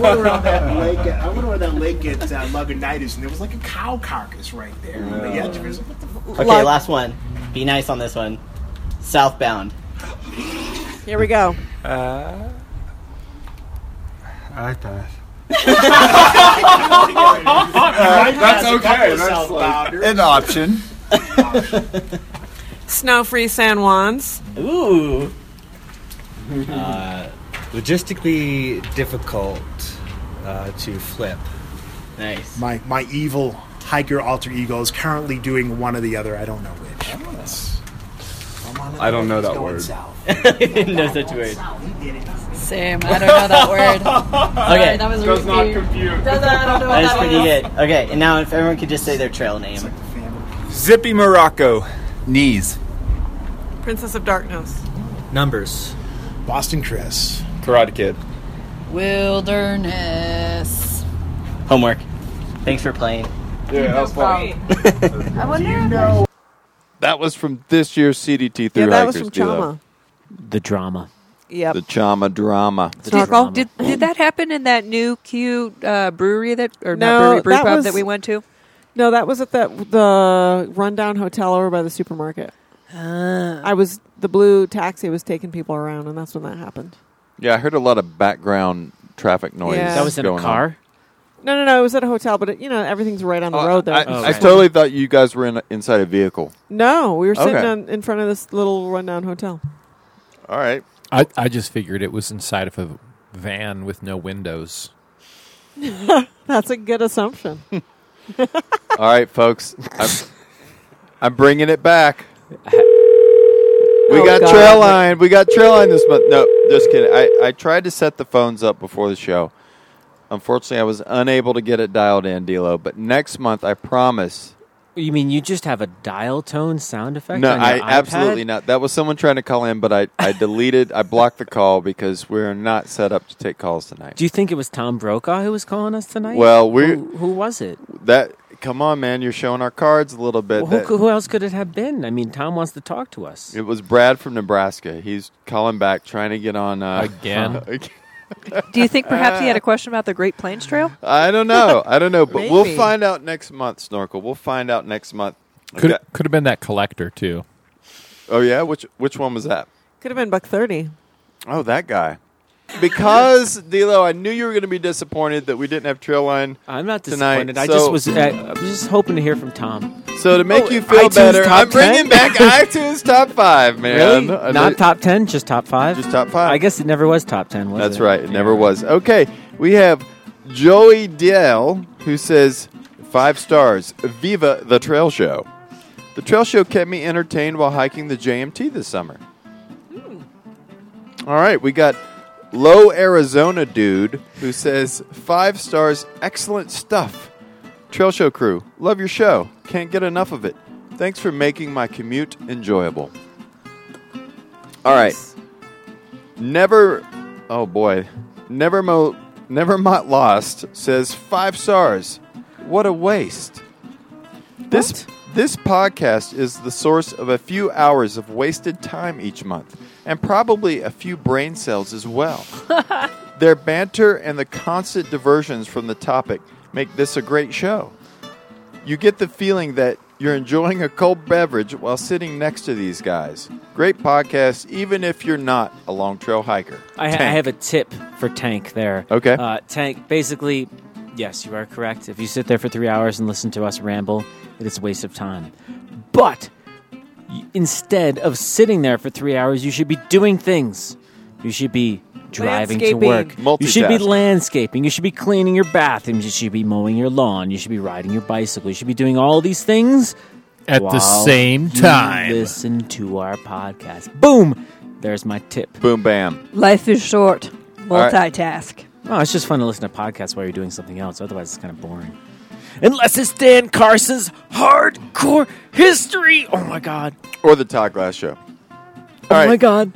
Speaker 15: went around that lake. I went around that lake at uh, Lagunitas, and there was like a cow carcass right there on the edge of it. I was like, what the fu-
Speaker 13: Okay,
Speaker 15: Log-
Speaker 13: last one. Be nice on this one. Southbound.
Speaker 1: Here we go.
Speaker 15: Uh, I pass.
Speaker 10: that's okay. That's like
Speaker 7: an option.
Speaker 1: Snow-free San Juans.
Speaker 13: Ooh.
Speaker 16: uh, logistically difficult uh, to flip.
Speaker 13: Nice.
Speaker 15: My my evil hiker alter ego is currently doing one or the other. I don't know which.
Speaker 16: I don't know that
Speaker 15: word.
Speaker 13: no such word.
Speaker 14: Same. I don't know that word. Sorry, that was a
Speaker 10: Does not
Speaker 14: repeat.
Speaker 10: compute.
Speaker 14: Does not- I don't know what
Speaker 13: That is
Speaker 14: that
Speaker 13: pretty
Speaker 14: was.
Speaker 13: good. Okay, and now if everyone could just say their trail name.
Speaker 7: Zippy Morocco. Knees.
Speaker 1: Princess of Darkness.
Speaker 16: Numbers.
Speaker 15: Boston Chris.
Speaker 7: Karate Kid.
Speaker 14: Wilderness.
Speaker 13: Homework. Thanks for playing.
Speaker 7: Yeah, that was fun.
Speaker 14: I wonder. if know?
Speaker 3: That was from this year's CDT through
Speaker 1: Yeah, that was from
Speaker 3: D-Lo.
Speaker 1: Chama.
Speaker 2: The drama.
Speaker 1: Yep.
Speaker 3: The Chama drama.
Speaker 4: Did, did that happen in that new cute uh, brewery that or not
Speaker 1: No,
Speaker 4: brewery brew
Speaker 1: that
Speaker 4: pub
Speaker 1: was-
Speaker 4: that we went to?
Speaker 1: No, that was at that the rundown hotel over by the supermarket. I was the blue taxi was taking people around, and that's when that happened.
Speaker 3: Yeah, I heard a lot of background traffic noise.
Speaker 1: Yeah. That was in a
Speaker 3: going
Speaker 1: car? No, no, no. It was at a hotel, but it, you know everything's right on the
Speaker 3: on.
Speaker 1: road there.
Speaker 3: Oh, Uh, I, I totally thought you guys were in, inside a vehicle.
Speaker 1: No, we were sitting
Speaker 3: Okay.
Speaker 1: on, in front of this little rundown hotel.
Speaker 3: All right.
Speaker 5: I, I just figured it was inside of a van with no windows.
Speaker 1: That's a good assumption.
Speaker 3: Hmm. All right, folks. I'm, I'm bringing it back. We
Speaker 1: Oh,
Speaker 3: got
Speaker 1: God.
Speaker 3: trail line. We got trail line this month. No, just kidding. I, I tried to set the phones up before the show. Unfortunately, I was unable to get it dialed in, D'Lo. But next month, I promise.
Speaker 2: You mean you just have a dial tone sound effect?
Speaker 3: No,
Speaker 2: on your
Speaker 3: I
Speaker 2: iPad?
Speaker 3: absolutely not. That was someone trying to call in, but I, I deleted. I blocked the call because we're not set up to take calls tonight.
Speaker 2: Do you think it was Tom Brokaw who was calling us tonight?
Speaker 3: Well, we're-
Speaker 2: who, who was it?
Speaker 3: That come on, man. You're showing our cards a little bit.
Speaker 2: Well, who,
Speaker 3: That-
Speaker 2: cou- who else could it have been? I mean, Tom wants to talk to us.
Speaker 3: It was Brad from Nebraska. He's calling back, trying to get on uh,
Speaker 5: Again?
Speaker 4: Do you think perhaps he had a question about the Great Plains Trail?
Speaker 3: I don't know. I don't know, but we'll
Speaker 4: Maybe.
Speaker 3: find out next month, Snorkel. We'll find out next month.
Speaker 5: Could could have been that collector too.
Speaker 3: Oh yeah, which which one was that?
Speaker 1: Could have been buck thirty.
Speaker 3: Oh, that guy. Because D'Lo, I knew you were going to be disappointed that we didn't have trail line.
Speaker 2: I'm not
Speaker 3: tonight.
Speaker 2: disappointed. I
Speaker 3: so-
Speaker 2: just was I, I was just hoping to hear from Tom.
Speaker 3: So to make
Speaker 2: Oh,
Speaker 3: you feel
Speaker 2: iTunes
Speaker 3: better,
Speaker 2: top 10?
Speaker 3: I'm bringing back iTunes top five, man.
Speaker 2: Really?
Speaker 3: I
Speaker 2: Not
Speaker 3: know-
Speaker 2: top ten, just top five.
Speaker 3: Just top five.
Speaker 2: I guess it never was top ten. Was
Speaker 3: That's
Speaker 2: it?
Speaker 3: right. It never was. Okay, we have Joey Dell who says five stars. Viva the trail show. The trail show kept me entertained while hiking the JMT this summer.
Speaker 2: Hmm.
Speaker 3: All right, we got Low Arizona dude who says five stars. Excellent stuff. Trail show crew, love your show. Can't get enough of it. Thanks for making my commute enjoyable. All right. Never. Oh boy. Never mo. Never mot lost says five stars. What a waste. This this podcast is the source of a few hours of wasted time each month, and probably a few brain cells as well. Their banter and the constant diversions from the topic make this a great show. You get the feeling that you're enjoying a cold beverage while sitting next to these guys. Great podcast, even if you're not a long trail hiker.
Speaker 2: I, ha- I
Speaker 3: Tank.
Speaker 2: have a tip for Tank there.
Speaker 3: Okay.
Speaker 2: Uh, Tank, basically, yes, you are correct. If you sit there for three hours and listen to us ramble, it is a waste of time. But y- instead of sitting there for three hours, you should be doing things. You should be driving to work.
Speaker 3: Landscaping.
Speaker 2: You should be
Speaker 3: Multitask.
Speaker 2: landscaping. You should be cleaning your bathroom. You should be mowing your lawn. You should be riding your bicycle. You should be doing all these things
Speaker 5: At the
Speaker 2: while
Speaker 5: same
Speaker 2: you
Speaker 5: time.
Speaker 2: Listen to our podcast. Boom. There's my tip.
Speaker 3: Boom, bam.
Speaker 4: Life is short.
Speaker 2: right.
Speaker 4: Multitask.
Speaker 2: Oh, it's just fun to listen to podcasts while you're doing something else. Otherwise, it's kind of boring. Unless it's Dan Carson's hardcore history. Oh my god.
Speaker 3: Or the Todd Glass Show.
Speaker 2: oh my god.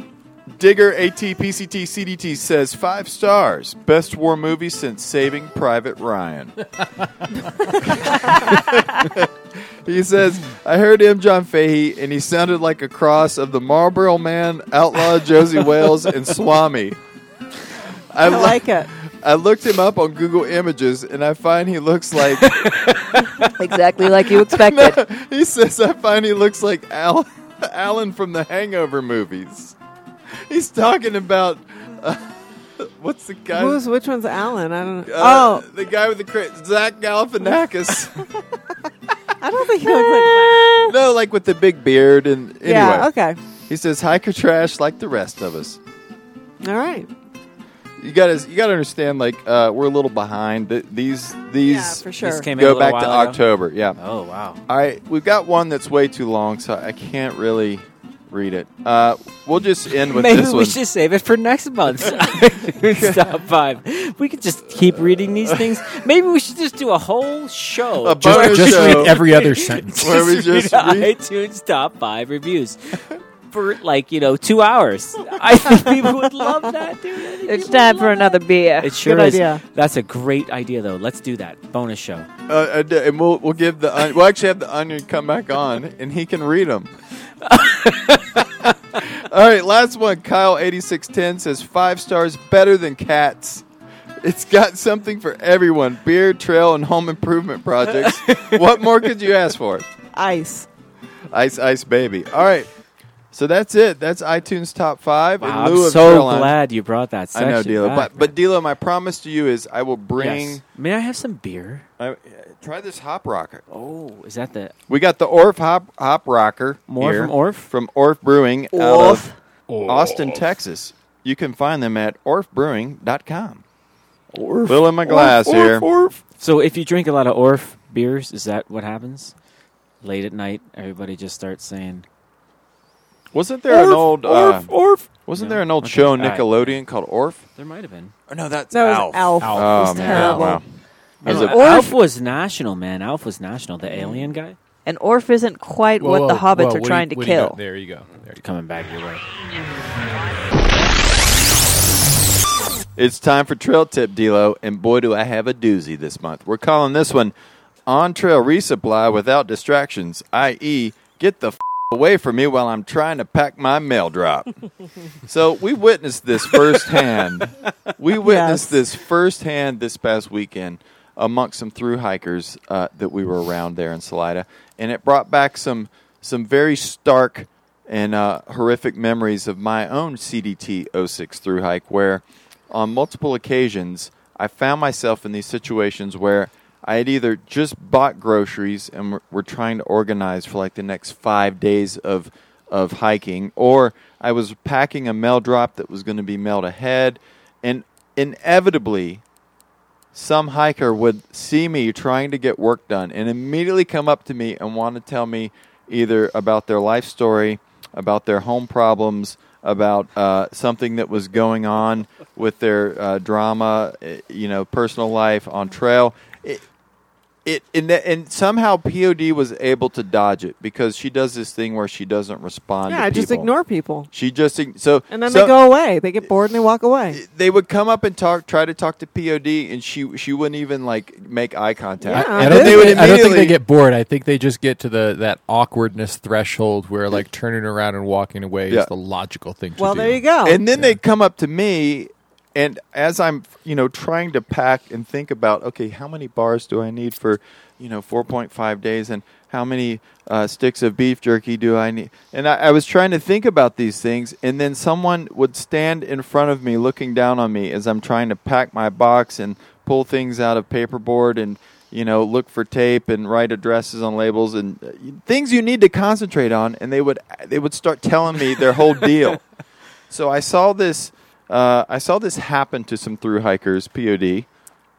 Speaker 3: Digger ATPCT CDT says five stars. Best war movie since Saving Private Ryan. he says, I heard him, John Fahey, and he sounded like a cross of the Marlboro Man, Outlaw Josie Wales, and Swami.
Speaker 1: I like it.
Speaker 3: I looked him up on Google Images, and I find he looks like
Speaker 4: exactly like you expected.
Speaker 3: he says, "I find he looks like Al- Alan from the Hangover movies." He's talking about uh, what's the guy?
Speaker 1: Who's which one's Alan? I don't know.
Speaker 3: uh,
Speaker 1: oh,
Speaker 3: the guy with the cra- Zach Galifianakis.
Speaker 1: I don't think he looks like.
Speaker 3: no, like with the big beard and anyway.
Speaker 1: Yeah. Okay.
Speaker 3: He says, "Hiker trash like the rest of us."
Speaker 1: All right.
Speaker 3: You gotta, you gotta understand. Like uh, we're a little behind. Th- These, these
Speaker 1: for sure. This
Speaker 2: came out a
Speaker 3: go
Speaker 2: little
Speaker 3: back to
Speaker 2: while ago.
Speaker 3: October. Yeah.
Speaker 2: Oh wow.
Speaker 3: All right, we've got one that's way too long, so I can't really read it. Uh, we'll just end with
Speaker 2: Maybe
Speaker 3: this
Speaker 2: we
Speaker 3: one.
Speaker 2: should save it for next month's top five. We could just keep reading these things. Maybe we should just do a whole show.
Speaker 3: A bonus
Speaker 5: Just read
Speaker 3: show.
Speaker 5: every other sentence.
Speaker 2: Where we just read
Speaker 3: read-
Speaker 2: iTunes top five reviews for like you know two hours. I think people would love that, dude. I think
Speaker 4: It's
Speaker 2: people would
Speaker 4: time for
Speaker 2: love
Speaker 4: another beer.
Speaker 2: It sure
Speaker 4: Good
Speaker 2: is.
Speaker 4: idea.
Speaker 2: That's a great idea, though. Let's do that bonus show.
Speaker 3: Uh, and, uh, and we'll we'll give the on- we'll actually have the onion come back on, and he can read them. All right, last one. Kyle eighty six ten says five stars better than cats. It's got something for everyone: beer, trail, and home improvement projects. what more could you ask for?
Speaker 1: Ice.
Speaker 3: Ice, ice, baby. All right. So that's it. That's iTunes top five. in
Speaker 2: Wow, I'm
Speaker 3: lieu of
Speaker 2: so
Speaker 3: Caroline.
Speaker 2: glad you brought that
Speaker 3: I know,
Speaker 2: section
Speaker 3: Dilo.
Speaker 2: back,
Speaker 3: But, but Dilo, my promise to you is I will bring.
Speaker 2: Yes. May I have some beer?
Speaker 3: I, uh, try this hop rocker.
Speaker 2: Oh, is that the
Speaker 3: We got the Orf hop hop rocker.
Speaker 2: More
Speaker 3: here
Speaker 2: from Orf?
Speaker 3: from Orf Brewing out
Speaker 2: Orf.
Speaker 3: of Austin, Texas. You can find them at orfbrewing.com.
Speaker 2: Orf?
Speaker 3: Fill in my glass here.
Speaker 2: So if you drink a lot of Orf beers, is that what happens? Late at night, everybody just starts saying.
Speaker 3: Wasn't there an
Speaker 2: Orf,
Speaker 3: old
Speaker 2: Orf,
Speaker 3: uh,
Speaker 2: Orf.
Speaker 3: Wasn't
Speaker 2: No?
Speaker 3: there an old
Speaker 2: Okay,
Speaker 3: show
Speaker 2: all
Speaker 3: on
Speaker 2: right.
Speaker 3: Nickelodeon called Orf?
Speaker 2: There might have been.
Speaker 3: Oh no, that's
Speaker 1: No, it was
Speaker 3: Alf.
Speaker 1: Alf. Alf. It
Speaker 3: Oh
Speaker 1: was
Speaker 3: man,
Speaker 1: terrible.
Speaker 3: wow. That was
Speaker 2: No,
Speaker 3: a-
Speaker 2: Alf was national, man. Alf was national. The alien guy.
Speaker 4: And Orf isn't quite
Speaker 2: Whoa,
Speaker 4: what the
Speaker 2: whoa,
Speaker 4: hobbits
Speaker 2: whoa,
Speaker 4: are
Speaker 2: what do
Speaker 4: trying
Speaker 2: you-
Speaker 4: to
Speaker 2: what do you
Speaker 4: kill.
Speaker 2: got
Speaker 5: There you go.
Speaker 2: Coming back your way.
Speaker 3: It's time for Trail Tip Delo, and boy, do I have a doozy this month. We're calling this one On Trail Resupply Without Distractions, i.e., get the f- away from me while I'm trying to pack my mail drop. so we witnessed this firsthand. we witnessed this firsthand this past weekend amongst some through hikers uh, that we were around there in Salida, and it brought back some some very stark and uh, horrific memories of my own CDT 06 through hike, where on multiple occasions I found myself in these situations where I had either just bought groceries and were, were trying to organize for like the next five days of of hiking, or I was packing a mail drop that was going to be mailed ahead, and inevitably some hiker would see me trying to get work done and immediately come up to me and want to tell me either about their life story, about their home problems, about uh, something that was going on with their uh, drama, eh, you know, personal life on trail. It, it and, that- and somehow POD was able to dodge it because she does this thing where she doesn't respond.
Speaker 1: Yeah,
Speaker 3: to
Speaker 1: just
Speaker 3: people.
Speaker 1: ignore people.
Speaker 3: She just ign- so
Speaker 1: And then
Speaker 3: so-
Speaker 1: they go away. They get bored and they walk away.
Speaker 3: They would come up and talk, try to talk to POD, and she she wouldn't even like make eye contact.
Speaker 5: I, I
Speaker 3: And
Speaker 5: don't
Speaker 3: then
Speaker 5: think they, I don't think
Speaker 3: immediately-
Speaker 5: they get bored. I think they just get to the that awkwardness threshold where like turning around and walking away
Speaker 3: Yeah.
Speaker 5: is the logical thing to
Speaker 1: Well,
Speaker 5: do.
Speaker 1: there you go.
Speaker 3: And then they come up to me, and as I'm, you know, trying to pack and think about, okay, how many bars do I need for, you know, 4.5 days, and how many uh, sticks of beef jerky do I need? And I, I was trying to think about these things, and then someone would stand in front of me, looking down on me as I'm trying to pack my box and pull things out of paperboard and. You know, look for tape and write addresses on labels and uh, things you need to concentrate on. And they would they would start telling me their whole deal. So I saw this. Uh, I saw this happen to some through hikers. Pod.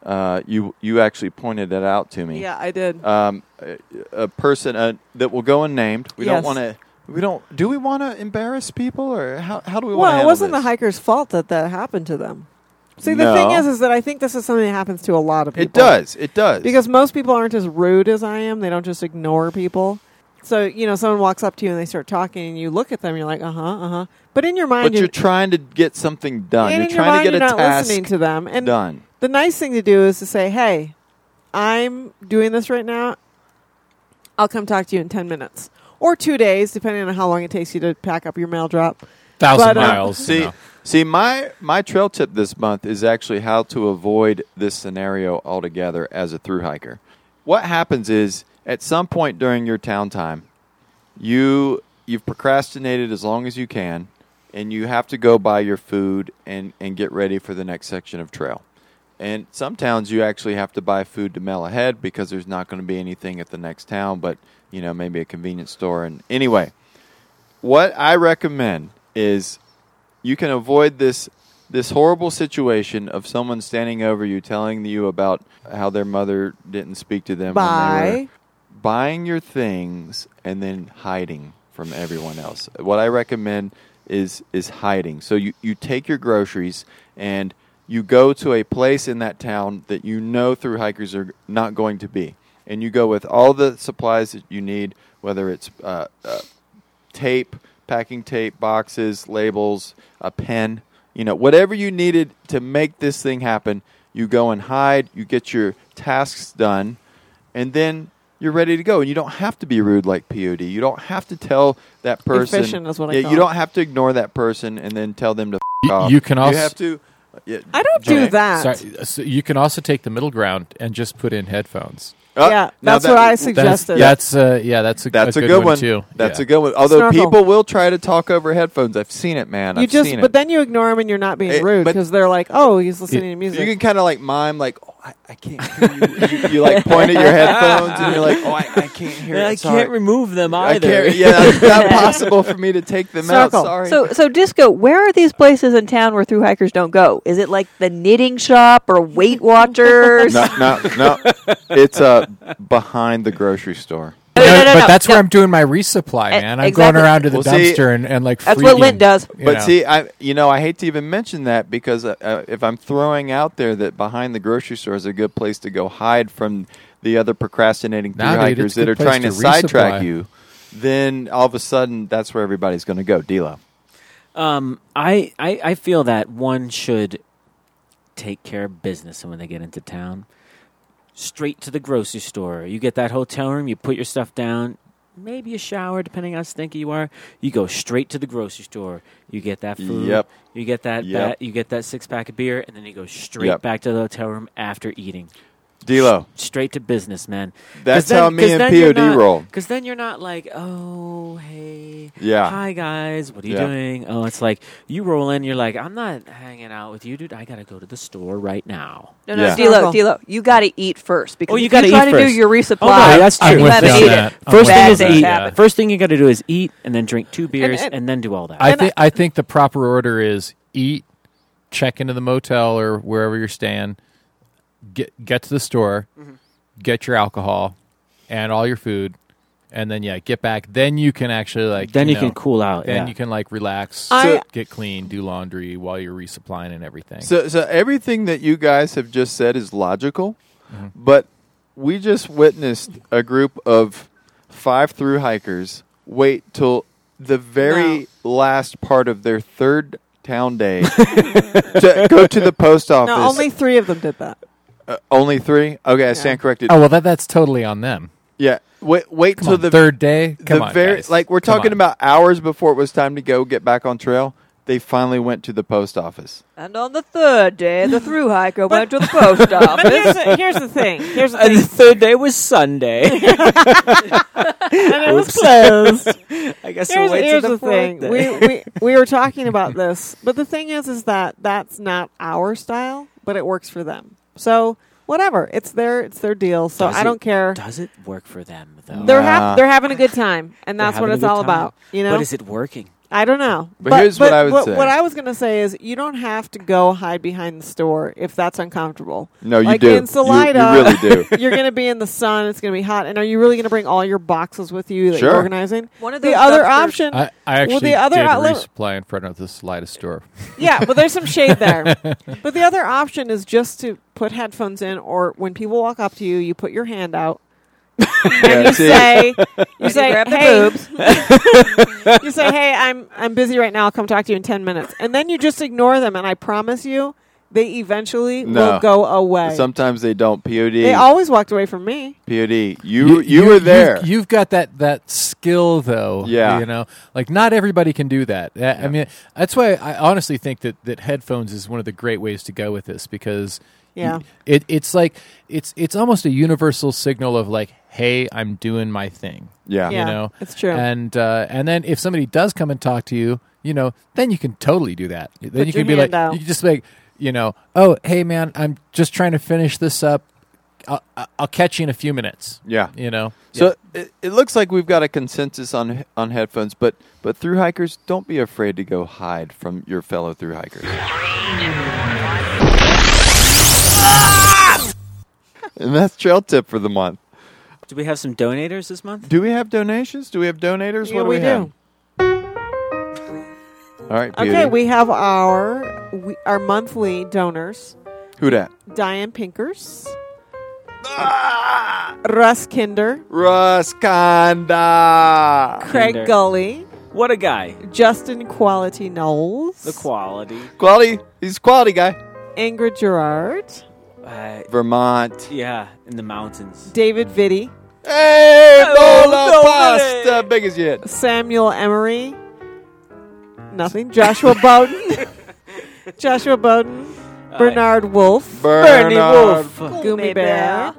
Speaker 3: Uh, you you actually pointed it out to me.
Speaker 1: Yeah, I did.
Speaker 3: Um, a, a person uh, that will go unnamed. We
Speaker 1: Yes.
Speaker 3: don't want to. We don't. Do we want to embarrass people, or how how do we want to?
Speaker 1: Well, it wasn't the hiker's fault that that happened to them. See, the thing
Speaker 3: No.
Speaker 1: is, is that I think this is something that happens to a lot of people.
Speaker 3: It does. It does.
Speaker 1: Because most people aren't as rude as I am. They don't just ignore people. So, you know, someone walks up to you and they start talking and you look at them and you're like, uh-huh, uh-huh. But in your mind,
Speaker 3: but you're trying to get something
Speaker 1: And
Speaker 3: done. You're
Speaker 1: in your
Speaker 3: trying
Speaker 1: mind,
Speaker 3: to get
Speaker 1: you're
Speaker 3: a
Speaker 1: not
Speaker 3: task
Speaker 1: listening to them. And
Speaker 3: done.
Speaker 1: the nice thing to do is to say, hey, I'm doing this right now. I'll come talk to you in 10 minutes. Or two days, depending on how long it takes you to pack up your mail drop. But, uh,
Speaker 3: See, see, my my trail tip this month is actually how to avoid this scenario altogether as a through hiker. What happens is at some point during your town time, you you've procrastinated as long as you can, and you have to go buy your food and and get ready for the next section of trail. And some towns you actually have to buy food to mail ahead because there's not going to be anything at the next town, but you know maybe a convenience store. And anyway, what I recommend is you can avoid this this horrible situation of someone standing over you telling you about how their mother didn't speak to them when they
Speaker 1: Bye.
Speaker 3: were buying your things and then hiding from everyone else. What I recommend is is hiding. So you, you take your groceries and you go to a place in that town that you know through hikers are not going to be. And you go with all the supplies that you need, whether it's uh, uh, tape, packing tape, boxes, labels, a pen, you know, whatever you needed to make this thing happen, you go and hide, you get your tasks done, and then you're ready to go. And you don't have to be rude like POD. You don't have to tell that person.
Speaker 1: Efficient is what I
Speaker 3: yeah,
Speaker 1: call
Speaker 3: you
Speaker 1: it.
Speaker 3: don't have to ignore that person and then tell them to f- off.
Speaker 5: you can also-
Speaker 3: You have to. Yeah,
Speaker 1: I don't do
Speaker 3: Janae.
Speaker 1: that.
Speaker 5: Sorry, so you can also take the middle ground and just put in headphones.
Speaker 3: Oh,
Speaker 1: Yeah,
Speaker 3: now
Speaker 1: that's
Speaker 3: that-
Speaker 1: what I
Speaker 3: that's-
Speaker 1: suggested.
Speaker 5: That's uh, yeah, that's a,
Speaker 3: That's
Speaker 5: a good, one, too.
Speaker 3: That's
Speaker 5: Yeah.
Speaker 3: a good one. Although
Speaker 1: Snorkel.
Speaker 3: people will try to talk over headphones. I've seen it, man.
Speaker 1: you
Speaker 3: I've
Speaker 1: just,
Speaker 3: seen it.
Speaker 1: but then you ignore them and you're not being rude rude because they're like, oh, he's listening to music.
Speaker 3: You can kind of like mime, like, oh, I, I can't hear you. you. You like point at your headphones and you're like, oh, I, I can't hear
Speaker 2: I
Speaker 3: it. Sorry.
Speaker 2: can't remove them
Speaker 3: I
Speaker 2: either.
Speaker 3: can't, yeah, it's not possible for me to take them out. Sorry.
Speaker 4: So, so disco. Where are these places in town where through hikers don't go? Is it like the knitting shop or Weight Watchers?
Speaker 3: no, no, no. It's uh, behind the grocery store.
Speaker 5: No,
Speaker 4: no, no,
Speaker 5: but
Speaker 4: no,
Speaker 5: that's
Speaker 4: no.
Speaker 5: where I'm doing my resupply, man. I'm
Speaker 4: exactly.
Speaker 5: going around to the
Speaker 3: Well, see,
Speaker 5: dumpster and, and like
Speaker 4: that's what
Speaker 5: freaking,
Speaker 4: Lint does.
Speaker 5: you
Speaker 3: But
Speaker 5: know.
Speaker 3: see, I you know I hate to even mention that because uh, uh, if I'm throwing out there that behind the grocery store is a good place to go hide from the other procrastinating through
Speaker 5: Nah, dude,
Speaker 3: hikers
Speaker 5: it's a
Speaker 3: that
Speaker 5: good
Speaker 3: are
Speaker 5: place
Speaker 3: trying to,
Speaker 5: to
Speaker 3: sidetrack
Speaker 5: resupply.
Speaker 3: you, then all of a sudden that's where everybody's going to go. D'Lo.
Speaker 2: Um, I, I I feel that one should take care of business when they get into town. Straight to the grocery store. You get that hotel room. You put your stuff down. Maybe a shower, depending how stinky you are. You go straight to the grocery store. You get that food.
Speaker 3: Yep.
Speaker 2: You get that.
Speaker 3: Yep.
Speaker 2: that you get that six pack of beer, and then you go straight
Speaker 3: Yep.
Speaker 2: back to the hotel room after eating.
Speaker 3: D'Lo.
Speaker 2: Straight to business, man. 'Cause
Speaker 3: That's
Speaker 2: then-
Speaker 3: how me
Speaker 2: 'cause
Speaker 3: and
Speaker 2: then you're
Speaker 3: POD
Speaker 2: not-
Speaker 3: roll.
Speaker 2: Because then you're not like, oh, hey,
Speaker 3: Yeah.
Speaker 2: hi guys, what are you
Speaker 3: Yeah.
Speaker 2: doing? Oh, it's like you roll in, you're like, I'm not hanging out with you, dude. I gotta go to the store right now.
Speaker 4: No, no, D'Lo, D'Lo, you got to eat first because
Speaker 2: Oh, you
Speaker 4: if you
Speaker 2: got to eat
Speaker 4: try to
Speaker 2: first.
Speaker 4: do your resupply.
Speaker 2: Oh, no, that's true.
Speaker 4: You haven't
Speaker 2: Yeah.
Speaker 4: eaten.
Speaker 2: First
Speaker 4: Bad
Speaker 2: thing is
Speaker 4: things
Speaker 2: eat.
Speaker 4: happen.
Speaker 2: First thing you got to do is eat, and then drink two beers, and, then do all that.
Speaker 5: I think I think the proper order is eat, check into the motel or wherever you're staying, get get to the store, get your alcohol and all your food, and then yeah, get back. Then you can actually like
Speaker 2: Then you
Speaker 5: know,
Speaker 2: can cool out,
Speaker 5: Then
Speaker 2: yeah.
Speaker 5: you can like relax,
Speaker 2: I-
Speaker 5: get clean, do laundry while you're resupplying and everything. Mm-hmm.
Speaker 3: So, so everything that you guys have just said is logical, but we just witnessed a group of five through hikers wait till the very last part of their third town day to go to the post office.
Speaker 1: No, only three of them did that.
Speaker 3: Uh, only three? Okay, I stand corrected.
Speaker 5: Oh well, that that's totally on them.
Speaker 3: Yeah. Wait, wait
Speaker 5: Come
Speaker 3: till
Speaker 5: on,
Speaker 3: the
Speaker 5: third day? Come
Speaker 3: the
Speaker 5: on,
Speaker 3: very
Speaker 5: guys.
Speaker 3: like we're
Speaker 5: Come
Speaker 3: talking
Speaker 5: on.
Speaker 3: about hours before it was time to go get back on trail. They finally went to the post office.
Speaker 4: And on the third day, the through hiker went to the post office.
Speaker 2: but here's the-
Speaker 1: here's the thing. Here's the
Speaker 2: And the third day was Sunday. and
Speaker 1: it was closed.
Speaker 2: I guess
Speaker 1: here's,
Speaker 2: we'll wait till
Speaker 1: here's
Speaker 2: the, fourth
Speaker 1: thing.
Speaker 2: day.
Speaker 1: We, we we were talking about this, but the thing is, is that that's not our style, but it works for them. So whatever, it's their it's their deal. So
Speaker 2: Does
Speaker 1: I
Speaker 2: it-
Speaker 1: don't care.
Speaker 2: Does it work for them though?
Speaker 1: They're ha- they're having a good time, and
Speaker 2: They're
Speaker 1: that's what
Speaker 2: having a
Speaker 1: it's
Speaker 2: good
Speaker 1: all
Speaker 2: time.
Speaker 1: about. You know,
Speaker 2: But is it working?
Speaker 1: I don't know.
Speaker 2: But here's what I would
Speaker 1: what,
Speaker 2: say.
Speaker 1: What I was going to say is, you don't have to go hide behind the store if that's uncomfortable.
Speaker 3: No, you
Speaker 1: like
Speaker 3: do.
Speaker 1: In
Speaker 3: You-
Speaker 1: Salida,
Speaker 3: you really do.
Speaker 1: You're going to be in the sun. It's going to be hot. And are you really going to bring all your boxes with you that
Speaker 5: Sure.
Speaker 1: you're organizing?
Speaker 4: One of
Speaker 1: the
Speaker 4: those
Speaker 1: other
Speaker 4: dumpsters-
Speaker 1: option.
Speaker 5: I, I actually
Speaker 1: well, the other
Speaker 5: did
Speaker 1: outlet-
Speaker 5: resupply in front of the Salida store.
Speaker 1: yeah, but there's some shade there. but the other option is just to put headphones in, or when people walk up to you, you put your hand out. and
Speaker 10: Yeah,
Speaker 1: you
Speaker 10: see?
Speaker 1: say, you
Speaker 10: And
Speaker 1: say,
Speaker 10: you grab the
Speaker 1: hey,
Speaker 10: boobs.
Speaker 1: you say, hey, I'm I'm busy right now. I'll come talk to you in ten minutes, and then you just ignore them. And I promise you, they eventually will go away.
Speaker 3: Sometimes they don't. POD.
Speaker 1: they always walked away from me.
Speaker 3: POD. You you, were
Speaker 5: you've-
Speaker 3: there.
Speaker 5: You've, got that that skill though.
Speaker 3: Yeah.
Speaker 5: you know, like not everybody can do that. Uh, I mean, that's why I honestly think that that headphones is one of the great ways to go with this because y-
Speaker 1: Yeah.
Speaker 5: it it's like it's it's almost a universal signal of like, hey, I'm doing my thing.
Speaker 3: Yeah.
Speaker 5: you
Speaker 1: Yeah,
Speaker 5: know,
Speaker 1: it's true.
Speaker 5: And uh, and then if somebody does come and talk to you, you know, then you can totally do that. Then
Speaker 1: Put
Speaker 5: you can
Speaker 1: your
Speaker 5: be like,
Speaker 1: hand out.
Speaker 5: you can just like, you know, oh, hey man, I'm just trying to finish this up. I'll, I'll catch you in a few minutes.
Speaker 3: Yeah.
Speaker 5: you know.
Speaker 3: So it, it looks like we've got a consensus on on headphones, but but through hikers, don't be afraid to go hide from your fellow through hikers. and that's trail tip for the month.
Speaker 2: Do we have some donators this month?
Speaker 3: Do we have donations? Do we have donators?
Speaker 1: Yeah,
Speaker 3: what do
Speaker 1: we
Speaker 3: we,
Speaker 1: do.
Speaker 3: have? All right, beauty.
Speaker 1: Okay, we have our we, our monthly donors.
Speaker 3: Who dat?
Speaker 1: Diane Pinkers. Russ Kinder.
Speaker 3: Russ Kinda.
Speaker 1: Craig
Speaker 2: Kinder.
Speaker 1: Gully.
Speaker 2: What a guy.
Speaker 1: Justin Quality Knowles.
Speaker 2: The quality.
Speaker 3: Quality. He's a quality guy.
Speaker 1: Ingrid Gerard.
Speaker 2: Uh,
Speaker 3: Vermont.
Speaker 2: Yeah, in the mountains.
Speaker 1: David Vitti.
Speaker 3: Hey,
Speaker 1: Bola
Speaker 3: pasta, big as yet.
Speaker 1: Samuel Emery. Nothing. Joshua Bowden. Joshua Bowden. Bernard Wolf.
Speaker 3: Bernie Bernard Wolf.
Speaker 2: Uh,
Speaker 3: Wolf.
Speaker 1: Gummy Bear.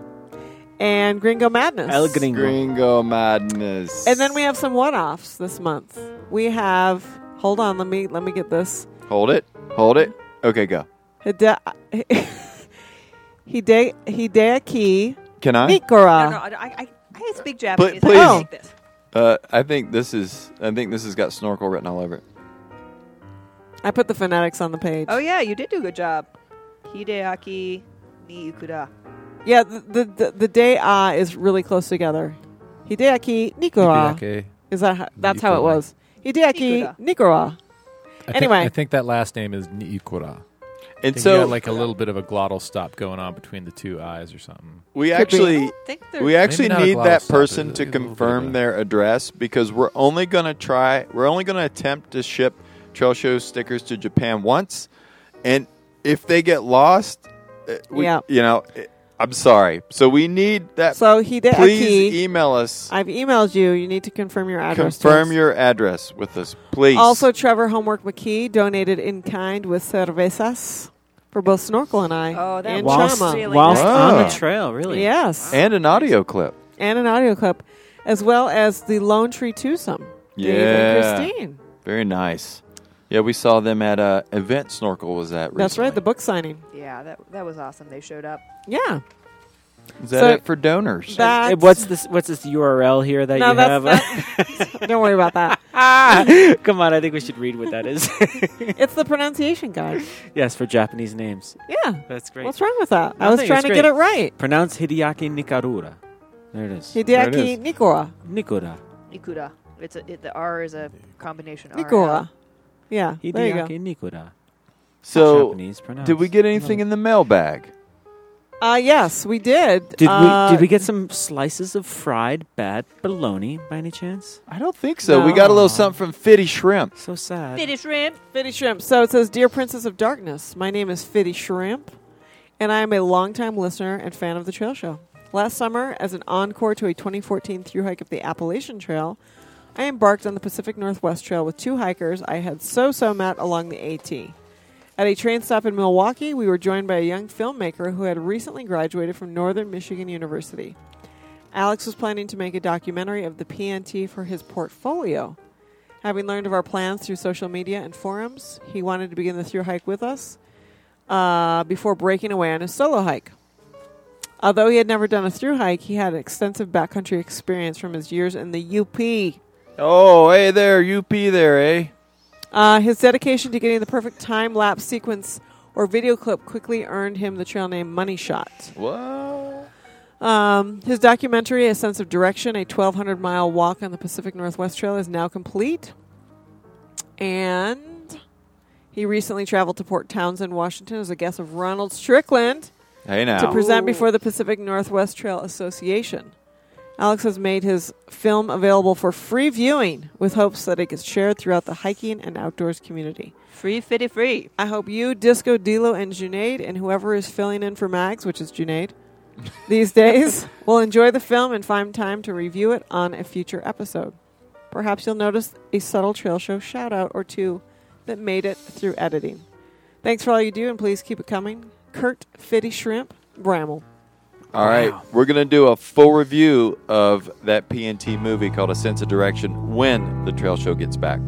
Speaker 1: And Gringo Madness.
Speaker 3: Gringo madness.
Speaker 1: And then we have some one-offs this month. We have. Hold on, let me let me get this.
Speaker 3: Hold it. Hold it. Okay, go.
Speaker 1: Hide- Hide- Hideaki.
Speaker 3: Can I?
Speaker 1: Mikora.
Speaker 4: No, no, I, I, I- I can't speak
Speaker 3: Pl-
Speaker 4: Japanese.
Speaker 3: please.
Speaker 4: I can't speak this.
Speaker 3: Uh, I think this is. I think this has got snorkel written all over it.
Speaker 1: I put the phonetics on the page.
Speaker 4: Oh yeah, you did do a good job. Hideaki Niikuda.
Speaker 1: Yeah, the the, the, the day ah is really close together. Hideaki Nikora.
Speaker 5: Hideaki
Speaker 1: Is that how, that's how it
Speaker 5: Nikora.
Speaker 1: was? Hideaki Nikora.
Speaker 5: I think-
Speaker 1: Anyway,
Speaker 5: I think that last name is Niikura.
Speaker 3: And
Speaker 5: you
Speaker 3: so-
Speaker 5: got like a little bit of a glottal stop going on between the two eyes or something.
Speaker 3: We
Speaker 5: Could be. I
Speaker 3: actually
Speaker 5: don't think they're-
Speaker 3: we actually
Speaker 5: Maybe not a
Speaker 3: need
Speaker 5: glottal
Speaker 3: that
Speaker 5: stop, but
Speaker 3: person
Speaker 5: it's
Speaker 3: to
Speaker 5: a little bit of
Speaker 3: confirm their address because we're only gonna try we're only gonna attempt to ship trail show stickers to Japan once, and if they get lost, uh, we,
Speaker 1: Yeah.
Speaker 3: you know, uh, I'm sorry. So we need that.
Speaker 1: So Hideaki-
Speaker 3: please email us.
Speaker 1: I've emailed you. You need to confirm your address. to
Speaker 3: Confirm
Speaker 1: us.
Speaker 3: your address with us, please.
Speaker 1: Also, Trevor Homework McKee donated in kind with cervezas for both Snorkel and I.
Speaker 4: Oh, that
Speaker 1: in
Speaker 4: was
Speaker 1: Chama.
Speaker 2: Whilst- really whilst nice. on the trail, really.
Speaker 1: Yes.
Speaker 3: and an audio clip.
Speaker 1: and an audio clip, as well as the Lone Tree Twosome. Dave
Speaker 3: Yeah,
Speaker 1: and Christine.
Speaker 3: Very nice. Yeah, we saw them at uh, event snorkel. Was that recently?
Speaker 1: That's right, the book signing.
Speaker 4: Yeah, that that was awesome. They showed up.
Speaker 1: Yeah.
Speaker 3: Is that
Speaker 1: So-
Speaker 3: it for donors?
Speaker 1: That's-
Speaker 2: And what's this? What's this URL here that
Speaker 1: No,
Speaker 2: you
Speaker 1: that's
Speaker 2: have?
Speaker 1: Don't worry about that.
Speaker 2: Come on, I think we should read what that is.
Speaker 1: It's the pronunciation guide.
Speaker 2: yes, for Japanese names.
Speaker 1: Yeah.
Speaker 2: That's great.
Speaker 1: What's wrong with that? I was
Speaker 2: Nothing,
Speaker 1: trying
Speaker 2: it's
Speaker 1: to get
Speaker 2: great.
Speaker 1: it right.
Speaker 2: Pronounce Hideaki Nikarura. There it is.
Speaker 1: Hideaki There it is. Nikora.
Speaker 2: Nikora.
Speaker 4: Nikuda. It's a, it, the R is a combination. R and
Speaker 1: Nikora. Yeah. There you go.
Speaker 2: Hideaki Nikora.
Speaker 3: So,
Speaker 2: Japanese Mm.
Speaker 3: did we
Speaker 2: pronounced.
Speaker 3: get anything in the mailbag?
Speaker 1: Uh, yes, we did.
Speaker 2: Did
Speaker 1: Uh,
Speaker 2: we did we get some slices of fried bad bologna by any chance?
Speaker 3: I don't think so. We got a little something from Fitty Shrimp.
Speaker 2: So sad.
Speaker 1: Fitty Shrimp. Fitty Shrimp. So it says, Dear Princess of Darkness, my name is Fitty Shrimp, and I am a longtime listener and fan of the trail show. Last summer, as an encore to a 2014 through hike of the Appalachian Trail, I embarked on the Pacific Northwest Trail with two hikers I had so so met along the AT. At a train stop in Milwaukee, we were joined by a young filmmaker who had recently graduated from Northern Michigan University. Alex was planning to make a documentary of the PNT for his portfolio. Having learned of our plans through social media and forums, he wanted to begin the through hike with us uh, before breaking away on his solo hike. Although he had never done a through hike, he had extensive backcountry experience from his years in the UP.
Speaker 3: Oh, hey there, UP there, eh?
Speaker 1: Uh, his dedication to getting the perfect time lapse sequence or video clip quickly earned him the trail name Money Shot.
Speaker 3: What?
Speaker 1: Um, his documentary, A Sense of Direction, a 1,200 mile walk on the Pacific Northwest Trail, is now complete. And he recently traveled to Port Townsend, Washington, as a guest of Ronald Strickland
Speaker 3: Hey now.
Speaker 1: to present
Speaker 3: Ooh.
Speaker 1: before the Pacific Northwest Trail Association. Alex has made his film available for free viewing with hopes that it gets shared throughout the hiking and outdoors community.
Speaker 4: Free fitty free.
Speaker 1: I hope you, Disco Dilo, and Junaid, and whoever is filling in for Mags, which is Junaid, these days, will enjoy the film and find time to review it on a future episode. Perhaps you'll notice a subtle trail show shout out or two that made it through editing. Thanks for all you do, and please keep it coming. Kurt Fitty Shrimp, Bramble.
Speaker 3: All right, we're going to do a full review of that PNT movie called A Sense of Direction when the trail show gets back.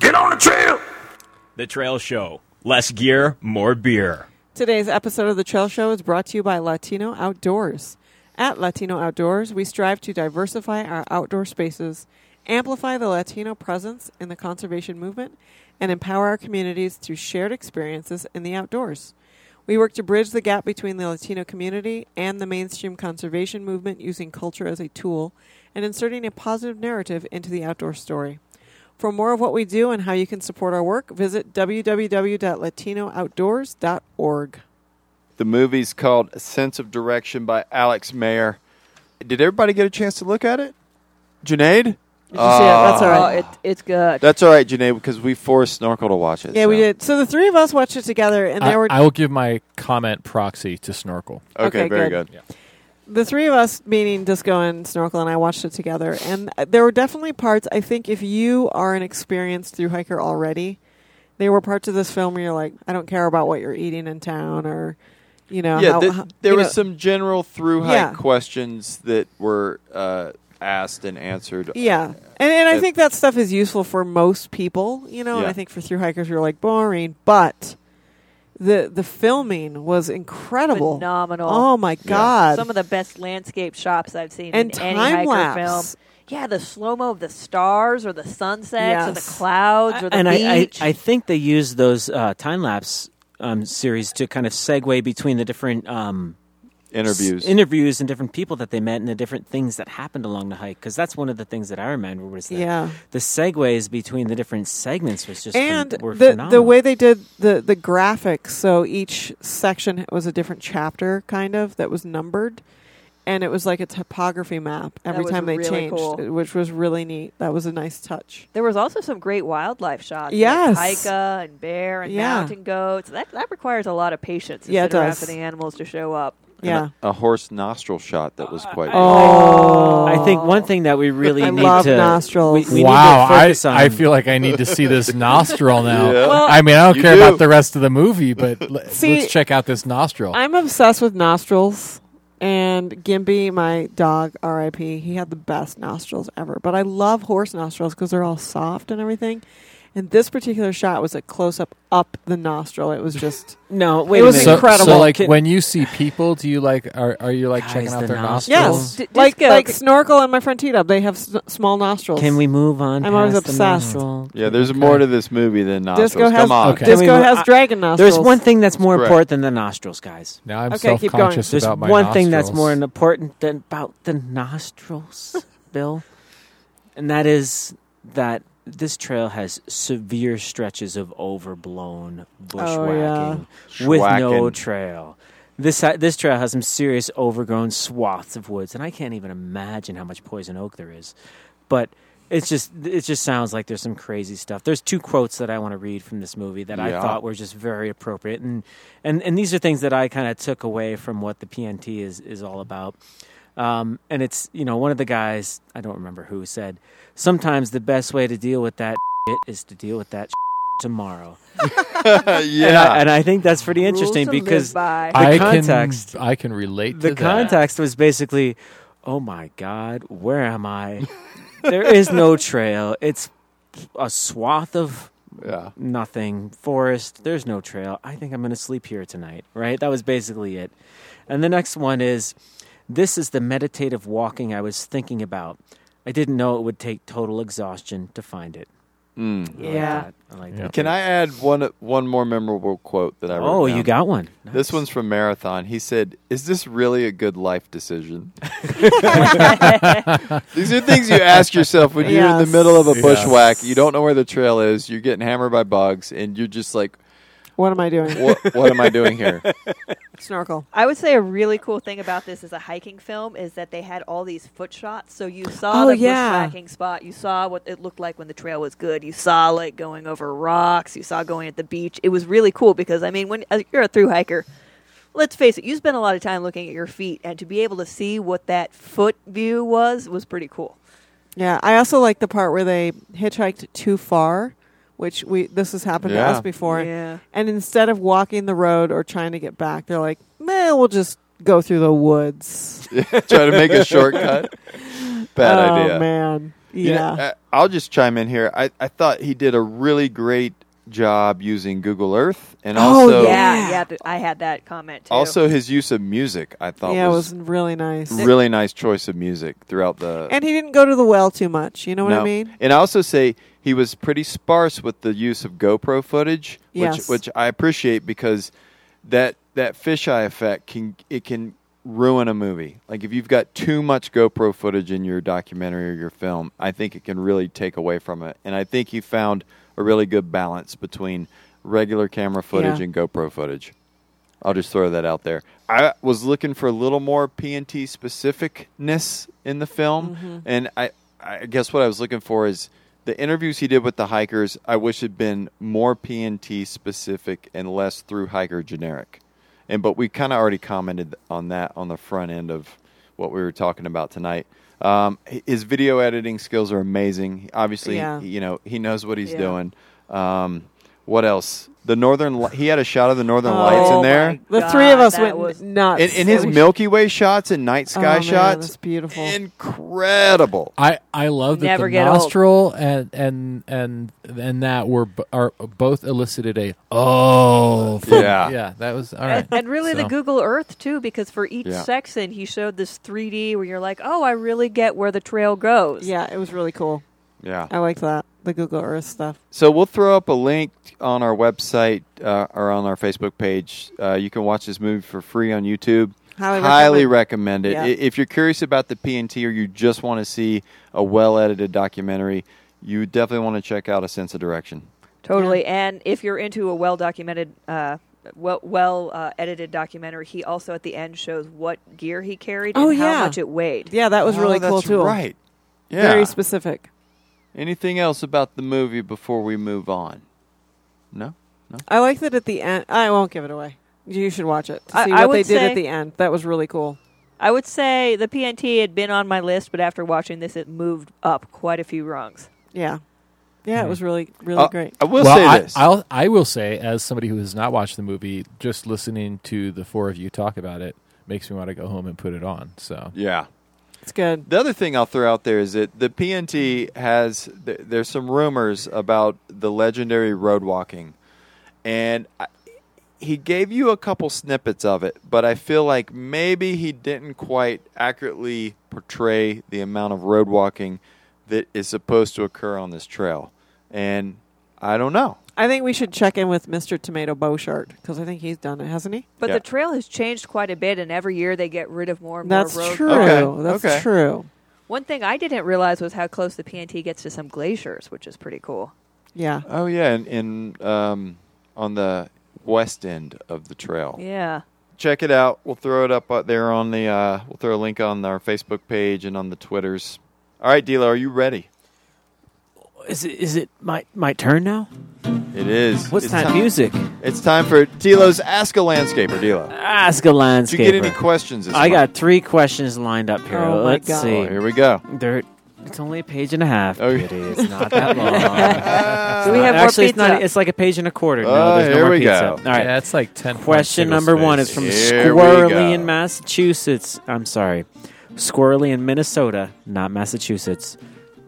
Speaker 6: Get on the trail! The Trail Show. Less gear, more beer.
Speaker 1: Today's episode of The Trail Show is brought to you by Latino Outdoors. At Latino Outdoors, we strive to diversify our outdoor spaces, amplify the Latino presence in the conservation movement, and empower our communities through shared experiences in the outdoors. We work to bridge the gap between the Latino community and the mainstream conservation movement using culture as a tool and inserting a positive narrative into the outdoor story. For more of what we do and how you can support our work, visit www.latinooutdoors.org.
Speaker 3: The movie's called A Sense of Direction by Alex Mayer. Did everybody get a chance to look at it? Junaid? Did you
Speaker 1: That's all right.
Speaker 4: It, it's good.
Speaker 3: That's all right, Junaid, because we forced Snorkel to watch it.
Speaker 1: yeah, we did. So the three of us watched it together, and
Speaker 5: I,
Speaker 1: there were
Speaker 5: I will give my comment proxy to Snorkel.
Speaker 1: Okay, Okay, very good. the three of us, meaning Disco and Snorkel, and I watched it together. And uh, there were definitely parts. I think if you are an experienced through hiker already, there were parts of this film where you're like, I don't care about what you're eating in town, or you know,
Speaker 3: yeah,
Speaker 1: how,
Speaker 3: th-
Speaker 1: how-
Speaker 3: there
Speaker 1: you
Speaker 3: was
Speaker 1: know-
Speaker 3: some general through hike
Speaker 1: Yeah.
Speaker 3: questions that were uh, asked and answered. uh,
Speaker 1: Yeah. And, and I
Speaker 3: It-
Speaker 1: think that stuff is useful for most people, you know. And
Speaker 3: Yeah.
Speaker 1: I think for through hikers, you're like boring, but the the filming was incredible,
Speaker 4: Phenomenal.
Speaker 1: Oh my god!
Speaker 4: Some of the best landscape shops I've seen
Speaker 1: And
Speaker 4: in any
Speaker 1: time
Speaker 4: hiker
Speaker 1: lapse.
Speaker 4: film. Yeah, the slow mo of the stars or the sunsets or the
Speaker 1: Yes.
Speaker 4: clouds or the
Speaker 2: and
Speaker 4: beach.
Speaker 2: I, I, I think they used those uh, time lapse um, series to kind of segue between the different um,
Speaker 3: Interviews.
Speaker 2: s- interviews, and different people that they met, and the different things that happened along the hike. Because that's one of the things that I remember was that
Speaker 1: Yeah.
Speaker 2: the segues between the different segments was just phen-
Speaker 1: and
Speaker 2: were
Speaker 1: the
Speaker 2: phenomenal.
Speaker 1: the way they did the the graphics. So each section was a different chapter, kind of that was numbered, and it was like a topography map every
Speaker 4: was
Speaker 1: time they
Speaker 4: really
Speaker 1: changed,
Speaker 4: cool.
Speaker 1: which was really neat. That was a nice touch.
Speaker 4: there was also some great wildlife shots.
Speaker 1: Yes.
Speaker 4: Like pika and bear and
Speaker 1: Yeah.
Speaker 4: mountain goats. That that requires a lot of patience to
Speaker 1: Yeah, it
Speaker 4: sit around
Speaker 1: does.
Speaker 4: for the animals to show up.
Speaker 3: and A, a horse nostril shot that was quite.
Speaker 2: Oh, I think one thing that we really
Speaker 1: I
Speaker 2: need
Speaker 1: love
Speaker 2: to
Speaker 1: nostrils.
Speaker 2: We, we
Speaker 5: wow,
Speaker 2: need to
Speaker 5: I,
Speaker 2: focus on
Speaker 5: I feel like I need to see this nostril now.
Speaker 2: Yeah. Well,
Speaker 5: I mean, I don't
Speaker 2: you
Speaker 5: care
Speaker 2: do.
Speaker 5: about the rest of the movie, but l-
Speaker 1: See,
Speaker 5: let's check out this nostril.
Speaker 1: I'm obsessed with nostrils. And Gimpy, my dog, RIP, he had the best nostrils ever. But I love horse nostrils because they're all soft and everything. And this particular shot was a close up up the nostril. It was just
Speaker 2: no.
Speaker 1: it was
Speaker 5: So-
Speaker 1: incredible.
Speaker 5: So, like,
Speaker 1: Can-
Speaker 5: when you see people, do you like are, are you like checking out
Speaker 2: the
Speaker 5: their
Speaker 2: nostrils.
Speaker 5: nostrils?
Speaker 3: Oh.
Speaker 1: Yes,
Speaker 2: D-
Speaker 1: like
Speaker 2: disco.
Speaker 1: like snorkel and my friend T Dub, they have s- small nostrils.
Speaker 2: Can we move on?
Speaker 1: I'm always
Speaker 2: past the
Speaker 1: obsessed.
Speaker 2: nostril?
Speaker 3: Yeah, there's more to this movie than nostrils.
Speaker 1: Disco has-
Speaker 3: Come on.
Speaker 1: Okay. Disco
Speaker 2: Can we-
Speaker 1: has
Speaker 2: I-
Speaker 1: dragon
Speaker 2: There's
Speaker 1: nostrils.
Speaker 2: one thing that's more
Speaker 1: Correct.
Speaker 2: important than the nostrils, guys.
Speaker 5: Now I'm
Speaker 1: Okay, keep going. self-conscious
Speaker 2: There's
Speaker 5: about my
Speaker 2: one thing that's
Speaker 5: nostrils.
Speaker 2: more important than about the nostrils, Bill, and that is that this trail has severe stretches of overblown bushwhacking
Speaker 3: yeah.
Speaker 2: with no
Speaker 3: Schwacking.
Speaker 2: trail. This ha- this trail has some serious overgrown swaths of woods, and I can't even imagine how much poison oak there is. But it's just it just sounds like there's some crazy stuff. There's two quotes that I want to read from this movie that I
Speaker 17: Yeah.
Speaker 2: thought were just very appropriate, and and and these are things that I kind of took away from what the PNT is is all about. Um, and it's you know one of the guys I don't remember who said sometimes the best way to deal with that shit is to deal with that shit tomorrow. and, I, and I think that's pretty
Speaker 5: Rules
Speaker 2: interesting
Speaker 5: to live
Speaker 2: because
Speaker 5: by.
Speaker 2: the
Speaker 5: I can-
Speaker 2: context
Speaker 5: I can relate
Speaker 2: The
Speaker 5: to that.
Speaker 2: context was basically, oh my god, where am I? there is no trail. It's a swath of nothing forest. There's no trail. I think I'm going to sleep here tonight. Right? That was basically it. And the next one is, this is the meditative walking I was thinking about. I didn't know it would take total exhaustion to find it. I like
Speaker 1: Yeah.
Speaker 2: that. I like that.
Speaker 3: Can I add one one more memorable quote that I wrote?
Speaker 2: Oh, you
Speaker 3: down?
Speaker 2: got one.
Speaker 3: This one's from Marathon. He said, "Is this really a good life decision?" These are things you ask yourself when you're in the
Speaker 1: Yes.
Speaker 3: middle of a
Speaker 1: Yes.
Speaker 3: bushwhack. You don't know where the trail is. You're getting hammered by bugs, and you're just like,
Speaker 1: What am I doing?
Speaker 3: "What, what am I doing here?"
Speaker 1: Snorkel.
Speaker 4: I would say a really cool thing about this as a hiking film is that they had all these foot shots. So you saw
Speaker 1: Oh,
Speaker 4: the
Speaker 1: yeah.
Speaker 4: bushwhacking spot. You saw what it looked like when the trail was good. You saw like going over rocks. You saw going at the beach. It was really cool because I mean, when uh, you're a through hiker, let's face it, you spend a lot of time looking at your feet, and to be able to see what that foot view was was pretty cool.
Speaker 1: Yeah, I also like the part where they hitchhiked too far, which we this has happened
Speaker 4: Yeah.
Speaker 1: to us before.
Speaker 4: Yeah.
Speaker 1: And instead of walking the road or trying to get back, they're like, "Man, we'll just go through the woods."
Speaker 3: Try to make a shortcut. Bad
Speaker 1: Oh,
Speaker 3: idea.
Speaker 1: man.
Speaker 3: You know,
Speaker 1: Yeah.
Speaker 3: I- I'll just chime in here. I, I thought he did a really great job using Google Earth and
Speaker 1: Oh,
Speaker 3: also
Speaker 4: yeah, yeah, th- I had that comment too.
Speaker 3: also his use of music. I thought
Speaker 1: yeah,
Speaker 3: was,
Speaker 1: it was really nice.
Speaker 3: really nice choice of music throughout the
Speaker 1: And he didn't go to the well too much. You know what I
Speaker 3: No.
Speaker 1: mean?
Speaker 3: And I also say he was pretty sparse with the use of GoPro footage,
Speaker 1: Yes.
Speaker 3: which which I appreciate because that that fisheye effect can it can ruin a movie. Like if you've got too much GoPro footage in your documentary or your film, I think it can really take away from it. And I think he found a really good balance between regular camera footage
Speaker 1: Yeah.
Speaker 3: and GoPro footage. I'll just throw that out there. I was looking for a little more PNT specificness in the film,
Speaker 1: Mm-hmm.
Speaker 3: and I, I guess what I was looking for is the interviews he did with the hikers. I wish had been more PNT specific and less through hiker generic. And but we kind of already commented on that on the front end of what we were talking about tonight. Um, h- his video editing skills are amazing. Obviously,
Speaker 1: Yeah.
Speaker 3: you know he knows what he's
Speaker 1: Yeah.
Speaker 3: doing. Um, what else? The northern li- he had a shot of the northern
Speaker 1: Oh
Speaker 3: lights in
Speaker 1: my
Speaker 3: there.
Speaker 1: The three of us went nuts.
Speaker 3: In, in his
Speaker 1: It was-
Speaker 3: Milky Way shots and night
Speaker 1: Oh,
Speaker 3: sky
Speaker 1: man,
Speaker 3: shots,
Speaker 1: that's beautiful.
Speaker 3: incredible.
Speaker 5: I, I love that
Speaker 1: Never
Speaker 5: the
Speaker 1: get old.
Speaker 5: nostril and and and and that were b- are both elicited a oh from-
Speaker 3: Yeah.
Speaker 5: yeah that was all right
Speaker 4: And, and really the
Speaker 5: So-
Speaker 4: Google Earth too, because for each
Speaker 5: Yeah.
Speaker 4: section he showed this 3D where you're like, oh, I really get where the trail goes.
Speaker 1: Yeah, it was really cool.
Speaker 3: Yeah.
Speaker 1: I liked that the Google Earth stuff.
Speaker 3: So we'll throw up a link on our website uh, or on our Facebook page. Uh, you can watch this movie for free on YouTube.
Speaker 1: Highly
Speaker 3: recommend,
Speaker 1: recommend.
Speaker 3: it.
Speaker 1: Yeah.
Speaker 3: I- If you're curious about the PNT or you just want to see a well edited documentary, you definitely want to check out A Sense of Direction.
Speaker 4: Totally. And if you're into a well documented, uh, well, well uh, edited documentary, he also at the end shows what gear he carried
Speaker 1: Oh,
Speaker 4: and
Speaker 1: yeah.
Speaker 4: how much it weighed.
Speaker 1: Yeah, that was really
Speaker 3: Oh, that's
Speaker 1: cool too.
Speaker 3: right. Yeah.
Speaker 1: Very specific.
Speaker 3: Anything else about the movie before we move on? No? No?
Speaker 1: I like that at the end. I won't give it away. You should watch it to
Speaker 4: I-
Speaker 1: see
Speaker 4: I
Speaker 1: what they
Speaker 4: would
Speaker 1: did
Speaker 4: say-
Speaker 1: at the end. That was really cool.
Speaker 4: I would say the PNT had been on my list, but after watching this, it moved up quite a few rungs.
Speaker 1: Yeah, yeah, it was really really
Speaker 3: Uh,
Speaker 1: great.
Speaker 5: Well, I- I'll, I will say, as somebody who has not watched the movie, just listening to the four of you talk about it makes me want to go home and put it on. So
Speaker 3: Yeah.
Speaker 1: It's good.
Speaker 3: The other thing I'll throw out there is that the PNT has th- there's some rumors about the legendary road walking, and I, he gave you a couple snippets of it, but I feel like maybe he didn't quite accurately portray the amount of road walking that is supposed to occur on this trail, and I don't know.
Speaker 1: I think we should check in with Mr. Tomato Beauchart because I think he's done it, hasn't he?
Speaker 4: But the trail has changed quite a bit, and every year they get rid of more and
Speaker 1: That's
Speaker 4: more road.
Speaker 1: true.
Speaker 3: Okay,
Speaker 1: That's
Speaker 3: okay.
Speaker 1: true.
Speaker 4: One thing I didn't realize was how close the PNT gets to some glaciers, which is pretty cool.
Speaker 1: Yeah.
Speaker 3: Oh yeah, in, in um, on the west end of the trail.
Speaker 4: Yeah.
Speaker 3: Check it out. We'll throw it up out there on the. Uh, we'll throw a link on our Facebook page and on the Twitters. All right, Dilo, are you ready?
Speaker 2: Is it is it my my turn now?
Speaker 3: It is.
Speaker 2: What's
Speaker 3: It's
Speaker 2: that
Speaker 3: time-
Speaker 2: music?
Speaker 3: It's time for Dilo's Ask a Landscaper. Dilo,
Speaker 2: Ask a landscaper.
Speaker 3: Did you get any questions? This
Speaker 2: I
Speaker 3: month?
Speaker 2: got three questions lined up here.
Speaker 3: Oh, my
Speaker 2: Let's
Speaker 3: God.
Speaker 2: see.
Speaker 3: Oh, here we go.
Speaker 2: They're, it's only a page and a half.
Speaker 3: Oh,
Speaker 2: Beauty. It's not that long. It's
Speaker 4: Do we
Speaker 1: Uh,
Speaker 2: not-
Speaker 4: have more
Speaker 2: actually, it's not.
Speaker 1: e-,
Speaker 2: e,
Speaker 4: pizza?
Speaker 2: It's like a page and a quarter.
Speaker 3: Oh,
Speaker 2: no, there's
Speaker 3: here
Speaker 2: no more
Speaker 3: we
Speaker 2: pizza.
Speaker 3: go.
Speaker 2: All right,
Speaker 5: Yeah, it's like 10
Speaker 2: Question
Speaker 5: single
Speaker 2: number one
Speaker 5: space.
Speaker 2: is from
Speaker 5: Here we
Speaker 2: Squirrely
Speaker 5: go.
Speaker 2: in Massachusetts. I'm sorry, Squirrely in Minnesota, not Massachusetts.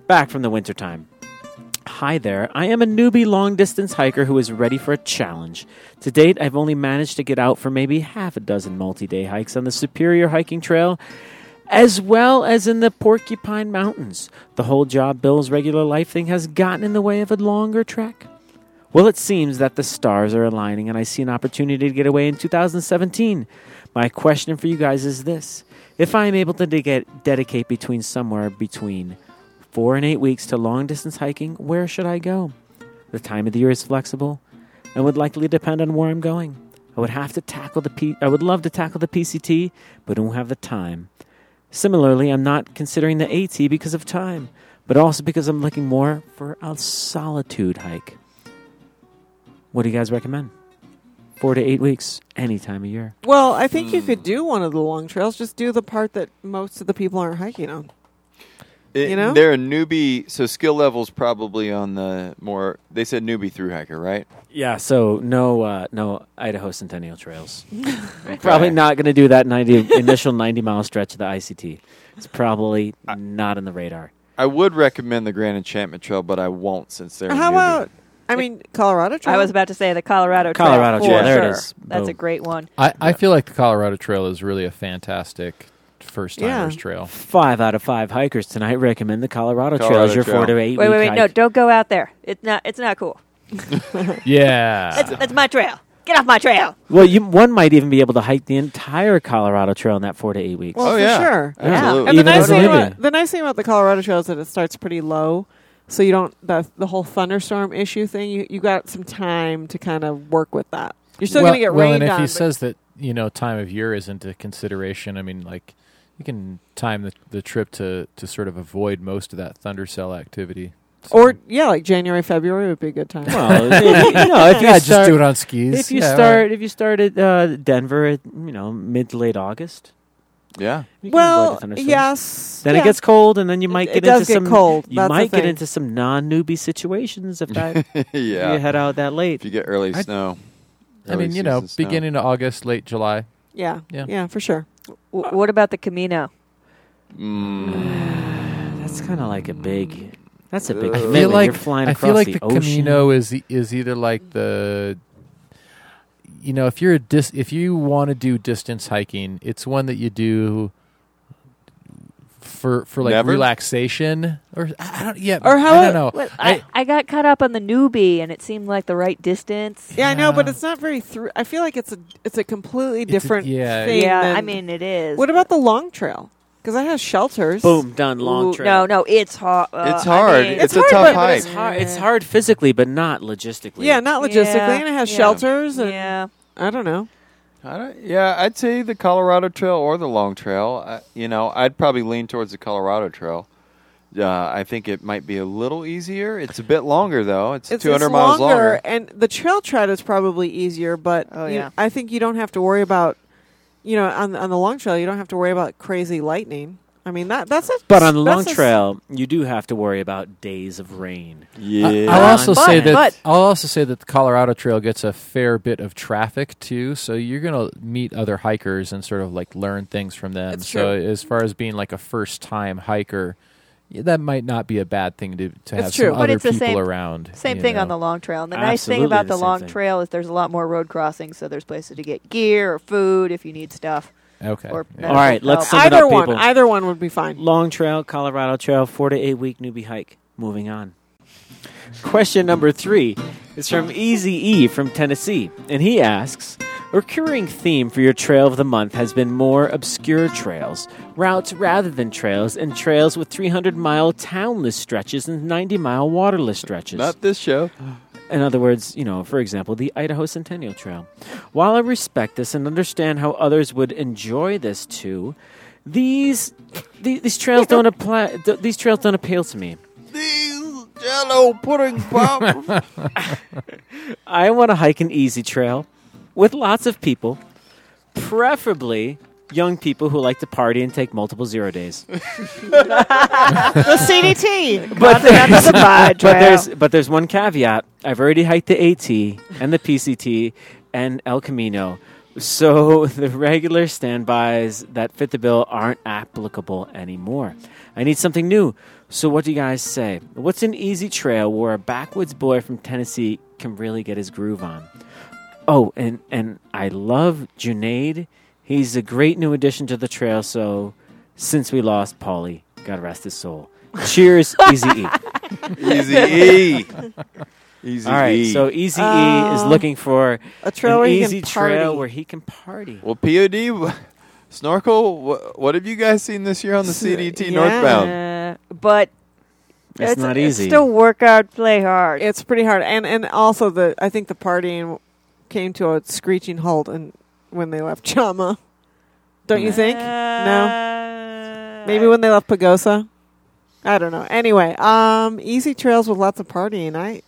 Speaker 2: Back from the wintertime. Hi there. I am a newbie long distance hiker who is ready for a challenge. To date, I've only managed to get out for maybe half a dozen multi day hikes on the Superior Hiking Trail, as well as in the Porcupine Mountains. The whole job, Bill's regular life thing has gotten in the way of a longer trek. Well, it seems that the stars are aligning and I see an opportunity to get away in 2017. My question for you guys is this If I am able to de- get, dedicate between somewhere between four and eight weeks to long distance hiking, where should I go? The time of the year is flexible and would likely depend on where I'm going. I would have to tackle the P- I would love to tackle the PCT, but don't have the time. Similarly, I'm not considering the AT because of time, but also because I'm looking more for a solitude hike. What do you guys recommend? Four to eight weeks, any time of year.
Speaker 1: Well, I think you could do one of the long trails. Just do the part that most of the people aren't hiking on.
Speaker 3: It-
Speaker 1: you know?
Speaker 3: they're a newbie, so skill levels probably on the more. They said newbie through hiker, right?
Speaker 2: Yeah, so no, uh, no Idaho Centennial trails. Probably not going to do that ninety initial ninety mile stretch of the ICT. It's probably not in the radar.
Speaker 3: I would recommend the Grand Enchantment Trail, but I won't since they're. a
Speaker 1: How
Speaker 3: newbie.
Speaker 1: about? I mean, Colorado Trail.
Speaker 4: I was about to say the Colorado Trail.
Speaker 3: Colorado
Speaker 4: for
Speaker 3: Trail, there it
Speaker 4: sure.
Speaker 3: is.
Speaker 4: That's
Speaker 5: Boom.
Speaker 4: a great one.
Speaker 5: I, I feel like the Colorado Trail is really a fantastic first timers
Speaker 4: Yeah.
Speaker 5: trail.
Speaker 2: Five out of five hikers tonight recommend the Colorado, Trail as
Speaker 5: Colorado
Speaker 2: your four
Speaker 5: Trail.
Speaker 2: to eight
Speaker 4: Wait,
Speaker 2: week
Speaker 4: wait, wait!
Speaker 2: hike.
Speaker 4: No, don't go out there. It's not. It's not cool.
Speaker 5: Yeah.
Speaker 4: That's, that's my trail. Get off my trail.
Speaker 2: Well, you, one might even be able to hike the entire Colorado Trail in that four to eight weeks.
Speaker 1: Well,
Speaker 3: Oh,
Speaker 1: for sure.
Speaker 2: Absolutely.
Speaker 1: And the
Speaker 2: Even
Speaker 1: nice,
Speaker 2: as a
Speaker 1: thing
Speaker 2: living.
Speaker 1: about, the nice thing about the Colorado Trail is that it starts pretty low, so you don't the the whole thunderstorm issue thing. You you got some time to kind of work with that. You're still
Speaker 5: well,
Speaker 1: going to get
Speaker 5: well,
Speaker 1: rained
Speaker 5: and if
Speaker 1: on.
Speaker 5: he
Speaker 1: but-
Speaker 5: says that you know time of year is into consideration, I mean, like you can time the, the trip to to sort of avoid most of that thunder cell activity.
Speaker 1: or yeah, like January, February would be a good time.
Speaker 2: Well, if, you know, if you
Speaker 5: Yeah, just
Speaker 2: start-
Speaker 5: do it on skis.
Speaker 2: If you
Speaker 5: Yeah,
Speaker 2: start, if you start at uh, Denver, at, you know, mid to late August.
Speaker 3: Yeah.
Speaker 2: you can
Speaker 1: Well,
Speaker 2: avoid the thunderstorms.
Speaker 1: yes,
Speaker 2: Then
Speaker 1: yeah.
Speaker 2: it gets cold, and then you might
Speaker 1: It-
Speaker 2: get
Speaker 1: it does
Speaker 2: into
Speaker 1: get
Speaker 2: some
Speaker 1: cold.
Speaker 2: You
Speaker 1: That's the
Speaker 2: might get
Speaker 1: thing.
Speaker 2: into some non newbie situations if that.
Speaker 3: yeah.
Speaker 2: You head out that late.
Speaker 3: If you get early
Speaker 5: I-
Speaker 3: snow.
Speaker 5: I mean,
Speaker 3: early
Speaker 5: you know,
Speaker 3: season snow.
Speaker 5: beginning of August, late July.
Speaker 1: yeah,
Speaker 5: Yeah.
Speaker 1: yeah, for sure.
Speaker 4: W- what about the Camino?
Speaker 3: Mm.
Speaker 2: That's kind of like a big. That's a big.
Speaker 5: I
Speaker 2: commitment.
Speaker 5: feel like
Speaker 2: You're flying
Speaker 5: I
Speaker 2: across
Speaker 5: feel like
Speaker 2: the,
Speaker 5: the,
Speaker 2: ocean.
Speaker 5: Camino is e- is either like the you know if you're a dis- if you want to do distance hiking, it's one that you do for for like
Speaker 3: Never?
Speaker 5: relaxation or I I don't yeah
Speaker 4: Or how?
Speaker 5: I don't know
Speaker 4: Well, I, I, got caught up on the newbie, and it seemed like the right distance.
Speaker 1: Yeah, I know, but it's not very. Thr- I feel like it's a it's a completely different
Speaker 5: yeah.
Speaker 1: thing.
Speaker 4: Yeah,
Speaker 1: than-
Speaker 4: I mean it is.
Speaker 1: what about the long trail? Because that has shelters.
Speaker 2: Boom, done. Long
Speaker 4: Ooh,
Speaker 2: trail.
Speaker 4: No, no, it's hard. Uh,
Speaker 3: It's hard.
Speaker 4: I mean,
Speaker 3: It's a tough
Speaker 2: but
Speaker 3: hike.
Speaker 2: It's hard, it's hard physically, but not logistically.
Speaker 1: Yeah, not logistically, and it has
Speaker 4: yeah.
Speaker 1: shelters. And
Speaker 4: Yeah.
Speaker 1: I don't know.
Speaker 3: I don't, yeah, I'd say the Colorado Trail or the Long Trail. I, you know, I'd probably lean towards the Colorado Trail. Uh, I think it might be a little easier. It's a bit longer though. It's,
Speaker 1: It's,
Speaker 3: 200
Speaker 1: it's
Speaker 3: miles
Speaker 1: longer,
Speaker 3: longer. Oh,
Speaker 1: and the trail tread is probably easier. But you-
Speaker 4: yeah.
Speaker 1: I think you don't have to worry about, you know, on on the long trail, you don't have to worry about crazy lightning. I mean that that's a
Speaker 2: But on the long
Speaker 1: that's a-
Speaker 2: trail, you do have to worry about days of rain.
Speaker 5: I-
Speaker 3: Uh,
Speaker 5: I'll also say that I'll also say that the Colorado Trail gets a fair bit of traffic too, so you're gonna meet other hikers and sort of like learn things from them.
Speaker 1: It's
Speaker 5: so
Speaker 1: true.
Speaker 5: as far as being like a first time hiker, yeah, that might not be a bad thing to to have
Speaker 4: it's true,
Speaker 5: some
Speaker 4: but
Speaker 5: other
Speaker 4: it's the
Speaker 5: people
Speaker 4: same
Speaker 5: around.
Speaker 4: Same
Speaker 5: you
Speaker 4: thing
Speaker 5: know.
Speaker 4: on the long trail. And the nice thing
Speaker 5: Absolutely
Speaker 4: about
Speaker 5: the
Speaker 4: the,
Speaker 5: same
Speaker 4: long
Speaker 5: thing.
Speaker 4: trail is there's a lot more road crossings, so there's places to get gear or food if you need stuff.
Speaker 5: Okay.
Speaker 4: Or
Speaker 2: All right, let's sum
Speaker 1: either
Speaker 2: it up,
Speaker 1: one,
Speaker 2: people.
Speaker 1: either one would be fine.
Speaker 2: Long Trail, Colorado Trail, four to eight week newbie hike. Moving on. Question number three is from Easy E from Tennessee, and he asks: A recurring theme for your trail of the month has been more obscure trails, routes rather than trails, and trails with 300 mile townless stretches and 90 mile waterless stretches.
Speaker 3: Not this show.
Speaker 2: In other words, you know, for example, the Idaho Centennial Trail. While I respect this and understand how others would enjoy this too, these these, these trails don't apply. Th- these trails don't appeal to me.
Speaker 3: Jello pudding pop.
Speaker 2: I want to hike an easy trail with lots of people, preferably young people who like to party and take multiple zero days.
Speaker 1: the CDT,
Speaker 2: but there's,
Speaker 1: that's a bad trail.
Speaker 2: but there's but there's one caveat. I've already hiked the AT and the PCT and El Camino. So the regular standbys that fit the bill aren't applicable anymore. I need something new. So what do you guys say? What's an easy trail where a backwoods boy from Tennessee can really get his groove on? Oh, and and I love Junaid. He's a great new addition to the trail. So since we lost Paulie, God rest his soul. Cheers, Easy E.
Speaker 3: Easy E. Easy
Speaker 2: All right,
Speaker 3: E.
Speaker 2: so Easy E is
Speaker 1: Uh,
Speaker 2: looking for
Speaker 1: a trail
Speaker 2: an
Speaker 1: where he can
Speaker 2: easy trail
Speaker 1: party.
Speaker 2: where he can party.
Speaker 3: Well, POD, wh- Snorkel, wh- what have you guys seen this year on the CDT Northbound?
Speaker 4: Uh, but
Speaker 3: It's not easy.
Speaker 4: still work hard, play hard.
Speaker 1: It's pretty hard, and and also the I think the partying came to a screeching halt and when they left Chama, don't you think?
Speaker 4: Uh,
Speaker 1: no, maybe when they left Pagosa. I don't know. Anyway, um, easy trails with lots of partying. I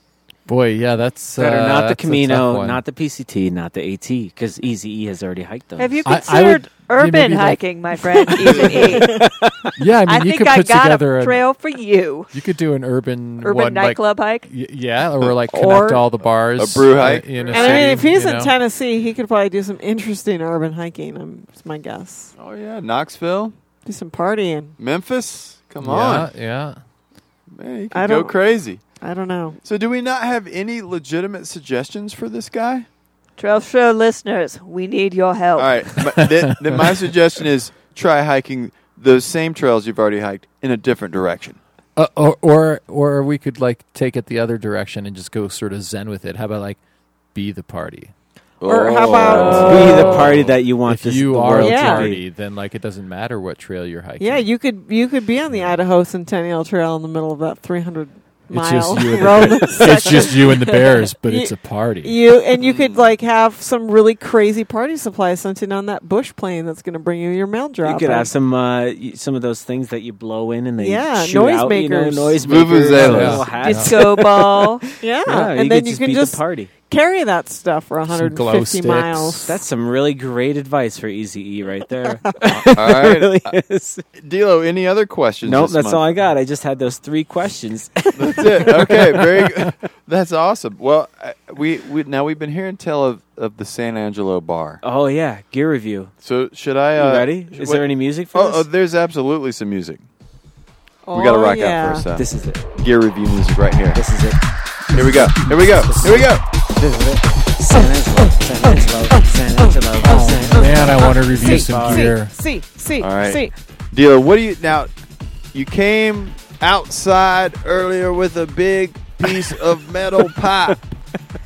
Speaker 5: Boy, yeah, that's
Speaker 2: That
Speaker 5: uh,
Speaker 2: are not the
Speaker 5: that's a tough
Speaker 2: Camino,
Speaker 5: one.
Speaker 2: not the PCT, not the AT, because Easy E has already hiked those.
Speaker 4: Have you
Speaker 5: I-
Speaker 4: considered
Speaker 5: I would- yeah,
Speaker 4: urban
Speaker 5: maybe like-
Speaker 4: hiking, my friend? Even E.
Speaker 5: Yeah, I mean,
Speaker 4: I
Speaker 5: you
Speaker 4: think
Speaker 5: could
Speaker 4: I
Speaker 5: put
Speaker 4: got
Speaker 5: together
Speaker 4: a
Speaker 5: an-
Speaker 4: trail for you.
Speaker 5: You could do an urban
Speaker 4: Urban
Speaker 5: one, like-
Speaker 4: nightclub hike?
Speaker 5: Y- yeah, or like connect
Speaker 4: Or-
Speaker 5: all the bars,
Speaker 3: A brew
Speaker 5: uh,
Speaker 3: hike?
Speaker 5: in
Speaker 1: and
Speaker 5: a
Speaker 1: I mean,
Speaker 5: city,
Speaker 1: if he's
Speaker 5: you
Speaker 1: in
Speaker 5: know?
Speaker 1: Tennessee, he could probably do some interesting urban hiking. um, It's my guess.
Speaker 3: Oh yeah, Knoxville,
Speaker 1: Do some partying.
Speaker 3: Memphis. Come
Speaker 5: Yeah,
Speaker 3: on,
Speaker 5: yeah.
Speaker 3: man, you
Speaker 1: I
Speaker 3: can go
Speaker 1: don't-
Speaker 3: crazy.
Speaker 1: I don't know.
Speaker 3: So, do we not have any legitimate suggestions for this guy?
Speaker 4: Trail show listeners, we need your help.
Speaker 3: All right, my, then, then my suggestion is try hiking those same trails you've already hiked in a different direction.
Speaker 5: Uh, or or or we could like take it the other direction and just go sort of zen with it. How about like be the party?
Speaker 1: Or how about
Speaker 2: Oh, Be the party that you want
Speaker 5: if
Speaker 2: this
Speaker 5: you
Speaker 2: the
Speaker 5: are
Speaker 2: world
Speaker 5: the
Speaker 1: Yeah.
Speaker 2: to be.
Speaker 5: party, then like it doesn't matter what trail you're hiking.
Speaker 1: Yeah, you could you could be on the Idaho Centennial Trail in the middle of that 300
Speaker 5: It's
Speaker 1: mile
Speaker 5: just you and the
Speaker 1: road.
Speaker 5: bears. It's just you and the bears, but
Speaker 1: You-
Speaker 5: it's a party.
Speaker 1: You and you could like have some really crazy party supplies sent in on that bush plane that's going to bring you your mail drop.
Speaker 2: You could have some uh, y- some of those things that you blow in and they
Speaker 1: Yeah,
Speaker 2: shoot out, you know,
Speaker 1: noisemakers.
Speaker 2: noisemakers,
Speaker 3: Vuvuzelas.
Speaker 2: little
Speaker 5: Yeah.
Speaker 2: hats.
Speaker 4: Disco ball.
Speaker 1: yeah,
Speaker 2: Yeah,
Speaker 1: and
Speaker 2: you
Speaker 1: then
Speaker 2: could
Speaker 1: you
Speaker 2: just
Speaker 1: can
Speaker 2: beat the
Speaker 1: just
Speaker 2: party.
Speaker 1: carry that stuff for
Speaker 5: glow
Speaker 1: 150
Speaker 5: sticks.
Speaker 1: miles.
Speaker 2: That's some really great advice for Easy E right there.
Speaker 3: All
Speaker 2: It
Speaker 3: right,
Speaker 2: really is.
Speaker 3: Dilo, any other questions?
Speaker 2: Nope,
Speaker 3: this
Speaker 2: that's
Speaker 3: month?
Speaker 2: all I got. I just had those three questions.
Speaker 3: That's it. Okay, very good. That's awesome. Well, I- we, we now we've been hearing tell of, of the San Angelo bar.
Speaker 2: oh yeah, gear review.
Speaker 3: So should I?
Speaker 2: You
Speaker 3: Uh,
Speaker 2: ready?
Speaker 3: sh-
Speaker 2: Is
Speaker 3: what-
Speaker 2: there any music for
Speaker 3: Oh, oh,
Speaker 2: this?
Speaker 3: there's absolutely some music. we got to
Speaker 1: Oh,
Speaker 3: rock
Speaker 1: yeah.
Speaker 3: out first. Though.
Speaker 2: This is it.
Speaker 3: gear review music right here.
Speaker 2: This is it.
Speaker 3: Here we go. Here we go. Here we go.
Speaker 2: This is it. San
Speaker 3: Oh,
Speaker 2: Angelo, San Angelo, San Angelo, San Angelo.
Speaker 5: Man, I want to
Speaker 1: See,
Speaker 5: review some
Speaker 1: see,
Speaker 5: gear.
Speaker 1: See, see,
Speaker 3: All right.
Speaker 1: see.
Speaker 3: Dilo, what do you now? You came outside earlier with a big piece of metal pipe.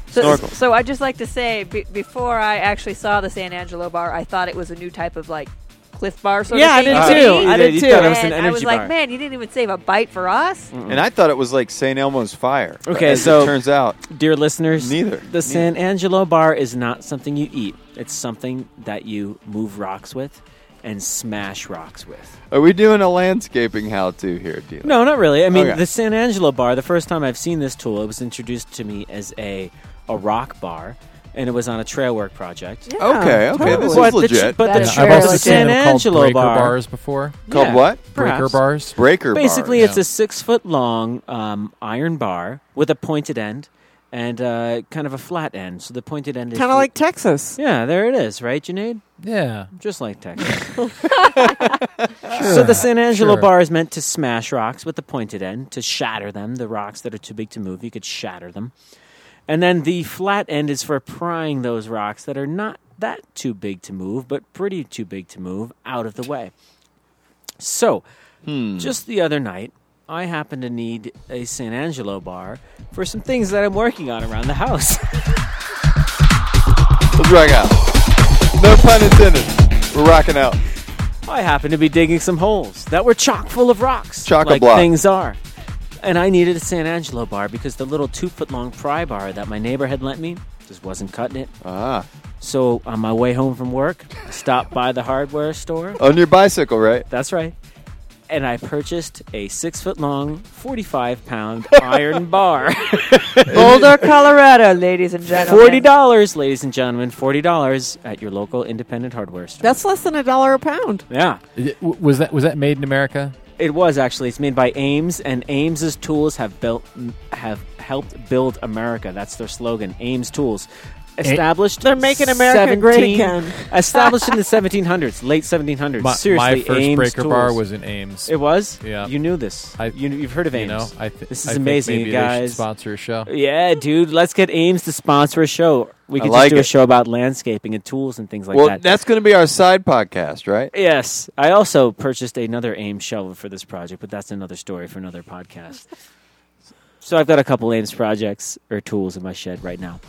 Speaker 4: So,
Speaker 3: Snorkel.
Speaker 4: so I'd just like to say, be- before I actually saw the San Angelo bar, I thought it was a new type of like cliff bar sort
Speaker 1: Yeah, I
Speaker 4: of thing.
Speaker 1: did
Speaker 4: you
Speaker 1: too.
Speaker 4: could eat.
Speaker 1: I did
Speaker 2: You
Speaker 1: too.
Speaker 2: thought it was an
Speaker 4: And I was
Speaker 2: energy
Speaker 4: like,
Speaker 2: bar.
Speaker 4: man, you didn't even save a bite for us.
Speaker 3: And I thought it was like St. Elmo's fire. but
Speaker 2: Mm-hmm. Okay,
Speaker 3: as
Speaker 2: so-
Speaker 3: it turns out,
Speaker 2: Dear listeners,
Speaker 3: Neither.
Speaker 2: The San Angelo bar is not something you eat. It's something that you move rocks with and smash rocks with.
Speaker 3: are we doing a landscaping how-to here, Dilo?
Speaker 2: No, not really. I mean,
Speaker 3: Okay.
Speaker 2: the San Angelo bar, the first time I've seen this tool, it was introduced to me as a, a rock bar. and it was on a trail work project.
Speaker 3: Yeah, Okay, okay, this
Speaker 2: but
Speaker 3: is
Speaker 2: the,
Speaker 3: legit.
Speaker 2: But
Speaker 5: That
Speaker 2: the
Speaker 5: is
Speaker 2: I've
Speaker 5: very
Speaker 2: also
Speaker 5: legit.
Speaker 2: San
Speaker 5: Seen them called
Speaker 2: Angelo
Speaker 5: breaker
Speaker 2: bar.
Speaker 5: bars before.
Speaker 3: Called what?
Speaker 2: perhaps.
Speaker 5: Breaker bars.
Speaker 3: Breaker bars.
Speaker 2: Basically, it's
Speaker 3: Yeah.
Speaker 2: a six foot long um, iron bar with a pointed end and uh, kind of a flat end. So the pointed end is
Speaker 1: Kind of
Speaker 2: for-
Speaker 1: like Texas.
Speaker 2: Yeah, there it is, right, Junaid?
Speaker 5: Yeah.
Speaker 2: Just like Texas. So the San Angelo
Speaker 5: Sure.
Speaker 2: bar is meant to smash rocks with the pointed end to shatter them. The rocks that are too big to move, you could shatter them. And then the flat end is for prying those rocks that are not that too big to move, but pretty too big to move out of the way. So,
Speaker 5: Hmm.
Speaker 2: just the other night, I happened to need a San Angelo bar for some things that I'm working on around the house.
Speaker 3: Let's rock out. No pun intended. We're rocking out.
Speaker 2: I happened to be digging some holes that were chock full of rocks, like
Speaker 3: Chock-a-block.
Speaker 2: things are. And I needed a San Angelo bar because the little two foot long pry bar that my neighbor had lent me just wasn't cutting it.
Speaker 3: Ah.
Speaker 2: So on my way home from work, I stopped by the hardware store.
Speaker 3: On your bicycle, right?
Speaker 2: That's right. And I purchased a six foot long, 45 pound iron bar.
Speaker 4: Boulder, Colorado, ladies and gentlemen.
Speaker 2: $40, ladies and gentlemen, $40 at your local independent hardware store.
Speaker 1: That's less than a dollar a pound.
Speaker 2: Yeah.
Speaker 5: Was that was that made in America?
Speaker 2: It was actually. It's made by Ames, and Ames's tools have built have helped build America. That's their slogan. Ames Tools,
Speaker 5: Eh.
Speaker 2: established.
Speaker 1: They're making America great again.
Speaker 2: established in the 1700s, late 1700s.
Speaker 5: My-
Speaker 2: Seriously,
Speaker 5: my first
Speaker 2: Ames
Speaker 5: breaker
Speaker 2: tools.
Speaker 5: bar was in Ames.
Speaker 2: It was.
Speaker 5: Yeah.
Speaker 2: you knew this. you, you've heard of
Speaker 5: you
Speaker 2: Ames.
Speaker 5: know, I thi-
Speaker 2: this
Speaker 5: I
Speaker 2: is
Speaker 5: think
Speaker 2: amazing,
Speaker 5: maybe they should
Speaker 2: guys.
Speaker 5: sponsor a show.
Speaker 2: Yeah, dude. Let's get Ames to sponsor a show. We
Speaker 3: I
Speaker 2: could
Speaker 3: like
Speaker 2: just do a
Speaker 3: it.
Speaker 2: show about landscaping and tools and things like
Speaker 3: well,
Speaker 2: that.
Speaker 3: that's going to be our side podcast, right?
Speaker 2: Yes, I also purchased another Ames shovel for this project, but that's another story for another podcast. so I've got a couple Ames projects or tools in my shed right now.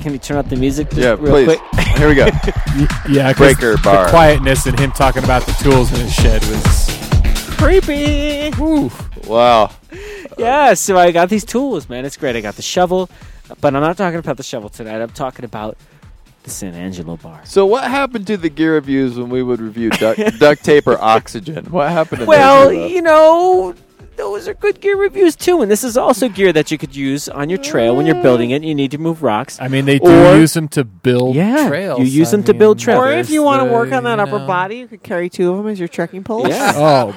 Speaker 2: Can we turn up the music? Just
Speaker 3: Yeah,
Speaker 2: real
Speaker 3: please.
Speaker 2: quick?
Speaker 3: Here we go.
Speaker 5: Yeah, 'cause
Speaker 3: Breaker
Speaker 5: the
Speaker 3: bar.
Speaker 5: quietness and him talking about the tools in his shed was
Speaker 2: Creepy.
Speaker 3: Wow.
Speaker 2: Yeah, so I got these tools, man. It's great. I got the shovel, but I'm not talking about the shovel tonight. I'm talking about the San Angelo bar.
Speaker 3: So, what happened to the gear reviews when we would review duct, duct tape or oxygen? What happened to
Speaker 2: Well,
Speaker 3: those? Reba?
Speaker 2: you know, those are good gear reviews too, and this is also gear that you could use on your trail when you're building it. You need to move rocks. I
Speaker 5: mean, they do use them to build
Speaker 2: yeah,
Speaker 5: trails.
Speaker 2: You use
Speaker 5: I
Speaker 2: them to build
Speaker 5: mean,
Speaker 2: trails.
Speaker 1: Or if you want to work on that upper body, you could carry two of them as your trekking poles.
Speaker 2: Yeah.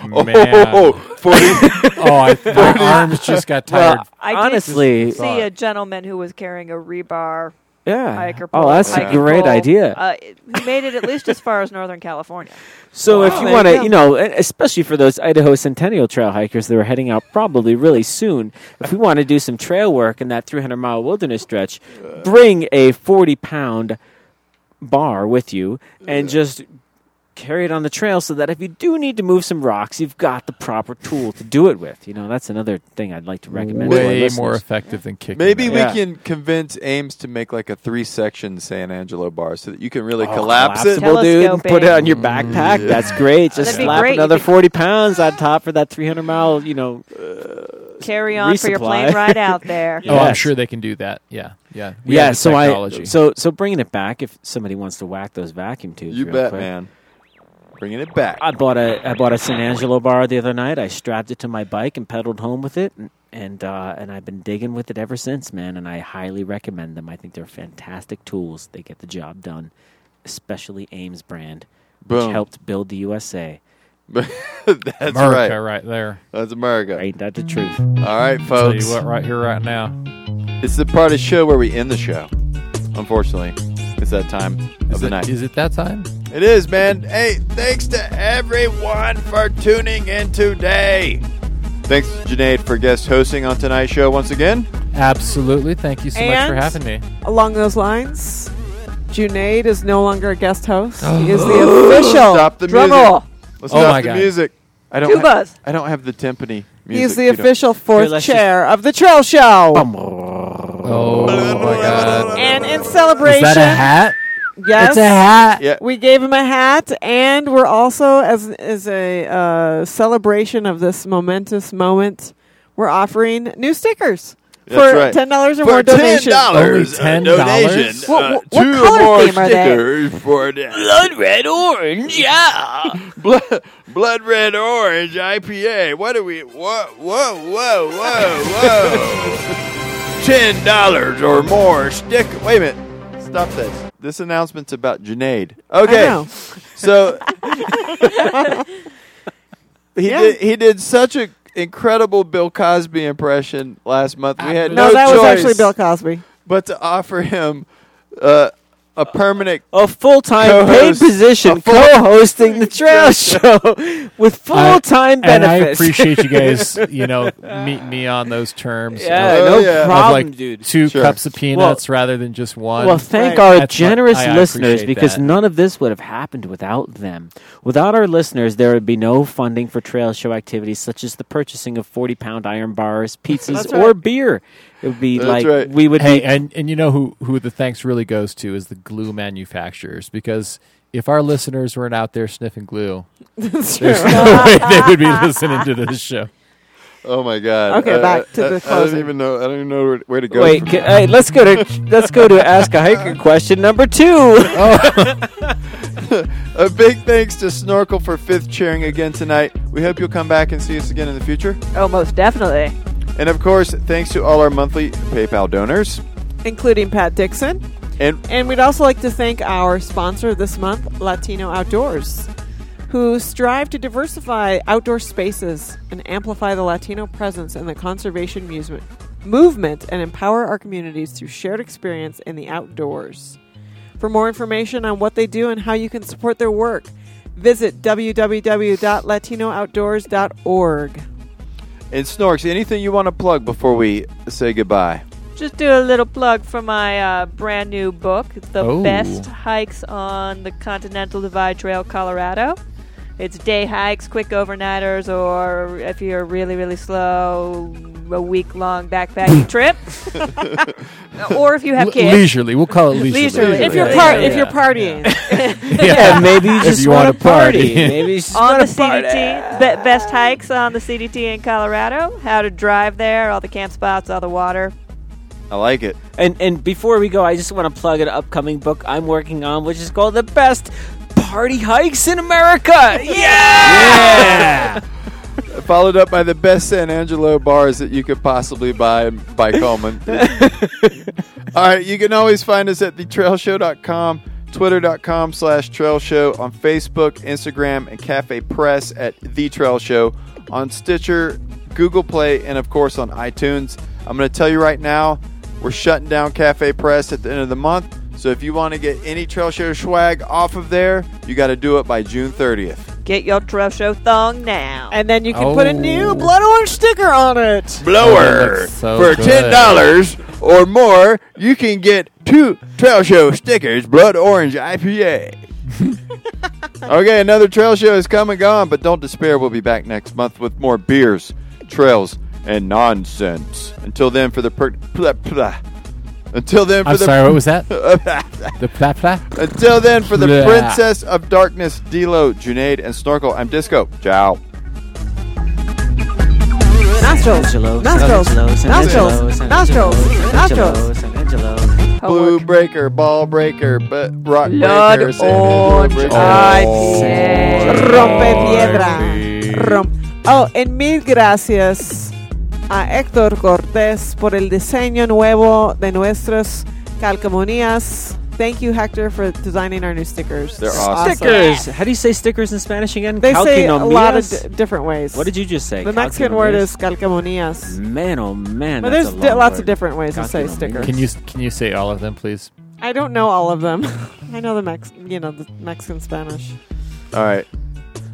Speaker 5: Oh, man.
Speaker 3: oh, 40.
Speaker 5: Oh, I, my arms just got tired.
Speaker 4: I did
Speaker 2: honestly,
Speaker 4: see a gentleman who was carrying a rebar.
Speaker 2: Yeah.
Speaker 4: hiker
Speaker 2: Oh,
Speaker 4: pole,
Speaker 2: that's a
Speaker 4: hiker
Speaker 2: great
Speaker 4: pole,
Speaker 2: idea.
Speaker 4: Uh, he made it at least as far as Northern California.
Speaker 2: So
Speaker 4: Wow.
Speaker 2: if you
Speaker 4: There
Speaker 2: want
Speaker 4: you
Speaker 2: to,
Speaker 4: go.
Speaker 2: you know, and especially for those Idaho Centennial Trail hikers that are heading out probably really soon, if we want to do some trail work in that 300 mile wilderness stretch, bring a 40 pound bar with you and just carry it on the trail so that if you do need to move some rocks, you've got the proper tool to do it with. You know, that's another thing I'd like to recommend. to our
Speaker 5: Way
Speaker 2: listeners.
Speaker 5: more effective than kicking.
Speaker 3: Maybe we
Speaker 2: Yeah.
Speaker 3: can convince Ames to make like a three section San Angelo bar so that you can really
Speaker 2: Oh,
Speaker 3: collapse it.
Speaker 2: collapsible, dude, and put it on your backpack.
Speaker 3: Yeah.
Speaker 2: That's great. Just
Speaker 4: That'd be
Speaker 2: slap
Speaker 4: great.
Speaker 2: another
Speaker 4: You could-
Speaker 2: forty pounds on top for that three hundred mile. You know,
Speaker 4: Carry on for your
Speaker 2: resupply.
Speaker 4: plane ride out there.
Speaker 5: Oh, I'm
Speaker 2: Yes.
Speaker 5: sure they can do that. Yeah, yeah, We
Speaker 2: yeah.
Speaker 5: have the
Speaker 2: So I
Speaker 5: technology.
Speaker 2: so so bringing it back. If somebody wants to whack those vacuum tubes,
Speaker 3: You
Speaker 2: real
Speaker 3: bet,
Speaker 2: quick.
Speaker 3: man. Bringing it back.
Speaker 2: I bought a I bought a San Angelo bar the other night. I strapped it to my bike and pedaled home with it, and and, uh, and I've been digging with it ever since, man. And I highly recommend them. I think they're fantastic tools. They get the job done, especially Ames brand,
Speaker 3: Boom.
Speaker 2: which helped build the USA.
Speaker 3: That's right.
Speaker 5: America right there.
Speaker 3: That's America.
Speaker 2: Ain't that the truth?
Speaker 3: All right,
Speaker 5: Tell
Speaker 3: folks.
Speaker 5: you what, right here, right now.
Speaker 3: It's the part of the show where we end the show. Unfortunately, it's that time of
Speaker 5: Is
Speaker 3: the
Speaker 5: it-
Speaker 3: night.
Speaker 5: is it that time?
Speaker 3: It is, man. Hey, thanks to everyone for tuning in today. Thanks, Janaid, for guest hosting on tonight's show once again.
Speaker 5: Absolutely. Thank you so much for
Speaker 1: And-
Speaker 5: having me.
Speaker 1: Along those lines, Junaid is no longer a guest host. He is the official
Speaker 3: Stop the
Speaker 1: drum
Speaker 3: music.
Speaker 1: roll.
Speaker 3: Let's
Speaker 5: Oh
Speaker 3: stop
Speaker 5: my
Speaker 3: the
Speaker 5: God.
Speaker 3: music. I don't.
Speaker 1: Tubas.
Speaker 3: Have, I don't have the timpani.
Speaker 1: He
Speaker 3: Music.
Speaker 1: is the
Speaker 3: You don't-
Speaker 1: official
Speaker 2: Here,
Speaker 1: fourth
Speaker 2: let's just-
Speaker 1: chair of the Trail Show.
Speaker 5: Oh my god.
Speaker 1: And in celebration, Yes,
Speaker 5: It's a hat.
Speaker 3: Yeah.
Speaker 1: We gave him a hat, and we're also as as a uh, celebration of this momentous moment, we're offering new stickers
Speaker 3: That's
Speaker 1: for
Speaker 3: right.
Speaker 1: ten dollars or
Speaker 3: for
Speaker 1: more donation.
Speaker 3: dollars,
Speaker 5: Only
Speaker 3: a donation.
Speaker 5: $10?
Speaker 1: What-
Speaker 3: uh,
Speaker 1: what- what
Speaker 3: two
Speaker 1: color
Speaker 3: more
Speaker 1: theme are they?
Speaker 3: stickers for the blood red orange. Yeah, blood, blood red orange IPA. What are we? Whoa, whoa, whoa, whoa, whoa! Ten dollars or more sticker. Wait a minute. Stop this. This announcement's about Janaid. Okay.
Speaker 10: know.
Speaker 3: So he
Speaker 10: Yeah.
Speaker 3: did, he did such an incredible Bill Cosby impression last month. We had
Speaker 1: No,
Speaker 3: no,
Speaker 1: that was actually
Speaker 3: choice
Speaker 1: Bill Cosby.
Speaker 3: but to offer him uh, a permanent
Speaker 2: a full time paid position co hosting the trail show with full time
Speaker 5: I- and
Speaker 2: benefits.
Speaker 5: I appreciate you guys, you know, meeting me on those terms.
Speaker 2: Yeah,
Speaker 5: of-
Speaker 2: no
Speaker 5: of like
Speaker 2: problem, dude.
Speaker 5: Two
Speaker 2: Sure.
Speaker 5: cups of peanuts rather than just one.
Speaker 2: Well, thank our generous listeners because none of this would have happened without them. Without our listeners, there would be no funding for trail show activities such as the purchasing of 40 pound iron bars, pizzas,
Speaker 5: That's
Speaker 2: or beer. It would be like we would
Speaker 5: Hey,
Speaker 2: be.
Speaker 5: and and you know who who the thanks really goes to is the glue manufacturers because if our listeners weren't out there sniffing glue,
Speaker 10: That's
Speaker 5: there's
Speaker 10: true.
Speaker 5: no way they would be listening to this show.
Speaker 3: Oh my god.
Speaker 5: Okay,
Speaker 3: I-
Speaker 5: back to
Speaker 3: I-
Speaker 5: the
Speaker 3: I,
Speaker 5: closing.
Speaker 3: don't even know I don't even know where, where to go.
Speaker 2: Wait, ca- hey, let's go to let's go to ask a hiker question number two.
Speaker 5: Oh,
Speaker 3: a big thanks to Snorkel for fifth chairing again tonight. We hope you'll come back and see us again in the future.
Speaker 4: Oh, most definitely.
Speaker 3: And of course, thanks to all our monthly PayPal donors.
Speaker 1: including Pat Dixon.
Speaker 3: And-
Speaker 1: we'd also like to thank our sponsor this month, Latino Outdoors, who strive to diversify outdoor spaces and amplify the Latino presence in the conservation movement, movement and empower our communities through shared experience in the outdoors. For more information on what they do and how you can support their work, visit www.latinooutdoors.org.
Speaker 3: And Snorks, anything you want to plug before we say goodbye?
Speaker 4: Just do a little plug for my uh, brand new book, The
Speaker 3: Oh.
Speaker 4: Best Hikes on the Continental Divide Trail, Colorado. It's day hikes, quick overnighters, or if you're really, really slow, a week long backpacking trip. or if you have
Speaker 5: Le-
Speaker 4: kids.
Speaker 5: leisurely. We'll call it leisurely.
Speaker 4: Leisurely.
Speaker 1: If you're
Speaker 4: Yeah,
Speaker 1: par-
Speaker 4: yeah,
Speaker 1: if you're
Speaker 4: yeah.
Speaker 1: partying.
Speaker 5: Yeah, maybe you
Speaker 2: If
Speaker 5: just
Speaker 2: you
Speaker 5: want
Speaker 2: wanna
Speaker 5: to party.
Speaker 2: party. Maybe you just
Speaker 4: on
Speaker 2: wanna
Speaker 4: the CDT, be- best hikes on the CDT in Colorado, how to drive there, all the camp spots, all the water.
Speaker 3: I like it.
Speaker 2: And and before we go, I just want to plug an upcoming book I'm working on, which is called The Best Party Hikes in America. Yeah!
Speaker 3: Followed up by the best San Angelo bars that you could possibly buy by Coleman. All right, you can always find us at thetrailshow.com, twitter.com slash trail show, on Facebook, Instagram, and Cafe Press at The Trail Show, on Stitcher, Google Play, and of course on iTunes. I'm going to tell you right now, we're shutting down Cafe Press at the end of the month. So if you want to get any Trail Show swag off of there, you got to do it by June 30th.
Speaker 4: Get your trail show thong now.
Speaker 1: And then you can put a new
Speaker 5: Oh.
Speaker 1: blood orange sticker on it.
Speaker 3: blower
Speaker 5: so
Speaker 3: for
Speaker 5: good.
Speaker 3: ten dollars or more, you can get two Trail Show stickers, Blood Orange IPA. okay, another Trail Show is come and gone, but don't despair. We'll be back next month with more beers, trails, and nonsense. Until then, for the per- blah, blah. until then for
Speaker 5: I'm
Speaker 3: the
Speaker 5: sorry, what was that? the pla pla.
Speaker 3: until then for the
Speaker 5: Blah.
Speaker 3: Princess of Darkness, Dilo, Junaid, and Snorkel. I'm Disco. Ciao.
Speaker 1: Nostrils. Nostrils. Nostrils. Nostrils. Nostrils.
Speaker 3: Blue breaker, ball breaker, but rock
Speaker 1: Blood
Speaker 3: breaker, San Angelo breaker.
Speaker 5: Oh,
Speaker 1: Rompe piedra. Rom- oh, en mil gracias a Héctor Cortés por el diseño nuevo de nuestras calcamonías. Thank you, Hector, for designing our new stickers.
Speaker 2: They're awesome. Stickers. How do you say stickers in Spanish again?
Speaker 1: They say a lot of
Speaker 2: Calcamonías?
Speaker 1: di- different ways.
Speaker 2: What did you just say?
Speaker 1: The Mexican word
Speaker 2: Calcamonías?
Speaker 1: is calcamonías.
Speaker 2: Man, oh man.
Speaker 1: But
Speaker 2: that's
Speaker 1: there's
Speaker 2: a
Speaker 1: di-
Speaker 2: long
Speaker 1: lots
Speaker 2: word.
Speaker 1: of different ways to say
Speaker 2: Calcamonías.
Speaker 1: stickers.
Speaker 5: Can you can you say all of them, please?
Speaker 1: I don't know all of them. I know the Mex, you know, the Mexican Spanish.
Speaker 3: All right,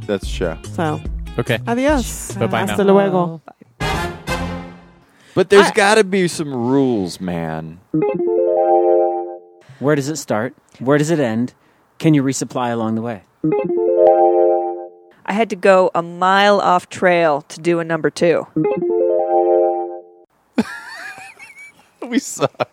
Speaker 3: that's the show.
Speaker 1: So,
Speaker 5: Okay.
Speaker 1: adios.
Speaker 5: Bye-bye
Speaker 1: Hasta
Speaker 5: now.
Speaker 1: luego.
Speaker 3: But there's got to be some rules, man.
Speaker 2: Where does it start? Where does it end? Can you resupply along the way?
Speaker 4: I had to go a mile off trail to do a number two.
Speaker 3: We suck.